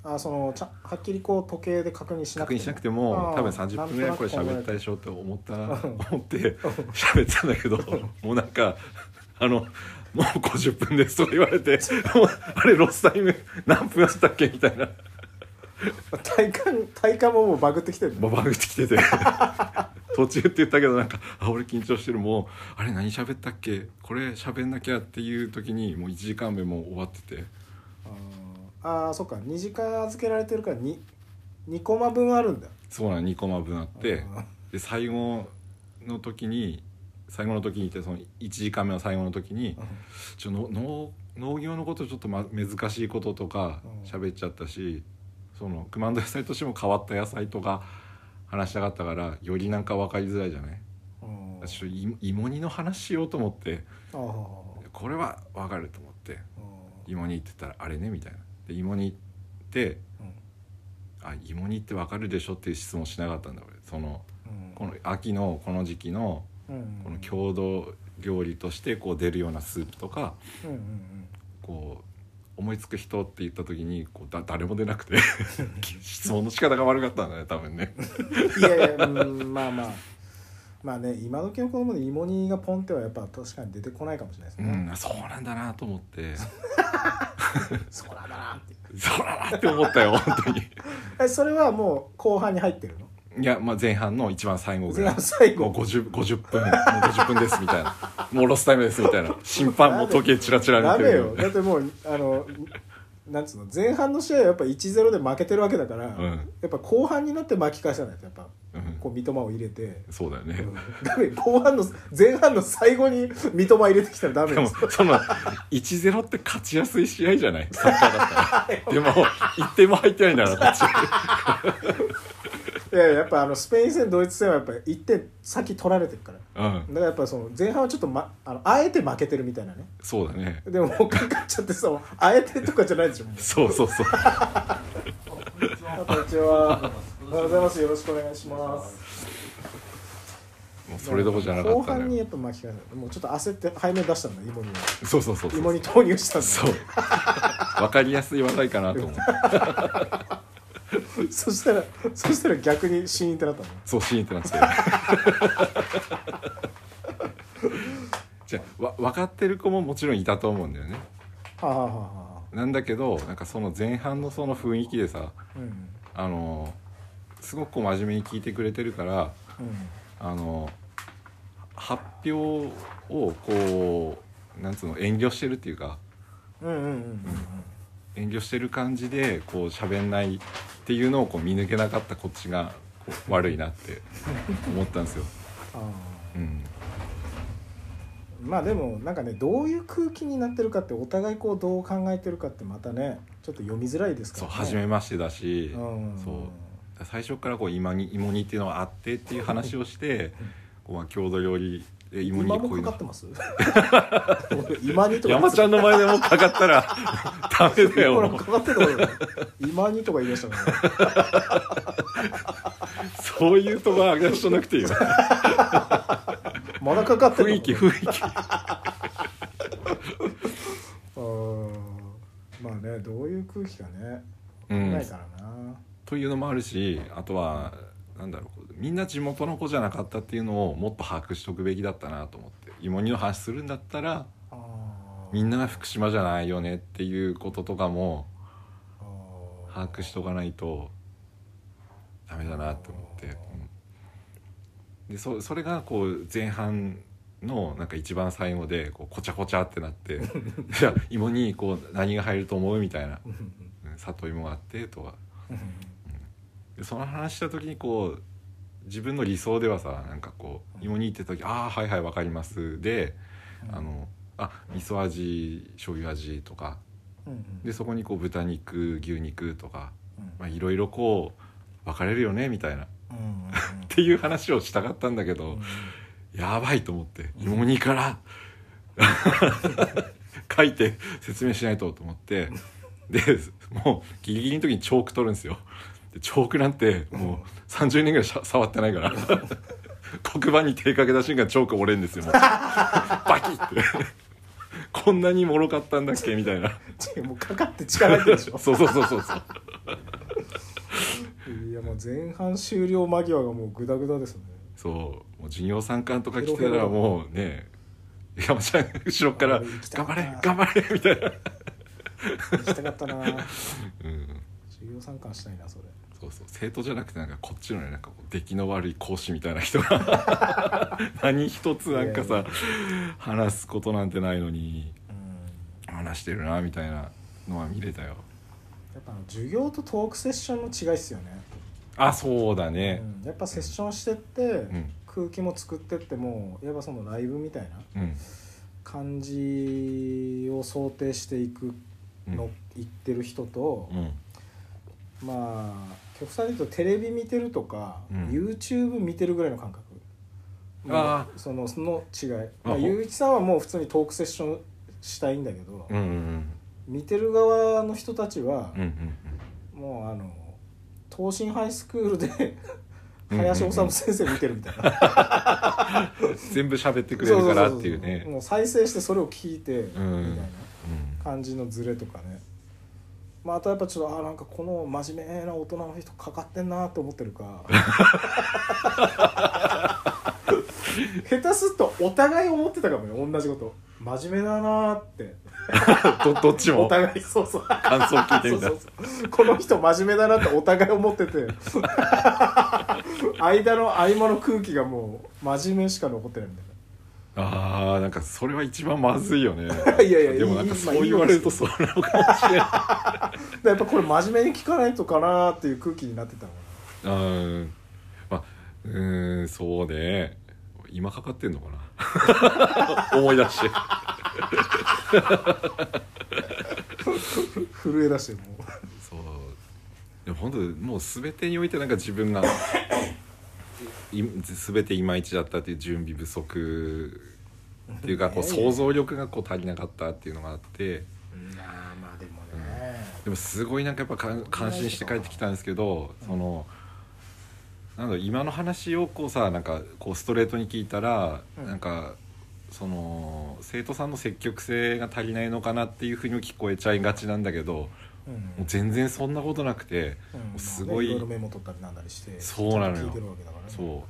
Speaker 2: あそのちゃはっきりこう時計で確認しなく
Speaker 1: 確
Speaker 2: て
Speaker 1: 認しなくても
Speaker 2: あー
Speaker 1: 多分30分ぐらいこれ
Speaker 2: なんと
Speaker 1: 喋
Speaker 2: な
Speaker 1: っ
Speaker 2: く
Speaker 1: たでしょって思ったな
Speaker 2: うん
Speaker 1: 思って喋ってたんだけどもうなんかあの「もう50分です」とか言われて 「もうあれロスタイム何分あったっけ?」みたいな
Speaker 2: 体感体感ももうバグってきてる
Speaker 1: ババグってき てて途中って言ったけどなんか「あ俺緊張してる」もう「あれ何喋ったっけこれ喋んなきゃ」っていう時にもう1時間目もう終わってて
Speaker 2: あーあーそっか2時間預けられてるから 2, 2コマ分あるんだ
Speaker 1: そうなの2コマ分あっ
Speaker 2: あ
Speaker 1: て。
Speaker 2: ー
Speaker 1: で最後の時に最後の時にってその1時間目の最後の時にちょの農農業のことちょっと、ま、難しいこととか
Speaker 2: うん
Speaker 1: 喋っちゃったしその熊野野菜としても変わった野菜とか話したかったからよりなんか分かりづらいじゃない
Speaker 2: うん
Speaker 1: 私い芋煮の話しようと思って
Speaker 2: あー
Speaker 1: これは分かると思って
Speaker 2: うん
Speaker 1: 芋煮って言ったらあれねみたいなで芋煮ってて
Speaker 2: うん
Speaker 1: 「あ芋煮ってわかるでしょ?」っていう質問しなかったんだ俺その
Speaker 2: うん
Speaker 1: この秋のこの時期の
Speaker 2: うん
Speaker 1: この郷土料理としてこう出るようなスープとか
Speaker 2: うんうんうん
Speaker 1: こう思いつく人って言った時にこうだ誰も出なく て質問の仕方が悪かったんだね多分ね。
Speaker 2: いやいや、うん、まあまあ。まあね、今時の子供で芋煮がポンってはやっぱ確かに出てこないかもしれない
Speaker 1: う
Speaker 2: ですね。
Speaker 1: ん、そうなんだなと思って
Speaker 2: そらだなっていう。
Speaker 1: そうだなって思ったよ本当に
Speaker 2: え、それはもう後半に入ってるの
Speaker 1: いや、まあ、前半の一番最後ぐらい
Speaker 2: 最
Speaker 1: もう
Speaker 2: 後。
Speaker 1: 50, 50分もう50分ですみたいなもうロスタイムですみたいな審判も時計チラチラ
Speaker 2: ダ
Speaker 1: 見
Speaker 2: メ
Speaker 1: て
Speaker 2: よ。
Speaker 1: る
Speaker 2: だってもう、あの、なんつうの、前半の試合はやっぱ1-0で負けてるわけだから、
Speaker 1: うん、
Speaker 2: やっぱ後半になって巻き返さないと、やっぱ、
Speaker 1: うん、
Speaker 2: こう、三笘を入れて。
Speaker 1: そうだよ
Speaker 2: う
Speaker 1: ね
Speaker 2: ん、ダメ後半の前半の最後に三笘入れてきたらダメ
Speaker 1: で
Speaker 2: で
Speaker 1: も
Speaker 2: す
Speaker 1: その1-0って勝ちやすい試合じゃないサッカー だったらでも1点も入ってないんだからこっち
Speaker 2: いやいややっぱあのスペイン戦ドイツ戦はやっぱ1点先取られてるから
Speaker 1: うん
Speaker 2: だからやっぱその前半はちょっと、ま、あのあえて負けてるみたいなね
Speaker 1: そうだね
Speaker 2: でももうかかっちゃってさあえてとかじゃないでしょもう
Speaker 1: そうそうそう
Speaker 2: あこんにちはおはようございますよろしくお願いします
Speaker 1: もうそれどころじゃなか
Speaker 2: 後
Speaker 1: った
Speaker 2: 半
Speaker 1: の
Speaker 2: に
Speaker 1: よ
Speaker 2: やっぱ巻き返されもうちょっと焦って背面出したんだ芋に
Speaker 1: そうそうそうそう
Speaker 2: 芋に投入したんだ
Speaker 1: そう分かりやすい話題かなと思 って
Speaker 2: そしたらそしたら逆にシーンってなったの
Speaker 1: そうシーンってな ってじゃあわ分かってる子ももちろんいたと思うんだよね
Speaker 2: はあはあはあはあ
Speaker 1: なんだけどなんかその前半のその雰囲気でさ
Speaker 2: うん
Speaker 1: あのすごくこう真面目に聞いてくれてるから
Speaker 2: うん
Speaker 1: あの発表をこうなんつうの遠慮してるっていうか
Speaker 2: うんうんうんうん
Speaker 1: 遠慮してる感じでこう喋んないっていうのをこう見抜けなかったこっちがこ う悪いなって思ったんですよ。
Speaker 2: ああ
Speaker 1: うん、
Speaker 2: まあでもなんかねどういう空気になってるかってお互いこうどう考えてるかってまたねちょっと読みづらいですか
Speaker 1: そう
Speaker 2: らね
Speaker 1: 初めましてだし、
Speaker 2: うん
Speaker 1: そう最初からこう今に芋煮っていうのはあってっていう話をしてこうまあ郷土料理で芋煮
Speaker 2: 今
Speaker 1: こ
Speaker 2: も
Speaker 1: うい
Speaker 2: か
Speaker 1: う
Speaker 2: か
Speaker 1: の
Speaker 2: ってます俺 今にとか
Speaker 1: 山ちゃんの前でもかかった らダメだ
Speaker 2: ほら
Speaker 1: よ
Speaker 2: かかってる俺今にとか言いましたね
Speaker 1: そういうとこは上げ出しなくていいよ
Speaker 2: まだかかってる
Speaker 1: 雰囲気雰囲気
Speaker 2: うんまあねどういう空気かね、
Speaker 1: うん
Speaker 2: ないからな
Speaker 1: というのもあるしあとはなんだろうみんな地元の子じゃなかったっていうのをもっと把握しておくべきだったなと思って芋煮の話するんだったら
Speaker 2: あ
Speaker 1: みんなが福島じゃないよねっていうこととかも
Speaker 2: あ
Speaker 1: 把握しとかないとダメだなと思って、うんでそそれがこう前半のなんか一番最後でこうこちゃこちゃってなって 「じゃあ芋にこう何が入ると思う?」みたいな
Speaker 2: うん
Speaker 1: 「うん里芋があって」とか
Speaker 2: うん
Speaker 1: でその話した時にこう自分の理想ではさなんかこう芋に行ってた時「ああはいはいわかります」で「あのあ味噌味醤油味」とか
Speaker 2: うんうん
Speaker 1: でそこにこう豚肉牛肉とか
Speaker 2: うん
Speaker 1: まあいろいろこう分かれるよねみたいなっ
Speaker 2: うんうんうん
Speaker 1: ていう話をしたかったんだけど、
Speaker 2: うん
Speaker 1: やばいと思って芋煮から 書いて説明しないとと思ってでもうギリギリの時にチョーク取るんですよでチョークなんてもう30年ぐらいしゃ触ってないから 黒板に手かけた瞬間チョーク折れんですよもう バキッてこんなにもろかったんだっけみたいな
Speaker 2: ちもうかかって力入ってるでしょ
Speaker 1: そうそうそうそうそう
Speaker 2: いやもう前半終了間際がもうグダグダですね
Speaker 1: そうもう授業参観とか来てたらもうね山ちゃん後ろから「頑張れ頑張れ」みたいな、
Speaker 2: 行きた かったな
Speaker 1: うん、
Speaker 2: 授業参観したいなそれ
Speaker 1: そうそう生徒じゃなくてなんかこっちのねなんかこう出来の悪い講師みたいな人が 何一つなんか
Speaker 2: いや
Speaker 1: さ話すことなんてないのに
Speaker 2: うん
Speaker 1: 話してるなみたいなのは見れたよ
Speaker 2: やっぱあの授業とトークセッションの違いっすよね、
Speaker 1: あそうだね
Speaker 2: うん、やっぱセッションしてって、
Speaker 1: うん
Speaker 2: 空気も作ってってもやっぱそのライブみたいな
Speaker 1: うん
Speaker 2: 感じを想定していく
Speaker 1: うん
Speaker 2: の、言ってる人と、
Speaker 1: うん
Speaker 2: まあ極端に言うとテレビ見てるとか、
Speaker 1: うん
Speaker 2: YouTube 見てるぐらいの感覚
Speaker 1: あ
Speaker 2: そのその違い、
Speaker 1: あ
Speaker 2: まあ、
Speaker 1: ほ
Speaker 2: ゆういちさんはもう普通にトークセッションしたいんだけど、
Speaker 1: うんうんうん
Speaker 2: 見てる側の人たちは
Speaker 1: うんうん
Speaker 2: もうあの東進ハイスクールで
Speaker 1: うんうん
Speaker 2: 林修先生見てるみたいな
Speaker 1: 全部喋ってくれるからっていう
Speaker 2: そそそ
Speaker 1: ね
Speaker 2: そもう再生してそれを聞いてみたい
Speaker 1: ん
Speaker 2: な感じのズレとかね、まあ、あとやっぱちょっとあなんかこの真面目な大人の人かかってんなって思ってるか下手すっとお互い思ってたかもね同じこと真面目だなって
Speaker 1: うんどど っち
Speaker 2: お
Speaker 1: も
Speaker 2: 互いそうそう
Speaker 1: 感想聞いて
Speaker 2: そう
Speaker 1: み
Speaker 2: そ
Speaker 1: た
Speaker 2: うそうこの人真面目だなってお互い思ってて間の合間の空気がもう真面目しか残ってないみたいな
Speaker 1: あーなんかそれは一番まずいよね
Speaker 2: いやいや
Speaker 1: でもなんか
Speaker 2: いい
Speaker 1: そ
Speaker 2: まあ
Speaker 1: う言われるとそうなのかもしれない
Speaker 2: やっぱこれ真面目に聞かないとかなっていう空気になってたのか
Speaker 1: うんまあうーんそうね今かかってんのかな 思い出して
Speaker 2: な震え出しても
Speaker 1: そうでも本当もう全てにおいてなんか自分がい全ていまいちだったっていう準備不足っていうかこう
Speaker 2: いやいや
Speaker 1: 想像力がこう足りなかったっていうのがあって
Speaker 2: ういやまあでもね、
Speaker 1: でもすごいなんかやっぱ感感心して帰ってきたんですけどそのなんだろう今の話をこうさなんかこうストレートに聞いたら、
Speaker 2: うん
Speaker 1: なんかその生徒さんの積極性が足りないのかなっていうふうにも聞こえちゃいがちなんだけど
Speaker 2: うん
Speaker 1: もう全然そんなことなくて。
Speaker 2: うん
Speaker 1: うすごい
Speaker 2: まあねろいろメモ取ったりなんだりして
Speaker 1: そうなのよ
Speaker 2: 聞いてるわけだからね
Speaker 1: そ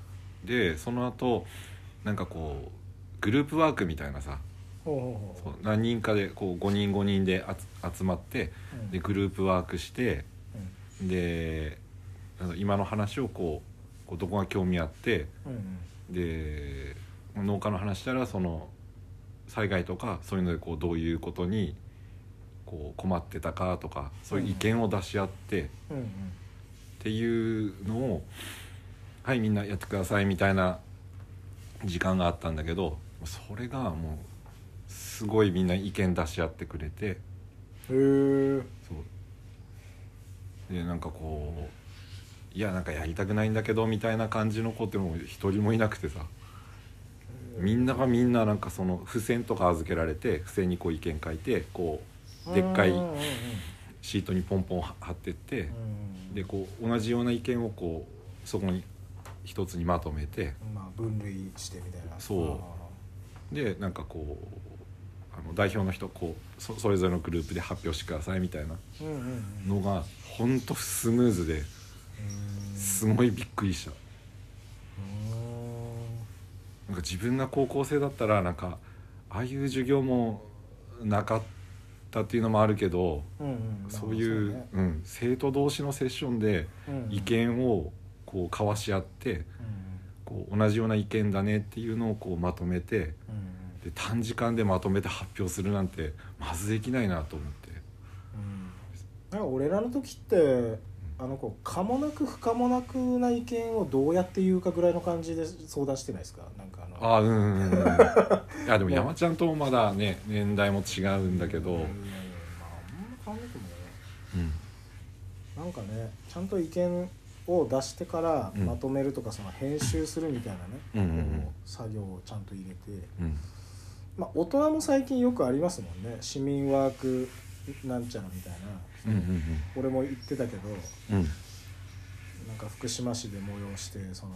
Speaker 1: うでその後なんかこうグループワークみたいなさ
Speaker 2: ほうほう
Speaker 1: そ
Speaker 2: ほ
Speaker 1: う何人かでこう5人5人で集集まって
Speaker 2: ううん
Speaker 1: でグループワークして
Speaker 2: う
Speaker 1: であの今の話をこうこうどこが興味あって
Speaker 2: んうん
Speaker 1: で農家の話したらその災害とかそういうのでこうどういうことにこう困ってたかとかそういう意見を出し合って。
Speaker 2: うんうん
Speaker 1: っていうのを「はいみんなやってください」みたいな時間があったんだけどそれがもうすごいみんな意見出し合ってくれて
Speaker 2: うんへえ
Speaker 1: そうでなんかこう「いやなんかやりたくないんだけど」みたいな感じの子ってもう一人もいなくてさみんながみんななんかその付箋とか預けられて付箋にこう意見書いてこうでっかい
Speaker 2: うんうんうん
Speaker 1: シートにポンポン貼ってって。
Speaker 2: うん
Speaker 1: でこう同じような意見をこうそこに一つにまとめて
Speaker 2: まあ分類してみたいな
Speaker 1: そう
Speaker 2: あ
Speaker 1: でなんかこうあの代表の人こうそそれぞれのグループで発表してくださいみたいな
Speaker 2: ーうんうんうん
Speaker 1: のがほんとスムーズで
Speaker 2: うん
Speaker 1: すごいびっくりしたなんか自分が高校生だったらなんかああいう授業もなかったっていうのもあるけど
Speaker 2: うんうんうん
Speaker 1: そういう
Speaker 2: まあ
Speaker 1: うん、生徒同士のセッションで
Speaker 2: そうねうん
Speaker 1: 意見をこう交わし合ってこう同じような意見だねっていうのをこうまとめて
Speaker 2: うんうんうん
Speaker 1: で短時間でまとめて発表するなんてまずできないなと思って
Speaker 2: うんなんか俺らの時ってあのこう可もなく不可もなくな意見をどうやって言うかぐらいの感じで相談してないですかなんかあの
Speaker 1: ああうんうんうんうんいやでも山ちゃんともまだね年代も違うんだけど、
Speaker 2: う
Speaker 1: うんん
Speaker 2: まああんま変わんないと思うよなんかねちゃんと意見を出してから
Speaker 1: うん
Speaker 2: まとめるとか、その編集するみたいなね、
Speaker 1: うんうんうん
Speaker 2: こう作業をちゃんと入れて、
Speaker 1: うん
Speaker 2: まあ、大人も最近よくありますもんね市民ワークなんちゃらみたい
Speaker 1: うん
Speaker 2: な
Speaker 1: うん
Speaker 2: 俺も言ってたけど
Speaker 1: うんうん
Speaker 2: なんか福島市で催してその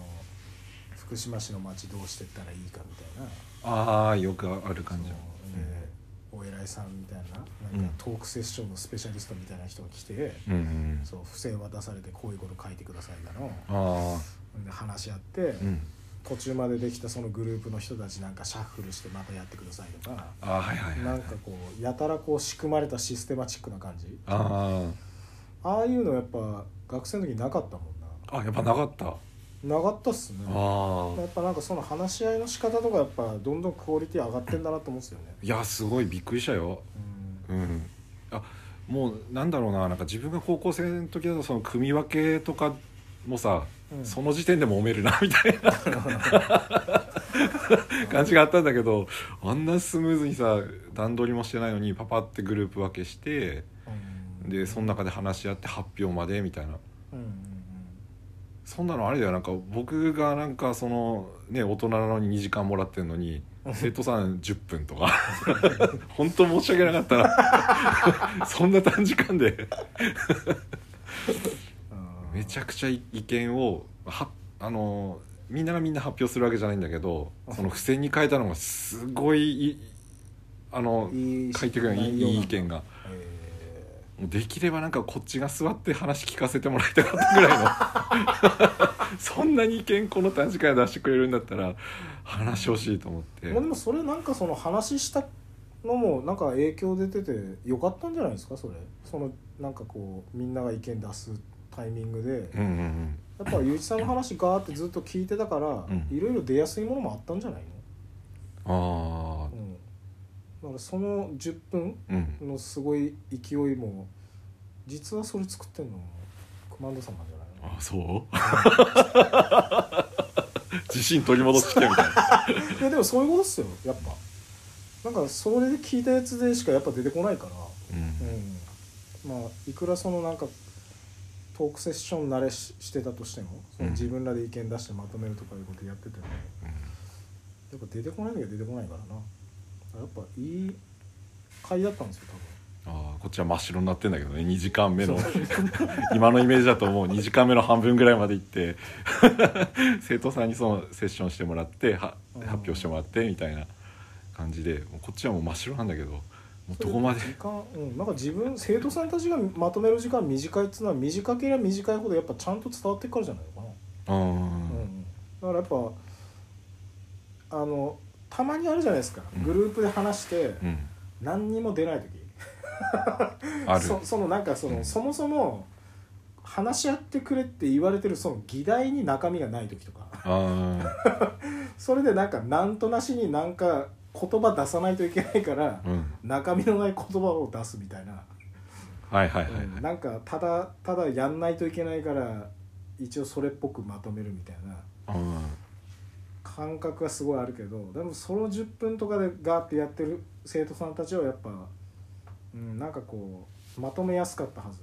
Speaker 2: 福島市の町どうしてったらいいかみたいな
Speaker 1: ああよくある感じ
Speaker 2: そのでお偉いさんみたいななんかトークセッションのスペシャリストみたいな人が来て、
Speaker 1: うんうん
Speaker 2: そう付箋渡されてこういうこと書いてくださいだの
Speaker 1: ああ
Speaker 2: で話し合って、
Speaker 1: うん
Speaker 2: 途中までできたそのグループの人たちなんかシャッフルしてまたやってくださいとか。
Speaker 1: ああはいはいはい
Speaker 2: なんかこうやたらこう仕組まれたシステマチックな感じ
Speaker 1: あ
Speaker 2: ああいうのやっぱ学生の時なかったもん
Speaker 1: ああやっぱなかったあ
Speaker 2: ななかったっすね
Speaker 1: あ
Speaker 2: やっぱなんかその話し合いの仕方とかやっぱどんどんクオリティ上がってんだなと思うんですよね。
Speaker 1: いやすごいびっくりしたよ
Speaker 2: うん
Speaker 1: うんあもうなんだろうななんか自分が高校生の時だとその組み分けとかもさ、
Speaker 2: うん
Speaker 1: その時点でも揉めるなみ たいな感じがあったんだけどあんなスムーズにさ段取りもしてないのにパパってグループ分けして
Speaker 2: うん
Speaker 1: でその中で話し合って発表までみたいな
Speaker 2: うんうん
Speaker 1: そんなのあれだよなんか僕がなんかそのね大人なのに2時間もらってんのに生徒さん10分とか 本当申し訳なかったなそんな短時間でめちゃくちゃ意見をはあのみんながみんな発表するわけじゃないんだけどその付箋に書いたのがすごいいあの
Speaker 2: いい
Speaker 1: 書いてくるいいいい意見が。
Speaker 2: え
Speaker 1: もうできればなんかこっちが座って話聞かせてもらいたかったぐ らいのそんなに意見この短時間で出してくれるんだったら話してほしいと思って
Speaker 2: ーまあでもそれなんかその話したのもなんか影響出ててよかったんじゃないですかそれそのなんかこうみんなが意見出すタイミングで、
Speaker 1: うんうんうん
Speaker 2: やっぱゆういちさんの話ガーってずっと聞いてたから
Speaker 1: うん
Speaker 2: いろいろ出やすいものもあったんじゃない
Speaker 1: あ
Speaker 2: の、うん、だからその10分
Speaker 1: あうん
Speaker 2: のすごい勢いも実はそれ作ってんのクマンドさんなんじゃないの
Speaker 1: あ そう自信取り戻してきてみたいない
Speaker 2: やでもそういうことっすよやっぱなんかそれで聞いたやつでしかやっぱ出てこないからうんまあいくらそのなんかトークセッション慣れししてたとしてもその自分らで意見出してまとめるとかいうことやってても、やっぱ出てこない時は出てこないからなやっぱいい回だったんですよ
Speaker 1: うんあーこっちは真っ白になってんだけどね2時間目の今のイメージだともう2時間目の半分ぐらいまで行って 生徒さんにそのセッションしてもらっては
Speaker 2: うん
Speaker 1: 発表してもらってみたいな感じでもうこっちはもう真っ白なんだけどもうど
Speaker 2: 多分
Speaker 1: こまで
Speaker 2: 時間うんなんか自分生徒さんたちがまとめる時間短いっつうのは短ければ短いほどやっぱちゃんと伝わってくからじゃないのかな
Speaker 1: うん
Speaker 2: うんだからやっぱあのたまにあるじゃないですかグループで話して
Speaker 1: うんうん
Speaker 2: 何にも出ない時
Speaker 1: ある
Speaker 2: そそのなんかその、
Speaker 1: うん
Speaker 2: そもそも話し合ってくれって言われてるその議題に中身がない時とか
Speaker 1: あ
Speaker 2: それでなんかなんとなしになんか言葉出さないといけないから
Speaker 1: ー、うん
Speaker 2: 中身のない言葉を出すみたいな、
Speaker 1: はいはいはいはい、
Speaker 2: うんなんかただただやんないといけないから一応それっぽくまとめるみたいな
Speaker 1: うん
Speaker 2: 感覚はすごいあるけどでもその10分とかでガーってやってる生徒さんたちはやっぱ、うん、なんかこうまとめやすかったはず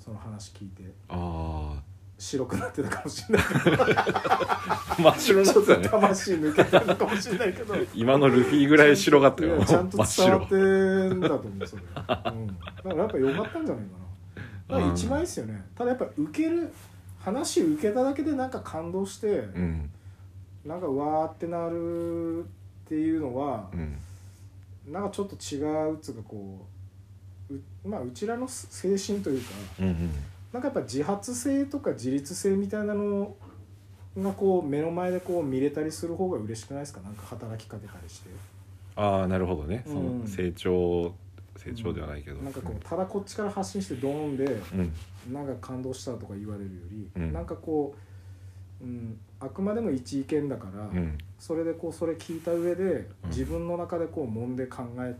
Speaker 2: その話聞いて
Speaker 1: あ
Speaker 2: 白くなってたかもし れないけ
Speaker 1: あ真っ白
Speaker 2: ど
Speaker 1: にな
Speaker 2: ち
Speaker 1: った
Speaker 2: ょってと
Speaker 1: ね
Speaker 2: 魂抜けてるかもしれないけど
Speaker 1: 今のルフィぐらい白かった
Speaker 2: い
Speaker 1: よ
Speaker 2: やちゃんと
Speaker 1: 真っ
Speaker 2: 伝
Speaker 1: 白
Speaker 2: わってんだと思うそれ、うん、だからやっぱ良かったんじゃないかなだから一番いいっすよねただやっぱ受ける話受けただけでなんか感動して、
Speaker 1: うん
Speaker 2: なんかわーってなるっていうのは
Speaker 1: う、ん
Speaker 2: なんかちょっと違うっつうかこううまあうちらの精神というか
Speaker 1: うんうん
Speaker 2: なんかやっぱ自発性とか自立性みたいなのがこう目の前でこう見れたりする方が嬉しくないですかなんか働きかけたりして
Speaker 1: ああなるほどねそ
Speaker 2: うん
Speaker 1: の成長、成長ではないけど
Speaker 2: なんかこうただこっちから発信してドーンで
Speaker 1: うん
Speaker 2: なんか感動したとか言われるより、
Speaker 1: うん
Speaker 2: なんかこう、うん、あくまでも一意見だから、
Speaker 1: うん
Speaker 2: それでこうそれ聞いた上で
Speaker 1: うん
Speaker 2: 自分の中でこう揉んで考え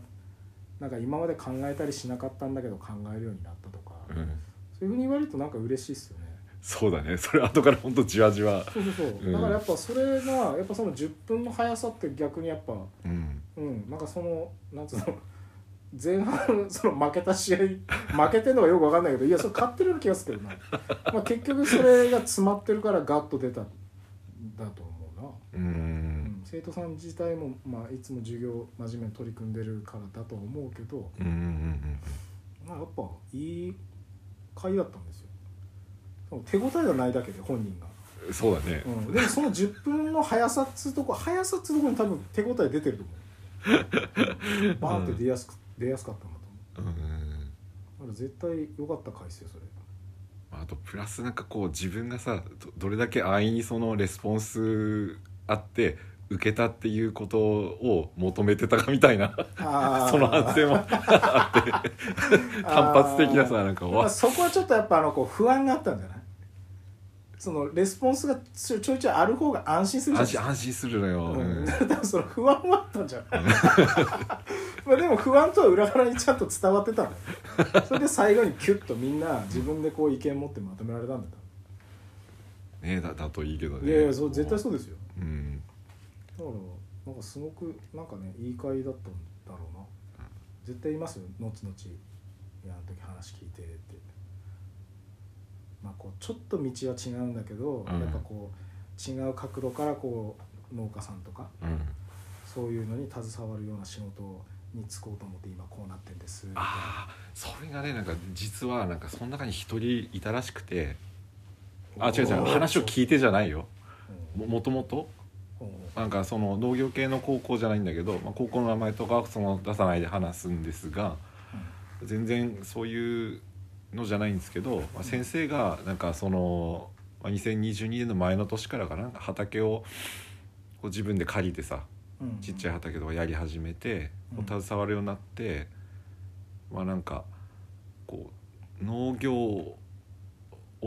Speaker 2: なんか今まで考えたりしなかったんだけど考えるようになったとか、
Speaker 1: うん、うん、
Speaker 2: そういうふうに言われるとなんか嬉しいですよね
Speaker 1: そうだねそ れ後からほんとじわじわ
Speaker 2: そうそうそう、
Speaker 1: うん
Speaker 2: だからやっぱそれがやっぱその10分の速さって逆にやっぱ
Speaker 1: うん
Speaker 2: うんなんかそのなんつうの前半 その負けた試合負けてんのがよく分かんないけどいやそれ勝ってるような気がするけどな、まあ、結局それが詰まってるからガッと出たんだと思うな
Speaker 1: うん、うん
Speaker 2: 生徒さん自体も、まあ、いつも授業真面目に取り組んでるからだとは思うけど、
Speaker 1: うんうん
Speaker 2: まあ、やっぱいい会だったんですよその手応えがないだけで本人が、
Speaker 1: うんそうだね、
Speaker 2: うん、でもその10分の速さっつうとこ速さっつうとこに多分手応え出てると思う バーンって出やすく出やすかったんだと
Speaker 1: うん
Speaker 2: 思うだから絶対良かった回です よそれ
Speaker 1: あとプラスなんかこう自分がさどどれだけ安易にそのレスポンスあって受けたっていうことを求めてたかみたいな
Speaker 2: あー
Speaker 1: その反省も あって単発的なさなんか
Speaker 2: やっぱ
Speaker 1: わ
Speaker 2: そこはちょっとやっぱあのこう不安があったんじゃないそのレスポンスがちょちょいちょいある方が安心するじゃ
Speaker 1: 安
Speaker 2: ない
Speaker 1: 心安心するのよ、うん
Speaker 2: うん 多分その不安もあったんじゃない まあでも不安とは裏腹にちゃんと伝わってたのよそれで最後にキュッとみんな自分でこう意見持ってまとめられたんだよ
Speaker 1: ねだだといいけどね
Speaker 2: いやいやそう絶対そうですよ
Speaker 1: うん
Speaker 2: だからなんかすごくなんかねいい会だったんだろうな絶対いますよ後々いやあの時話聞いてってまあこうちょっと道は違うんだけど、
Speaker 1: うん
Speaker 2: やっぱこう違う角度からこう農家さんとか
Speaker 1: うん
Speaker 2: そういうのに携わるような仕事に就こうと思って今こうなってんですみたいな
Speaker 1: ああそれがねなんか実はなんかその中に一人いたらしくてあ違う違う話を聞いてじゃないよ
Speaker 2: うん
Speaker 1: ももともと
Speaker 2: うんうん
Speaker 1: なんかその農業系の高校じゃないんだけど、まあ、高校の名前とかはその出さないで話すんですが全然そういうのじゃないんですけど、まあ、先生がなんかそのまあ2022年の前の年からかな畑をこう自分で借りてさ
Speaker 2: うん
Speaker 1: ちっちゃい畑とかやり始めて、
Speaker 2: うん
Speaker 1: こう携わるようになってまあなんかこう農業オ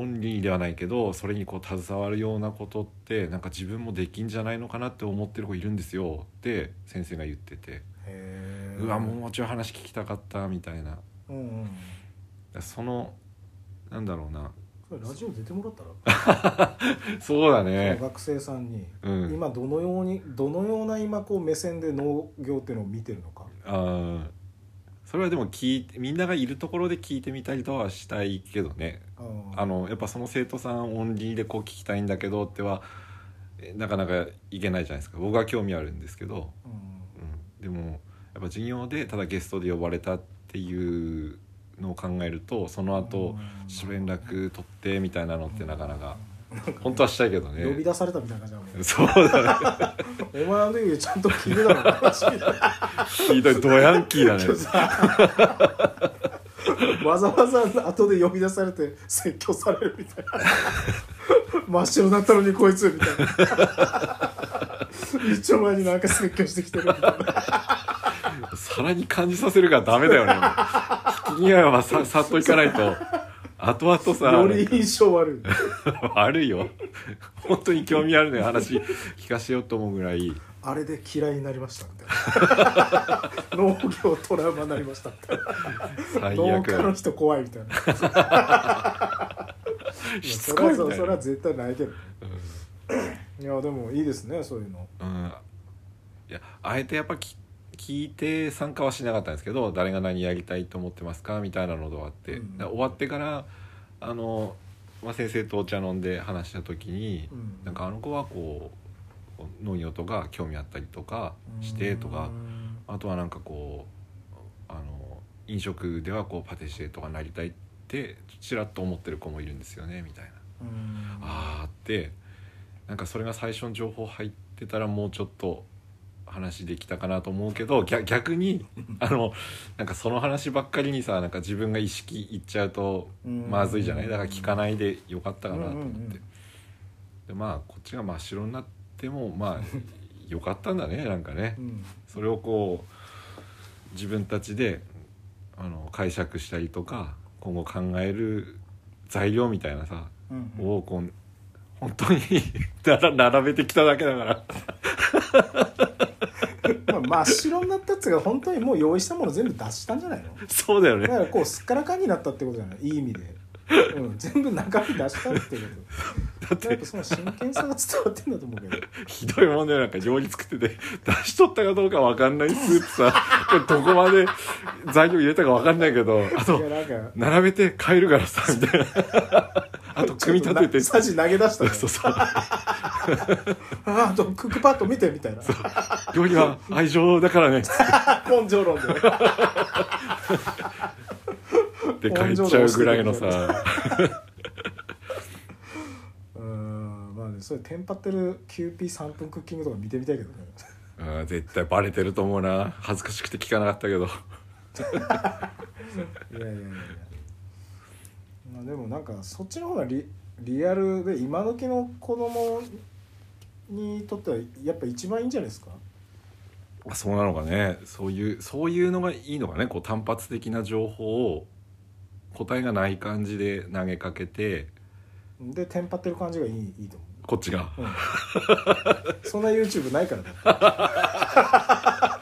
Speaker 1: ンリーではないけどそれにこう携わるようなことってなんか自分もできんじゃないのかなって思ってる子いるんですよって先生が言ってて、
Speaker 2: へ
Speaker 1: う
Speaker 2: ー
Speaker 1: わもうもうちょい話聞きたかったみたいな
Speaker 2: うんうん
Speaker 1: そのなんだろうな
Speaker 2: それラジオ出てもらったら
Speaker 1: そうだ
Speaker 2: その
Speaker 1: ね
Speaker 2: 学生さんに、
Speaker 1: うん
Speaker 2: 今どのようにどのような今こう目線で農業っていうのを見てるのか
Speaker 1: あーそれはでも聞いてみんながいるところで聞いてみたりとはしたいけどね
Speaker 2: あ
Speaker 1: あのやっぱその生徒さんオンリーでこう聞きたいんだけどってはえなかなかいけないじゃないですか僕は興味あるんですけど、
Speaker 2: うん
Speaker 1: うん、でもやっぱ授業でただゲストで呼ばれたっていうのを考えるとその後ちょっと連絡取ってみたいなのってなかなか本当はしたいけど
Speaker 2: 呼び
Speaker 1: ね
Speaker 2: 出されたみたいな感じだもん
Speaker 1: そうだね
Speaker 2: お前の時ちゃんと聞いてたの か
Speaker 1: ひどいドヤンキーだね
Speaker 2: わざわざ後で呼び出されて説教されるみたいな真っ白だったのにこいつみた いな一丁前になんか説教してきてるみたいな
Speaker 1: さらに感じさせるからダメだよね聞きにはささっといかないと後々さ
Speaker 2: より印象悪い
Speaker 1: 悪いよ本当に興味あるね話聞かせようと思うぐらい
Speaker 2: あれで嫌いになりましたみ たいな農業トラウマになりましたみたいな
Speaker 1: 最
Speaker 2: 農
Speaker 1: 悪
Speaker 2: 家の人怖いみたいな
Speaker 1: しつこいみ
Speaker 2: そ
Speaker 1: たいな
Speaker 2: れはそれは絶対ないけどいやでもいいですねそういうの
Speaker 1: うんいやあえてやっぱき聞いて参加はしなかったんですけど誰が何やりたいと思ってますかみたいなので終わって、
Speaker 2: うん
Speaker 1: だから終わってからあの、まあ、先生とお茶飲んで話した時に、
Speaker 2: うん
Speaker 1: なんかあの子はこうこう農業とか興味あったりとかしてとか、あとはなんかこうあの飲食ではこうパティシエとかなりたいってちらっと思ってる子もいるんですよねみたいな、
Speaker 2: うーん
Speaker 1: ああってなんかそれが最初の情報入ってたらもうちょっと話できたかなと思うけど逆逆 にあのなんかその話ばっかりにさなんか自分が意識いっちゃうと
Speaker 2: うん
Speaker 1: まずいじゃないだから聞かないでよかったかなと思っ
Speaker 2: うんうんうん
Speaker 1: てでまあこっちが真っ白になってもま あよかったんだねなんかね
Speaker 2: う。ん
Speaker 1: それをこう自分たちであの解釈したりとか今後考える材料みたいなさ、
Speaker 2: うんうん
Speaker 1: をこう本当に なら並べてきただけだから
Speaker 2: まあ真っ白になったやつが本当にもう用意したもの全部出したんじゃない の
Speaker 1: そうだよ
Speaker 2: だか
Speaker 1: ね
Speaker 2: らこうすっからかんになったってことじゃないいい意味で、うん、全部中身出したっていうことだやっぱその真剣さが伝わってんだと思うけど
Speaker 1: ひどいもんだよなんか料理作ってて出しとったかどうか分かんないスープさこれどこまで材料入れたか分かんないけどあ
Speaker 2: いや
Speaker 1: と
Speaker 2: なんか
Speaker 1: 並べて買えるからさみたいなあと組み立てて
Speaker 2: サジ投げ出した
Speaker 1: そう
Speaker 2: ね
Speaker 1: そうそう
Speaker 2: ああとクックパッド見てみたいな
Speaker 1: 料理は愛情だからね
Speaker 2: 根性論で
Speaker 1: って帰っちゃうぐらいのさ
Speaker 2: うんまあねそれテンパってるキューピー3分クッキングとか見てみたいけどね
Speaker 1: うん絶対バレてると思うな恥ずかしくて聞かなかったけど
Speaker 2: いやいやいやいやまあでもなんかそっちの方がリリアルで今時の子供にとってはやっぱ一番いいんじゃないですか
Speaker 1: あそうなのかねそういうそういうのがいいのかねこう単発的な情報を答えがない感じで投げかけて
Speaker 2: でテンパってる感じがいいいいと思う
Speaker 1: こっちが
Speaker 2: そんな YouTube ないから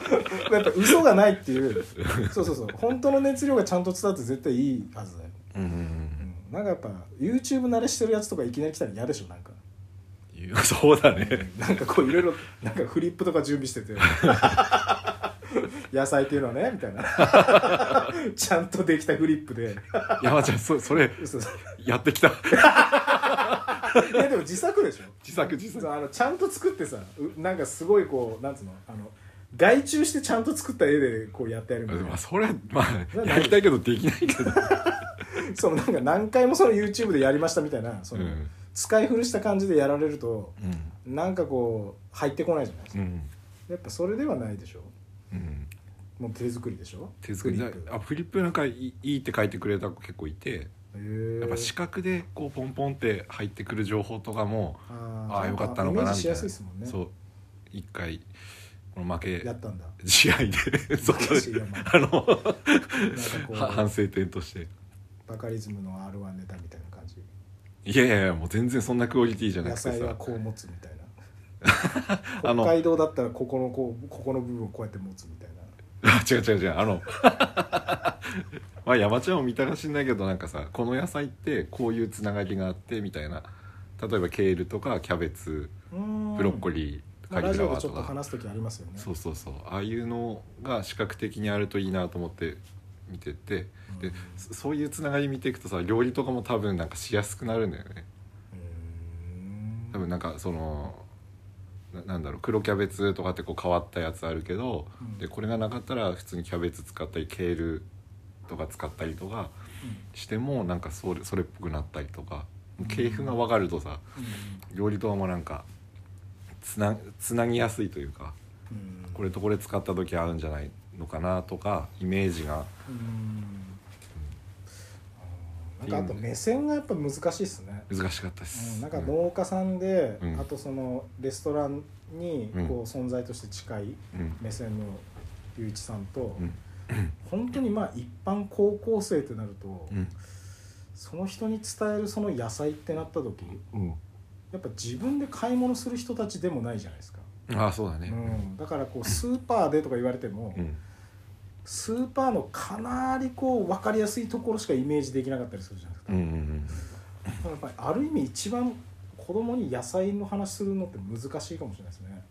Speaker 2: だ やっぱ嘘がないっていうそうそうそう本当の熱量がちゃんと伝わって絶対いいはずだよ、
Speaker 1: うんうん
Speaker 2: うん、なんかやっぱ YouTube 慣れしてるやつとかいきなり来たら嫌でしょなんか
Speaker 1: うん いうそうだね
Speaker 2: なんかこういろいろなんかフリップとか準備してて野菜っていうのはねみたいなちゃんとできたフリップで
Speaker 1: 山ちゃんそそれ
Speaker 2: 嘘嘘
Speaker 1: やってきた
Speaker 2: いやでも自作でしょ
Speaker 1: 自作自
Speaker 2: そう
Speaker 1: 作
Speaker 2: あのちゃんと作ってさうなんかすごいこうなんつうのあの外注してちゃんと作った絵でこうやってやるみたい
Speaker 1: ま
Speaker 2: な
Speaker 1: あそれまあ
Speaker 2: な
Speaker 1: やりたいけどできないけど、
Speaker 2: そのなんか何回もその YouTube でやりましたみたいなその、
Speaker 1: うん
Speaker 2: 使い古した感じでやられると
Speaker 1: うん
Speaker 2: なんかこう入ってこないじゃないです
Speaker 1: う
Speaker 2: か、
Speaker 1: ん
Speaker 2: やっぱそれではないでしょ
Speaker 1: うん、
Speaker 2: もう手作りでしょ
Speaker 1: 手作り
Speaker 2: フ
Speaker 1: で
Speaker 2: リップ
Speaker 1: あフリップなんかいいいいって書いてくれた子結構いて
Speaker 2: へえ
Speaker 1: やっぱ視覚でこうポンポンって入ってくる情報とかも
Speaker 2: あ
Speaker 1: ああよかったのか
Speaker 2: イメ
Speaker 1: な
Speaker 2: ージ
Speaker 1: みい
Speaker 2: したや
Speaker 1: な
Speaker 2: すいですもんね
Speaker 1: そう一回この負
Speaker 2: や
Speaker 1: け
Speaker 2: った んだ
Speaker 1: 試合 でそこ
Speaker 2: 悔しい
Speaker 1: で
Speaker 2: よまあ
Speaker 1: あの
Speaker 2: なんかこ
Speaker 1: は反
Speaker 2: う
Speaker 1: 省点として
Speaker 2: バカリズムの R1 ネタみたいな感じ
Speaker 1: いやいやいやもう全然そんなクオリティじゃな
Speaker 2: 野
Speaker 1: くて
Speaker 2: 菜は
Speaker 1: さ
Speaker 2: こう持つみたいな
Speaker 1: あの
Speaker 2: 北海道だったらここのこうここの部分をこうやって持つみたいな
Speaker 1: あ違う違う違うあの まあ山ちゃんも見たらしいんだけどなんかさこの野菜ってこういうつながりがあってみたいな例えばケールとかキャベツブロッコ
Speaker 2: リー
Speaker 1: リー、
Speaker 2: まあ
Speaker 1: カ
Speaker 2: ラ
Speaker 1: リ
Speaker 2: ジ
Speaker 1: フラ
Speaker 2: オで
Speaker 1: ワー
Speaker 2: ち
Speaker 1: と
Speaker 2: ょっと
Speaker 1: か、
Speaker 2: 話す時ありますよね
Speaker 1: そうそうそうああいうのが視覚的にあるといいなと思って見てて
Speaker 2: うん
Speaker 1: でそそういうつながり見ていくとさ料理とかも多分なんかしやすくなるんだよね
Speaker 2: うん
Speaker 1: 多分なんかそのななんだろう黒キャベツとかってこう変わったやつあるけど、
Speaker 2: うん
Speaker 1: でこれがなかったら普通にキャベツ使ったりケールとか使ったりとかしてもなんかそれそれっぽくなったりとか系譜が分かるとさ料理とはもうなんかつなつなぎやすいというか
Speaker 2: うんうん
Speaker 1: これとこれ使った時合うんじゃないのかなとかイメージが
Speaker 2: うんなんかあと目線がやっぱ難しいですね
Speaker 1: 難しかったで
Speaker 2: う
Speaker 1: す。
Speaker 2: んなんか農家さんで、
Speaker 1: うん
Speaker 2: あとそのレストランに
Speaker 1: うん
Speaker 2: こう存在として近い
Speaker 1: うん
Speaker 2: 目線の龍一さんと、
Speaker 1: うん
Speaker 2: 本当にまあ一般高校生ってなると、
Speaker 1: うん
Speaker 2: その人に伝えるその野菜ってなった時
Speaker 1: うん
Speaker 2: やっぱ自分で買い物する人たちでもないじゃないですか、
Speaker 1: ああそうだ
Speaker 2: う
Speaker 1: ね。
Speaker 2: ん、だからこうスーパーでとか言われても、
Speaker 1: うん
Speaker 2: スーパーのかなりこう分かりやすいところしかイメージできなかったりするじゃないです
Speaker 1: うんうん
Speaker 2: か、やっぱりある意味一番子供に野菜の話するのって難しいかもしれないですね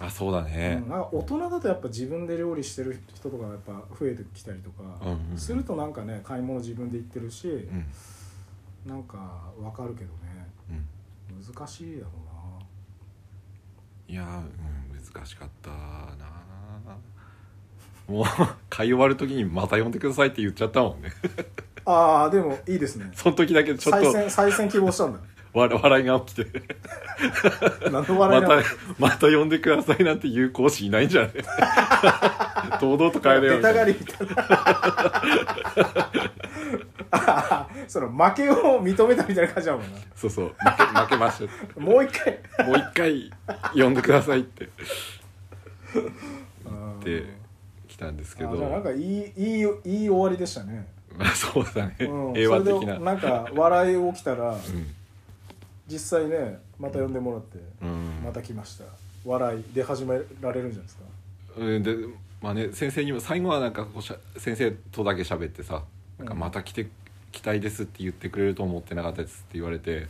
Speaker 1: うんあそうだね
Speaker 2: うん、。なんか大人だとやっぱ自分で料理してる人とかやっぱ増えてきたりとか
Speaker 1: うんうん
Speaker 2: するとなんかね買い物自分で行ってるし、
Speaker 1: うん
Speaker 2: なんかわかるけどね
Speaker 1: うん
Speaker 2: 難しいだろ
Speaker 1: いやー、うん、難しかったなーもう 買い終わる時に「また呼んでください」って言っちゃったもんね
Speaker 2: うなああでもいいですね
Speaker 1: その時だけちょっ
Speaker 2: 再
Speaker 1: と
Speaker 2: 選再選希望した んだ
Speaker 1: 笑笑いが起きて
Speaker 2: 何の
Speaker 1: 「ま
Speaker 2: 笑いな
Speaker 1: た
Speaker 2: の
Speaker 1: また呼んでください」なんて言う講師いないん じゃない堂々と帰れよ
Speaker 2: 出
Speaker 1: み
Speaker 2: たが
Speaker 1: たい
Speaker 2: りみたいなあー その負けを認めたみたいな感じだもんな
Speaker 1: そうそう負け負けまし
Speaker 2: もう一回
Speaker 1: たもう一回呼んでくださいって
Speaker 2: あ
Speaker 1: で
Speaker 2: ー
Speaker 1: 来たんですけ
Speaker 2: あーじゃあなん
Speaker 1: ど
Speaker 2: かいいいいいい終わりでしたね
Speaker 1: まあそうだね、
Speaker 2: うん
Speaker 1: 平和
Speaker 2: そ
Speaker 1: 的
Speaker 2: れ
Speaker 1: な
Speaker 2: でなんか笑い起きたら
Speaker 1: うん
Speaker 2: 実際ねまた呼んでもらって、
Speaker 1: うん
Speaker 2: また来ました笑い出始められるんじゃないですか
Speaker 1: うんでまあね先生にも最後はなんかこうしゃ先生とだけ喋ってさ「なんか
Speaker 2: うん
Speaker 1: また来て来たいです」って言ってくれると思ってなかったですって言われ て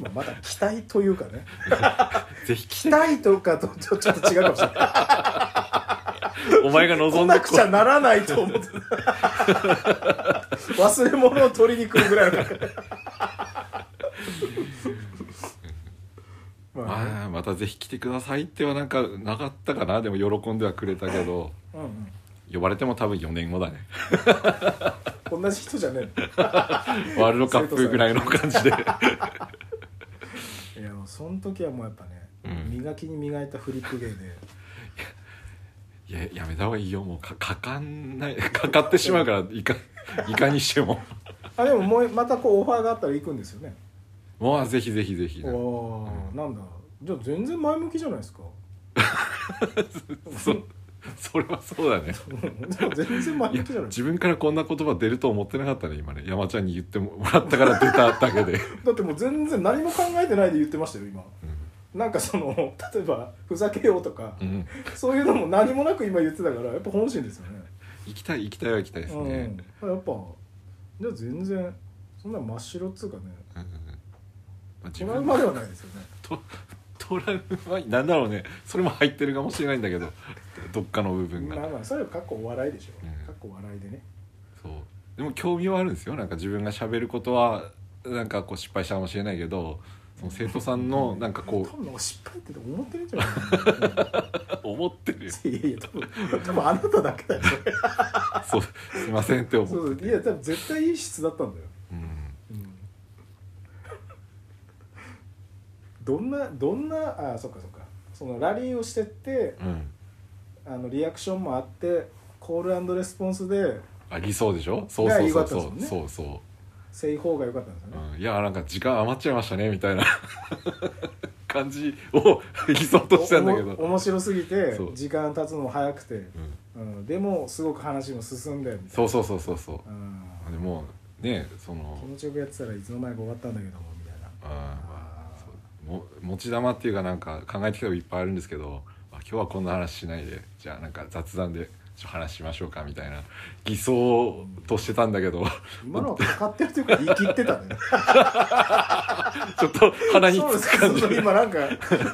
Speaker 2: まあ、まだ期待というかね
Speaker 1: 「ぜひ来
Speaker 2: 期
Speaker 1: て
Speaker 2: 待とかとちょちょっと違うかもしれない
Speaker 1: お前が
Speaker 2: 来
Speaker 1: 望んで
Speaker 2: なく
Speaker 1: こ
Speaker 2: ちゃならないと 思ってた忘れ物を取りに来るぐらいの感覚まあね
Speaker 1: まあまたぜひ来てください」ってはなんかなかったかなでも喜んではくれたけど
Speaker 2: うんうん
Speaker 1: 呼ばれても多分4年後だね
Speaker 2: 同じ人じゃね
Speaker 1: ワールドカップぐらいの感じで
Speaker 2: えのいやもうその時はもうやっぱね、
Speaker 1: うん
Speaker 2: 磨きに磨いたフリップ芸で
Speaker 1: いややめた方がいいよもうかかかんない かかってしまうからいかいかにしても
Speaker 2: あでももうまたこうオファーがあったら行くんですよね
Speaker 1: もうぜひぜひぜひ
Speaker 2: あーなんだじゃあ全然前向きじゃないですか
Speaker 1: そそれはそうだね
Speaker 2: 全然前
Speaker 1: いや
Speaker 2: 向きじゃない
Speaker 1: 自分からこんな言葉出ると思ってなかったね今ね山ちゃんに言ってもらったから出ただけで
Speaker 2: だってもう全然何も考えてないで言ってましたよ今なんかその 例えばふざけようとか、
Speaker 1: うん、うん
Speaker 2: そういうのも何もなく今言ってたからやっぱ本心ですよね
Speaker 1: 行きたい行きたいは行きたいですね、
Speaker 2: うん、やっぱじゃあ全然そんな真っ白っつうかね
Speaker 1: うんまあ、自
Speaker 2: トラウ
Speaker 1: 分
Speaker 2: マではないですよね
Speaker 1: トトラウマなんだろうねそれも入ってるかもしれないんだけどどっかの部分
Speaker 2: まあ
Speaker 1: が
Speaker 2: まあそれはかっこお笑いでしょ、
Speaker 1: うん
Speaker 2: かっこお笑いでね
Speaker 1: そうでも興味はあるんですよなんか自分が喋ることはなんかこう失敗したかもしれないけどその生徒さんのなんかこ
Speaker 2: 多分なんか失敗って思ってるんじゃない かな
Speaker 1: う思ってるよ
Speaker 2: いやいや多分多分あなただけだよそれ
Speaker 1: そうすいませんって思、
Speaker 2: そううそういや多分絶対いい質だったんだよ、
Speaker 1: うん、
Speaker 2: うん、どんなどんなあそっかそっかそのラリーをしてって
Speaker 1: うん、
Speaker 2: あのリアクションもあってコールレスポンスで
Speaker 1: ありそうでしょそうそうそうそう、
Speaker 2: いや良かったです
Speaker 1: そ
Speaker 2: も
Speaker 1: うそ
Speaker 2: 正方が良かったんですよ
Speaker 1: う、
Speaker 2: ね、
Speaker 1: うん、いやなんか時間余っちゃいましたねみたいな 感じを理想としたんだけ
Speaker 2: おお
Speaker 1: ど、
Speaker 2: 面白すぎて
Speaker 1: そう
Speaker 2: 時間経つのも早くて、
Speaker 1: うん、
Speaker 2: うん、でもすごく話も進んでみたいな
Speaker 1: そうそうそうそうそう
Speaker 2: うん
Speaker 1: でもねその
Speaker 2: 気持ちよくやってたらいつの間にか終わったんだけどもみたいな
Speaker 1: あ
Speaker 2: あー
Speaker 1: ーも持ち玉っていうかなんか考えてきたこといっぱいあるんですけどあ今日はこんな話しないでじゃあなんか雑談でちょっと話しましょうかみたいな偽装としてたんだ けど
Speaker 2: 今のはかかってるというか言い切ってたね
Speaker 1: ちょっと鼻に
Speaker 2: そうで
Speaker 1: つ
Speaker 2: す
Speaker 1: く感じ
Speaker 2: そう今なんか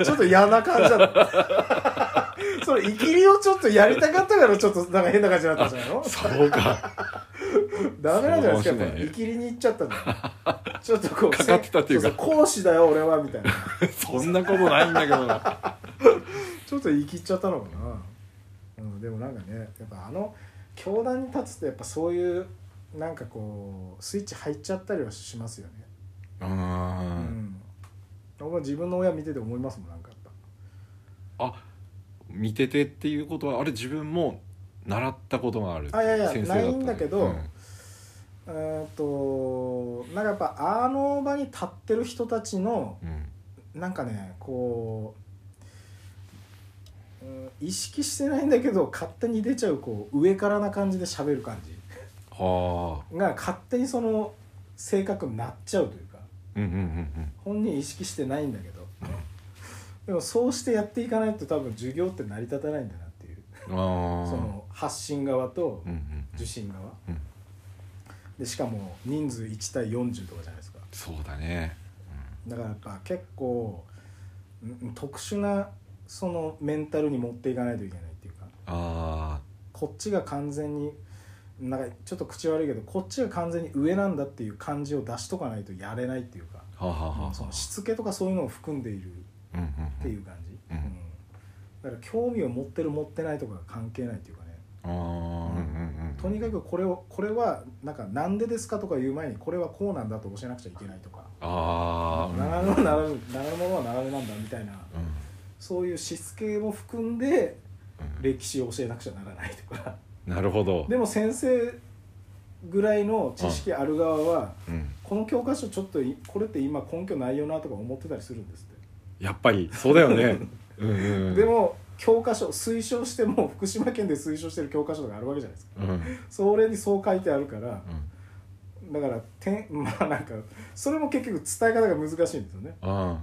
Speaker 2: ちょっと嫌な感じだった それイキリをちょっとやりたかったからちょっとなんか変な感じになったんじゃないの
Speaker 1: そうか
Speaker 2: ダメなんじ
Speaker 1: そうか
Speaker 2: ゃないですかや
Speaker 1: も
Speaker 2: っ
Speaker 1: しれ
Speaker 2: ぱ
Speaker 1: ない
Speaker 2: イキリに行っちゃったんだよちょっとこう
Speaker 1: かかってたっていうか
Speaker 2: そそ講師だよ俺はみたいな
Speaker 1: そんなことないんだけどな
Speaker 2: ちょっと言い切っちゃったのかな、うん、でもなんかねやっぱあの教団に立つとやっぱそういうなんかこうスイッチ入っちゃったりはしますよね
Speaker 1: うー
Speaker 2: うんん、僕は自分の親見てて思いますもんなんかやっぱ
Speaker 1: あ見ててっていうことはあれ自分も習ったことがある
Speaker 2: あいやいや
Speaker 1: 先生だった
Speaker 2: ないんだけど
Speaker 1: うん
Speaker 2: えーっとなんかやっぱあの場に立ってる人たちの
Speaker 1: うん
Speaker 2: なんかねこう、うん、意識してないんだけど勝手に出ちゃうこう上からな感じで喋る感じ
Speaker 1: はあ
Speaker 2: が勝手にその性格になっちゃうというか
Speaker 1: うんうんうん
Speaker 2: 本人意識してないんだけどでもそうしてやっていかないと多分授業って成り立たないんだなっていう
Speaker 1: うんああ
Speaker 2: その発信側と
Speaker 1: うんうんうん
Speaker 2: 受信側、
Speaker 1: うん
Speaker 2: でしかも人数1対40とかじゃないですか
Speaker 1: そうだね
Speaker 2: だからやっぱ結構ん特殊なそのメンタルに持っていかないといけないっていうか
Speaker 1: あ
Speaker 2: こっちが完全になんかちょっと口悪いけどこっちが完全に上なんだっていう感じを出しとかないとやれないっていうか、
Speaker 1: あはあはあはあ
Speaker 2: そのしつけとかそういうのを含んでいる
Speaker 1: うんうんうん
Speaker 2: っていう感じ、
Speaker 1: うん
Speaker 2: だから興味を持ってる持ってないとかが関係ないっていうかね
Speaker 1: あーうんうんうん
Speaker 2: とにかくこれをこれはなんかなんでですかとか言う前にこれはこうなんだと教えなくちゃいけないとか
Speaker 1: ああ
Speaker 2: ならぬならぬならぬものはならぬなんだみたいな
Speaker 1: うん
Speaker 2: そういうしつけも含んで
Speaker 1: うん
Speaker 2: 歴史を教えなくちゃならないとか
Speaker 1: なるほど
Speaker 2: でも先生ぐらいの知識ある側は
Speaker 1: うん
Speaker 2: この教科書ちょっといこれって今根拠ないよなとか思ってたりするんですって
Speaker 1: やっぱりそうだ よねうんうんうん
Speaker 2: でも教科書推奨しても福島県で推奨してる教科書とかあるわけじゃないですか
Speaker 1: うんうん
Speaker 2: それにそう書いてあるからだからてん まあなんかそれも結局伝え方が難しいんですよね
Speaker 1: あ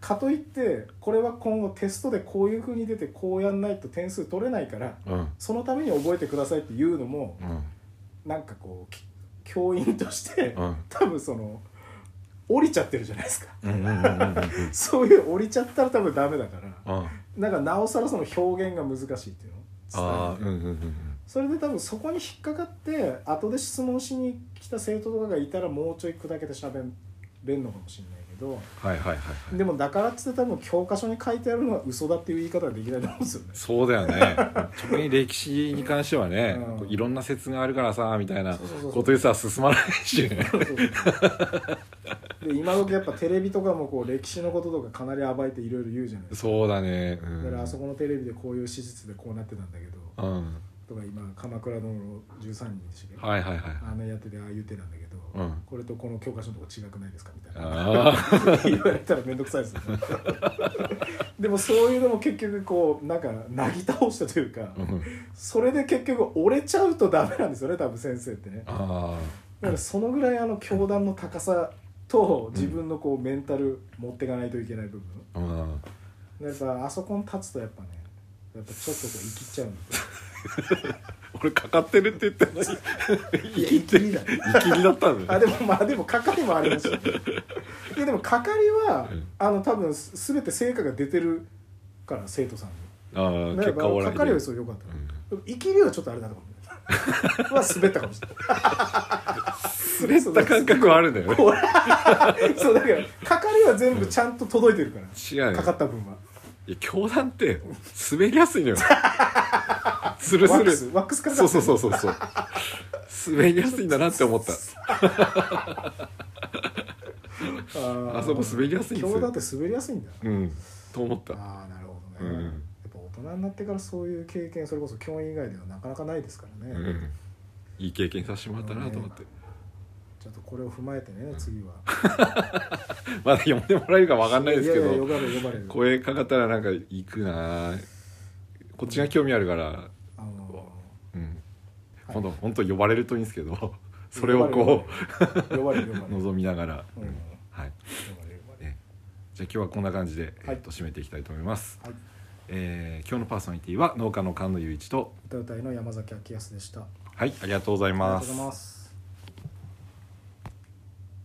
Speaker 2: かといってこれは今後テストでこういう風に出てこうやんないと点数取れないから
Speaker 1: ーうん
Speaker 2: そのために覚えてくださいっていうのも
Speaker 1: うん
Speaker 2: なんかこうき教員として
Speaker 1: うん
Speaker 2: 多分その降りちゃってるじゃないですか
Speaker 1: うんうんうんうんうん
Speaker 2: そういう降りちゃったら多分ダメだから
Speaker 1: あ
Speaker 2: なんかなおさらその表現が難しいっていうの
Speaker 1: あーうん
Speaker 2: 伝えて
Speaker 1: うんうんうん
Speaker 2: それで多分そこに引っかかって後で質問しに来た生徒とかがいたらもうちょい砕けて喋れんのかもしれないけど
Speaker 1: はいはいはいはい
Speaker 2: でもだからっつって多分教科書に書いてあるのは嘘だっていう言い方はできないと思うんですよね
Speaker 1: そうだよね特に歴史に関してはね
Speaker 2: うん
Speaker 1: こういろんな説があるからさみたいな
Speaker 2: そうそうそう
Speaker 1: ことでさ進まないしね
Speaker 2: そうそうそう で今時やっぱテレビとかもこう歴史のこととかかなり暴いていろいろ言うじゃないですか
Speaker 1: そうだねう
Speaker 2: だからあ
Speaker 1: ん
Speaker 2: そこのテレビでこういう史実でこうなってたんだけど
Speaker 1: うん
Speaker 2: とか今「鎌倉殿の13人」でしたっけ
Speaker 1: はいはいはい
Speaker 2: あのやっててああ言うてなんだけど、
Speaker 1: うん
Speaker 2: これとこの教科書のとこ違くないですかみたいな
Speaker 1: ああ
Speaker 2: 言われたら面倒くさいですよ ねでもそういうのも結局こうなんかなぎ倒したというか、
Speaker 1: うん
Speaker 2: それで結局折れちゃうとダメなんですよね多分先生ってねだか
Speaker 1: あ
Speaker 2: らそのぐらいあの教団の高さと自分のこうメンタル持っていかないといけない部分
Speaker 1: あうん
Speaker 2: やっぱあそこに立つとやっぱねやっぱちょっとこう生きっちゃうんですよ
Speaker 1: 俺かかってるって言ったのに
Speaker 2: いや生きりだね
Speaker 1: 生きりだったのね
Speaker 2: あでもまあでも係もあり ましたねいやでも係は、
Speaker 1: うん
Speaker 2: あの多分す全て成果が出てるから生徒さんに
Speaker 1: ああ
Speaker 2: だ
Speaker 1: 結
Speaker 2: か
Speaker 1: 果
Speaker 2: ら
Speaker 1: オーライ
Speaker 2: 係はそうよかった、
Speaker 1: うん
Speaker 2: でも生きりはちょっとあれだったかも ねは滑ったかもしれない
Speaker 1: 滑った感覚はあるんだよね
Speaker 2: そうだからかかりは全部ちゃんと届いてるから、
Speaker 1: 違う
Speaker 2: か
Speaker 1: よ
Speaker 2: かった分は。
Speaker 1: いや教団って滑りやすいの よつるす
Speaker 2: ワック
Speaker 1: る
Speaker 2: スワックスかかって
Speaker 1: そう
Speaker 2: る
Speaker 1: そうそうそうそう滑りやすいんだなって思った
Speaker 2: あ
Speaker 1: あそこ滑りやすいんですよ
Speaker 2: 今日だって滑りやすいんだ
Speaker 1: うんと思った
Speaker 2: ああなるほど
Speaker 1: う
Speaker 2: ね、
Speaker 1: ん
Speaker 2: やっぱ大人になってからそういう経験それこそ教員以外ではなかなかないですからね、
Speaker 1: うんいい経験させてもらったなと思って
Speaker 2: ちょっとこれを踏まえてね次は
Speaker 1: まだ呼んでもらえるか分かんないですけ
Speaker 2: いやいや呼
Speaker 1: ど
Speaker 2: ばれる呼ばれる
Speaker 1: 声かかったらなんか行くなこっちが興味あるから
Speaker 2: あの
Speaker 1: うん
Speaker 2: はい
Speaker 1: 今度本当呼ばれるといいんですけ どそれを
Speaker 2: 呼
Speaker 1: こ
Speaker 2: 呼ばれる呼ばれる呼ば れ
Speaker 1: う
Speaker 2: る、うん、呼
Speaker 1: 望みながら
Speaker 2: ばれる
Speaker 1: はい
Speaker 2: 呼ばれる
Speaker 1: えじゃあ今日はこんな感じでえ
Speaker 2: はい
Speaker 1: っと締めていきたいと思います
Speaker 2: はい
Speaker 1: えー今日のパーソナリティは農家の菅野雄一と
Speaker 2: 歌うたいの山崎明康でしたあ
Speaker 1: はいありがとうござい
Speaker 2: りが
Speaker 1: ま
Speaker 2: とうござい
Speaker 1: す
Speaker 2: ます